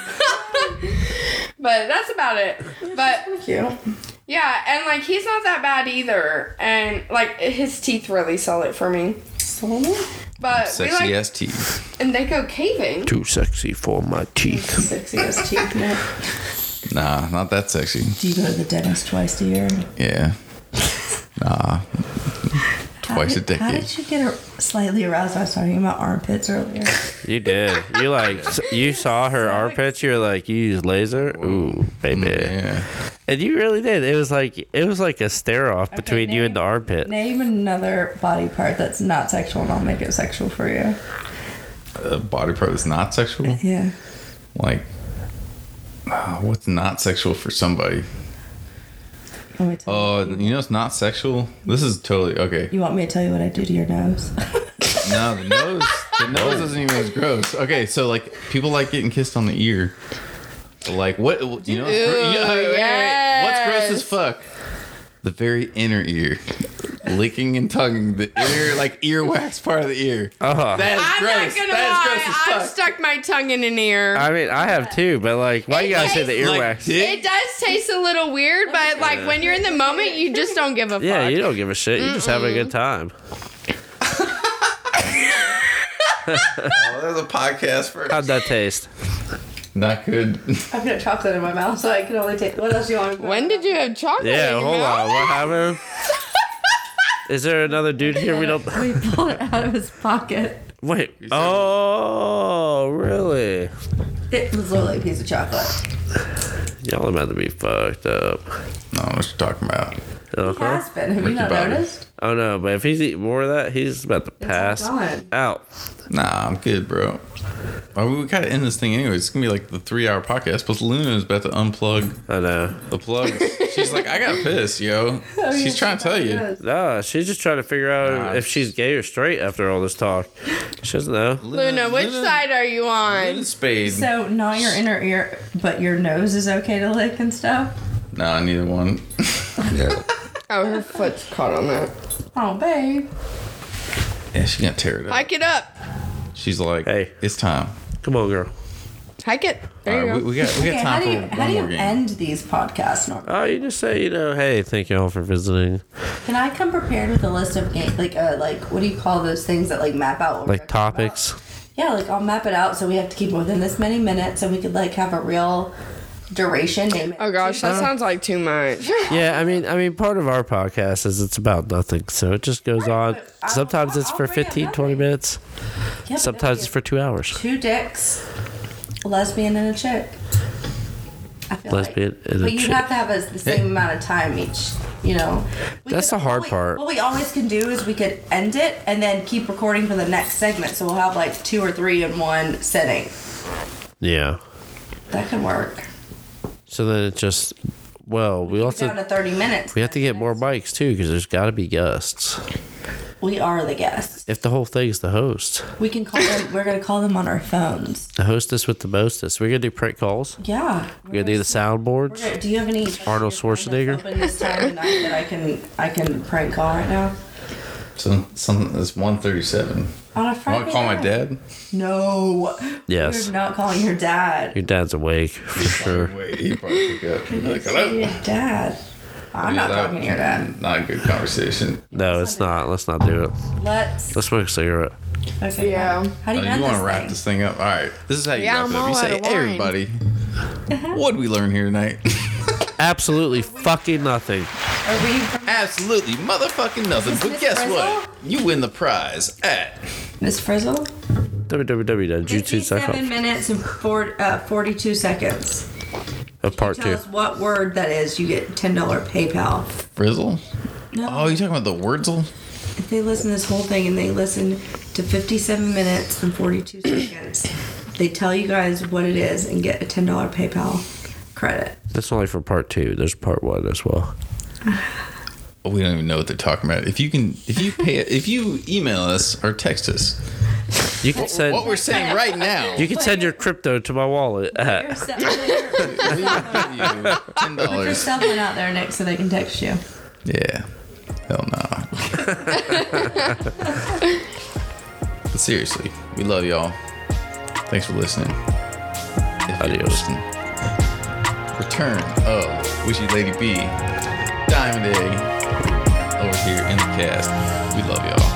Speaker 3: But that's about it. But
Speaker 2: Cute.
Speaker 3: yeah, and like, he's not that bad either. And like, his teeth really sell it for me. But we
Speaker 4: Sexy
Speaker 3: like,
Speaker 4: ass teeth.
Speaker 3: and they go caving.
Speaker 1: Too sexy for my teeth.
Speaker 2: Sexy as teeth. now.
Speaker 4: Nah, not that sexy.
Speaker 2: Do you go to the dentist twice a year?
Speaker 4: Yeah. Nah.
Speaker 2: How
Speaker 4: Twice a
Speaker 2: did- How
Speaker 4: decade.
Speaker 2: did you get ar- slightly aroused? I was talking about armpits earlier.
Speaker 1: You did. You like s- you saw her armpits. You're like you use laser. Ooh, baby.
Speaker 4: Yeah.
Speaker 1: And you really did. It was like it was like a stare off between you and the
Speaker 2: name-
Speaker 1: armpit.
Speaker 2: Name another body part that's not sexual, and I'll make it sexual for you.
Speaker 4: A Uh, body part that's not sexual.
Speaker 2: Yeah.
Speaker 4: Like, ah, what's not sexual for somebody?
Speaker 2: Let me tell you.
Speaker 4: Oh, you know it's not sexual. This is totally okay.
Speaker 2: You want me to tell you what I do to your nose?
Speaker 4: No, the nose.
Speaker 3: (laughs)
Speaker 4: The nose isn't even as gross. Okay, so like people like getting kissed on the ear. Like what? You know, you know- wait, wait, wait, wait. what's gross as
Speaker 3: yes.
Speaker 4: fuck? The very inner ear, licking and tonguing the inner like earwax part of the ear.
Speaker 1: Uh-huh.
Speaker 4: That is
Speaker 3: I'm
Speaker 4: gross.
Speaker 3: not gonna
Speaker 4: that is
Speaker 3: lie.
Speaker 4: gross
Speaker 3: I've
Speaker 4: as fuck.
Speaker 3: stuck my tongue in an ear.
Speaker 1: I mean, I have too, but like, why you gotta say the
Speaker 4: Like,
Speaker 1: earwax?
Speaker 4: dick?
Speaker 3: it does taste a little weird, but like when you're in the moment, you just don't give
Speaker 4: (laughs)
Speaker 3: a
Speaker 1: yeah,
Speaker 3: fuck.
Speaker 1: you don't give a shit. You just having a good time.
Speaker 4: Oh, there's a podcast for
Speaker 1: How'd that taste?
Speaker 4: not good. (laughs)
Speaker 2: I've got chocolate in my mouth, so I can only take. What else do you want?
Speaker 3: When did you have chocolate?
Speaker 1: Yeah,
Speaker 3: in your
Speaker 1: hold
Speaker 3: mouth?
Speaker 1: on. What happened? Is there another dude here we don't?
Speaker 2: (laughs) We pulled it out of his pocket.
Speaker 1: Wait. Oh, really?
Speaker 2: It was literally a piece of chocolate.
Speaker 1: Y'all about to be fucked up.
Speaker 4: No, what you talking about?
Speaker 1: Uh-huh.
Speaker 2: Has been. Have you
Speaker 4: Ricky
Speaker 2: not
Speaker 4: Bobby.
Speaker 2: noticed?
Speaker 1: Oh no, but if he's eating more of that, he's about to pass
Speaker 2: gone.
Speaker 1: out.
Speaker 4: Nah, I'm good, bro. I mean, we gotta end this thing anyway. It's gonna be like the three-hour podcast. Plus, Luna is about to unplug
Speaker 1: I know.
Speaker 4: the plug. She's like, I got
Speaker 2: (laughs)
Speaker 4: pissed, yo.
Speaker 2: Oh,
Speaker 4: She's trying to tell you.
Speaker 1: No, she's just trying to figure out
Speaker 4: Nah.
Speaker 1: if she's gay or straight after all this talk. She doesn't know.
Speaker 3: Luna, which side are you on?
Speaker 4: Luna spade.
Speaker 2: So Oh, not your inner ear, but your nose is okay to lick and stuff.
Speaker 4: Nah,
Speaker 2: (laughs)
Speaker 4: neither one. yeah.
Speaker 3: Oh, her foot's caught on that.
Speaker 2: Oh, babe.
Speaker 4: yeah, she gonna tear it up.
Speaker 3: Hike it up.
Speaker 4: She's like,
Speaker 1: Hey.
Speaker 4: it's time.
Speaker 1: Come on, girl.
Speaker 3: Hike it. There
Speaker 4: All
Speaker 3: you
Speaker 4: right,
Speaker 3: go.
Speaker 4: we, we got we got
Speaker 2: Okay, how
Speaker 4: time
Speaker 2: do you
Speaker 4: for
Speaker 2: how
Speaker 4: one
Speaker 2: do you
Speaker 4: more game.
Speaker 2: end these podcasts? Norm?
Speaker 1: Oh, you just say, you know, hey, thank y'all for visiting.
Speaker 2: Can I come prepared with a list of game like uh like what do you call those things that like map out? what we're
Speaker 1: Like topics.
Speaker 2: Yeah, like I'll map it
Speaker 1: Mm-hmm.
Speaker 2: out so we have to keep it within this many minutes so we could like have a real duration name. it.
Speaker 3: oh gosh, that sounds like too much.
Speaker 1: Yeah, I mean, I mean, part of our podcast is it's about nothing, so it just goes on.
Speaker 2: I'll-
Speaker 1: Sometimes it's
Speaker 2: I'll
Speaker 1: for
Speaker 2: bring up
Speaker 1: 15,
Speaker 2: nothing.
Speaker 1: 20 minutes.
Speaker 2: Yeah, but
Speaker 1: Sometimes
Speaker 2: that'd
Speaker 1: it's for two hours.
Speaker 2: be two dicks, a lesbian and a chick. I feel
Speaker 1: Lesbian
Speaker 2: Like.
Speaker 1: is a
Speaker 2: But you
Speaker 1: chick.
Speaker 2: have to have a, the same amount of time each. You know. We
Speaker 1: That's the hard
Speaker 2: what we-
Speaker 1: part.
Speaker 2: What we always can do is we could end it and then keep recording for the next segment. So we'll have like two or three in one setting.
Speaker 1: Yeah.
Speaker 2: That could work.
Speaker 1: So then it just well, we also
Speaker 2: Down to thirty minutes.
Speaker 1: we have to get more mics too because there's got to be guests.
Speaker 2: We are the guests.
Speaker 1: If the whole thing's the host,
Speaker 2: We can call them. We're gonna call them on our phones.
Speaker 1: the hostess with the mostest, we're gonna do prank calls.
Speaker 2: Yeah.
Speaker 1: We're gonna do the soundboards.
Speaker 2: Do you have any
Speaker 1: Arnold Schwarzenegger?
Speaker 2: Open this time of night that I can I can prank call right now
Speaker 4: So, some, it's 137.
Speaker 2: on a
Speaker 4: I
Speaker 2: Friday.
Speaker 4: want to call my
Speaker 2: night.
Speaker 4: dad.
Speaker 2: No.
Speaker 1: Yes.
Speaker 2: You're not calling your dad.
Speaker 1: Your dad's awake for sure.
Speaker 4: Wait, he probably pick up. He'd be like,
Speaker 2: Your
Speaker 4: hello.
Speaker 2: dad. I'm not
Speaker 4: Yeah, that-
Speaker 2: talking to your dad.
Speaker 4: Not a good conversation.
Speaker 1: No, it's not. Let's not do it.
Speaker 2: Let's.
Speaker 1: Let's smoke a cigarette.
Speaker 2: Okay.
Speaker 3: Yeah.
Speaker 2: How do
Speaker 4: Oh,
Speaker 2: you,
Speaker 4: you
Speaker 2: end
Speaker 4: want
Speaker 2: this
Speaker 4: to wrap
Speaker 2: thing?
Speaker 4: this thing up? All right. This is how you
Speaker 3: Yeah,
Speaker 4: wrap
Speaker 3: I'm
Speaker 4: it up. You
Speaker 3: all
Speaker 4: say,
Speaker 3: out of
Speaker 4: hey,
Speaker 3: wine.
Speaker 4: everybody,
Speaker 2: Uh-huh.
Speaker 4: what did we learn here tonight?
Speaker 1: Absolutely fucking nothing.
Speaker 2: Are we from
Speaker 4: Absolutely motherfucking nothing.
Speaker 2: Is this
Speaker 4: But
Speaker 2: Miss
Speaker 4: guess
Speaker 2: Frizzle?
Speaker 4: what? You win the prize at.
Speaker 2: Miss Frizzle?
Speaker 1: www.youtube.com
Speaker 2: Fifty-seven minutes and four, uh, 42 seconds.
Speaker 1: of Uh, part
Speaker 2: Tell
Speaker 1: two.
Speaker 2: us what word that is. You get $10 PayPal.
Speaker 4: Frizzle?
Speaker 2: No.
Speaker 4: Oh, you talking about the Wurzel?
Speaker 2: If they listen to this whole thing and they listen to 57 minutes and 42 seconds, they tell you guys what it is and get a $10 PayPal credit.
Speaker 1: That's only for part two. There's part one as well.
Speaker 4: Oh, we don't even know what they're talking about. If you can, if you pay, (laughs) if you email us or text us,
Speaker 1: You can send
Speaker 4: what we're saying right now,
Speaker 1: you can send your crypto to my wallet. at-
Speaker 2: Put
Speaker 4: we give you ten
Speaker 2: your
Speaker 4: dollars.
Speaker 2: cell phone out there next so they can text you.
Speaker 4: Yeah. Hell no. but seriously, we love y'all. Thanks for listening. If you're
Speaker 1: Adios.
Speaker 4: listening. Return of Wishy Lady B, Diamond Egg, over here in the cast. We love y'all.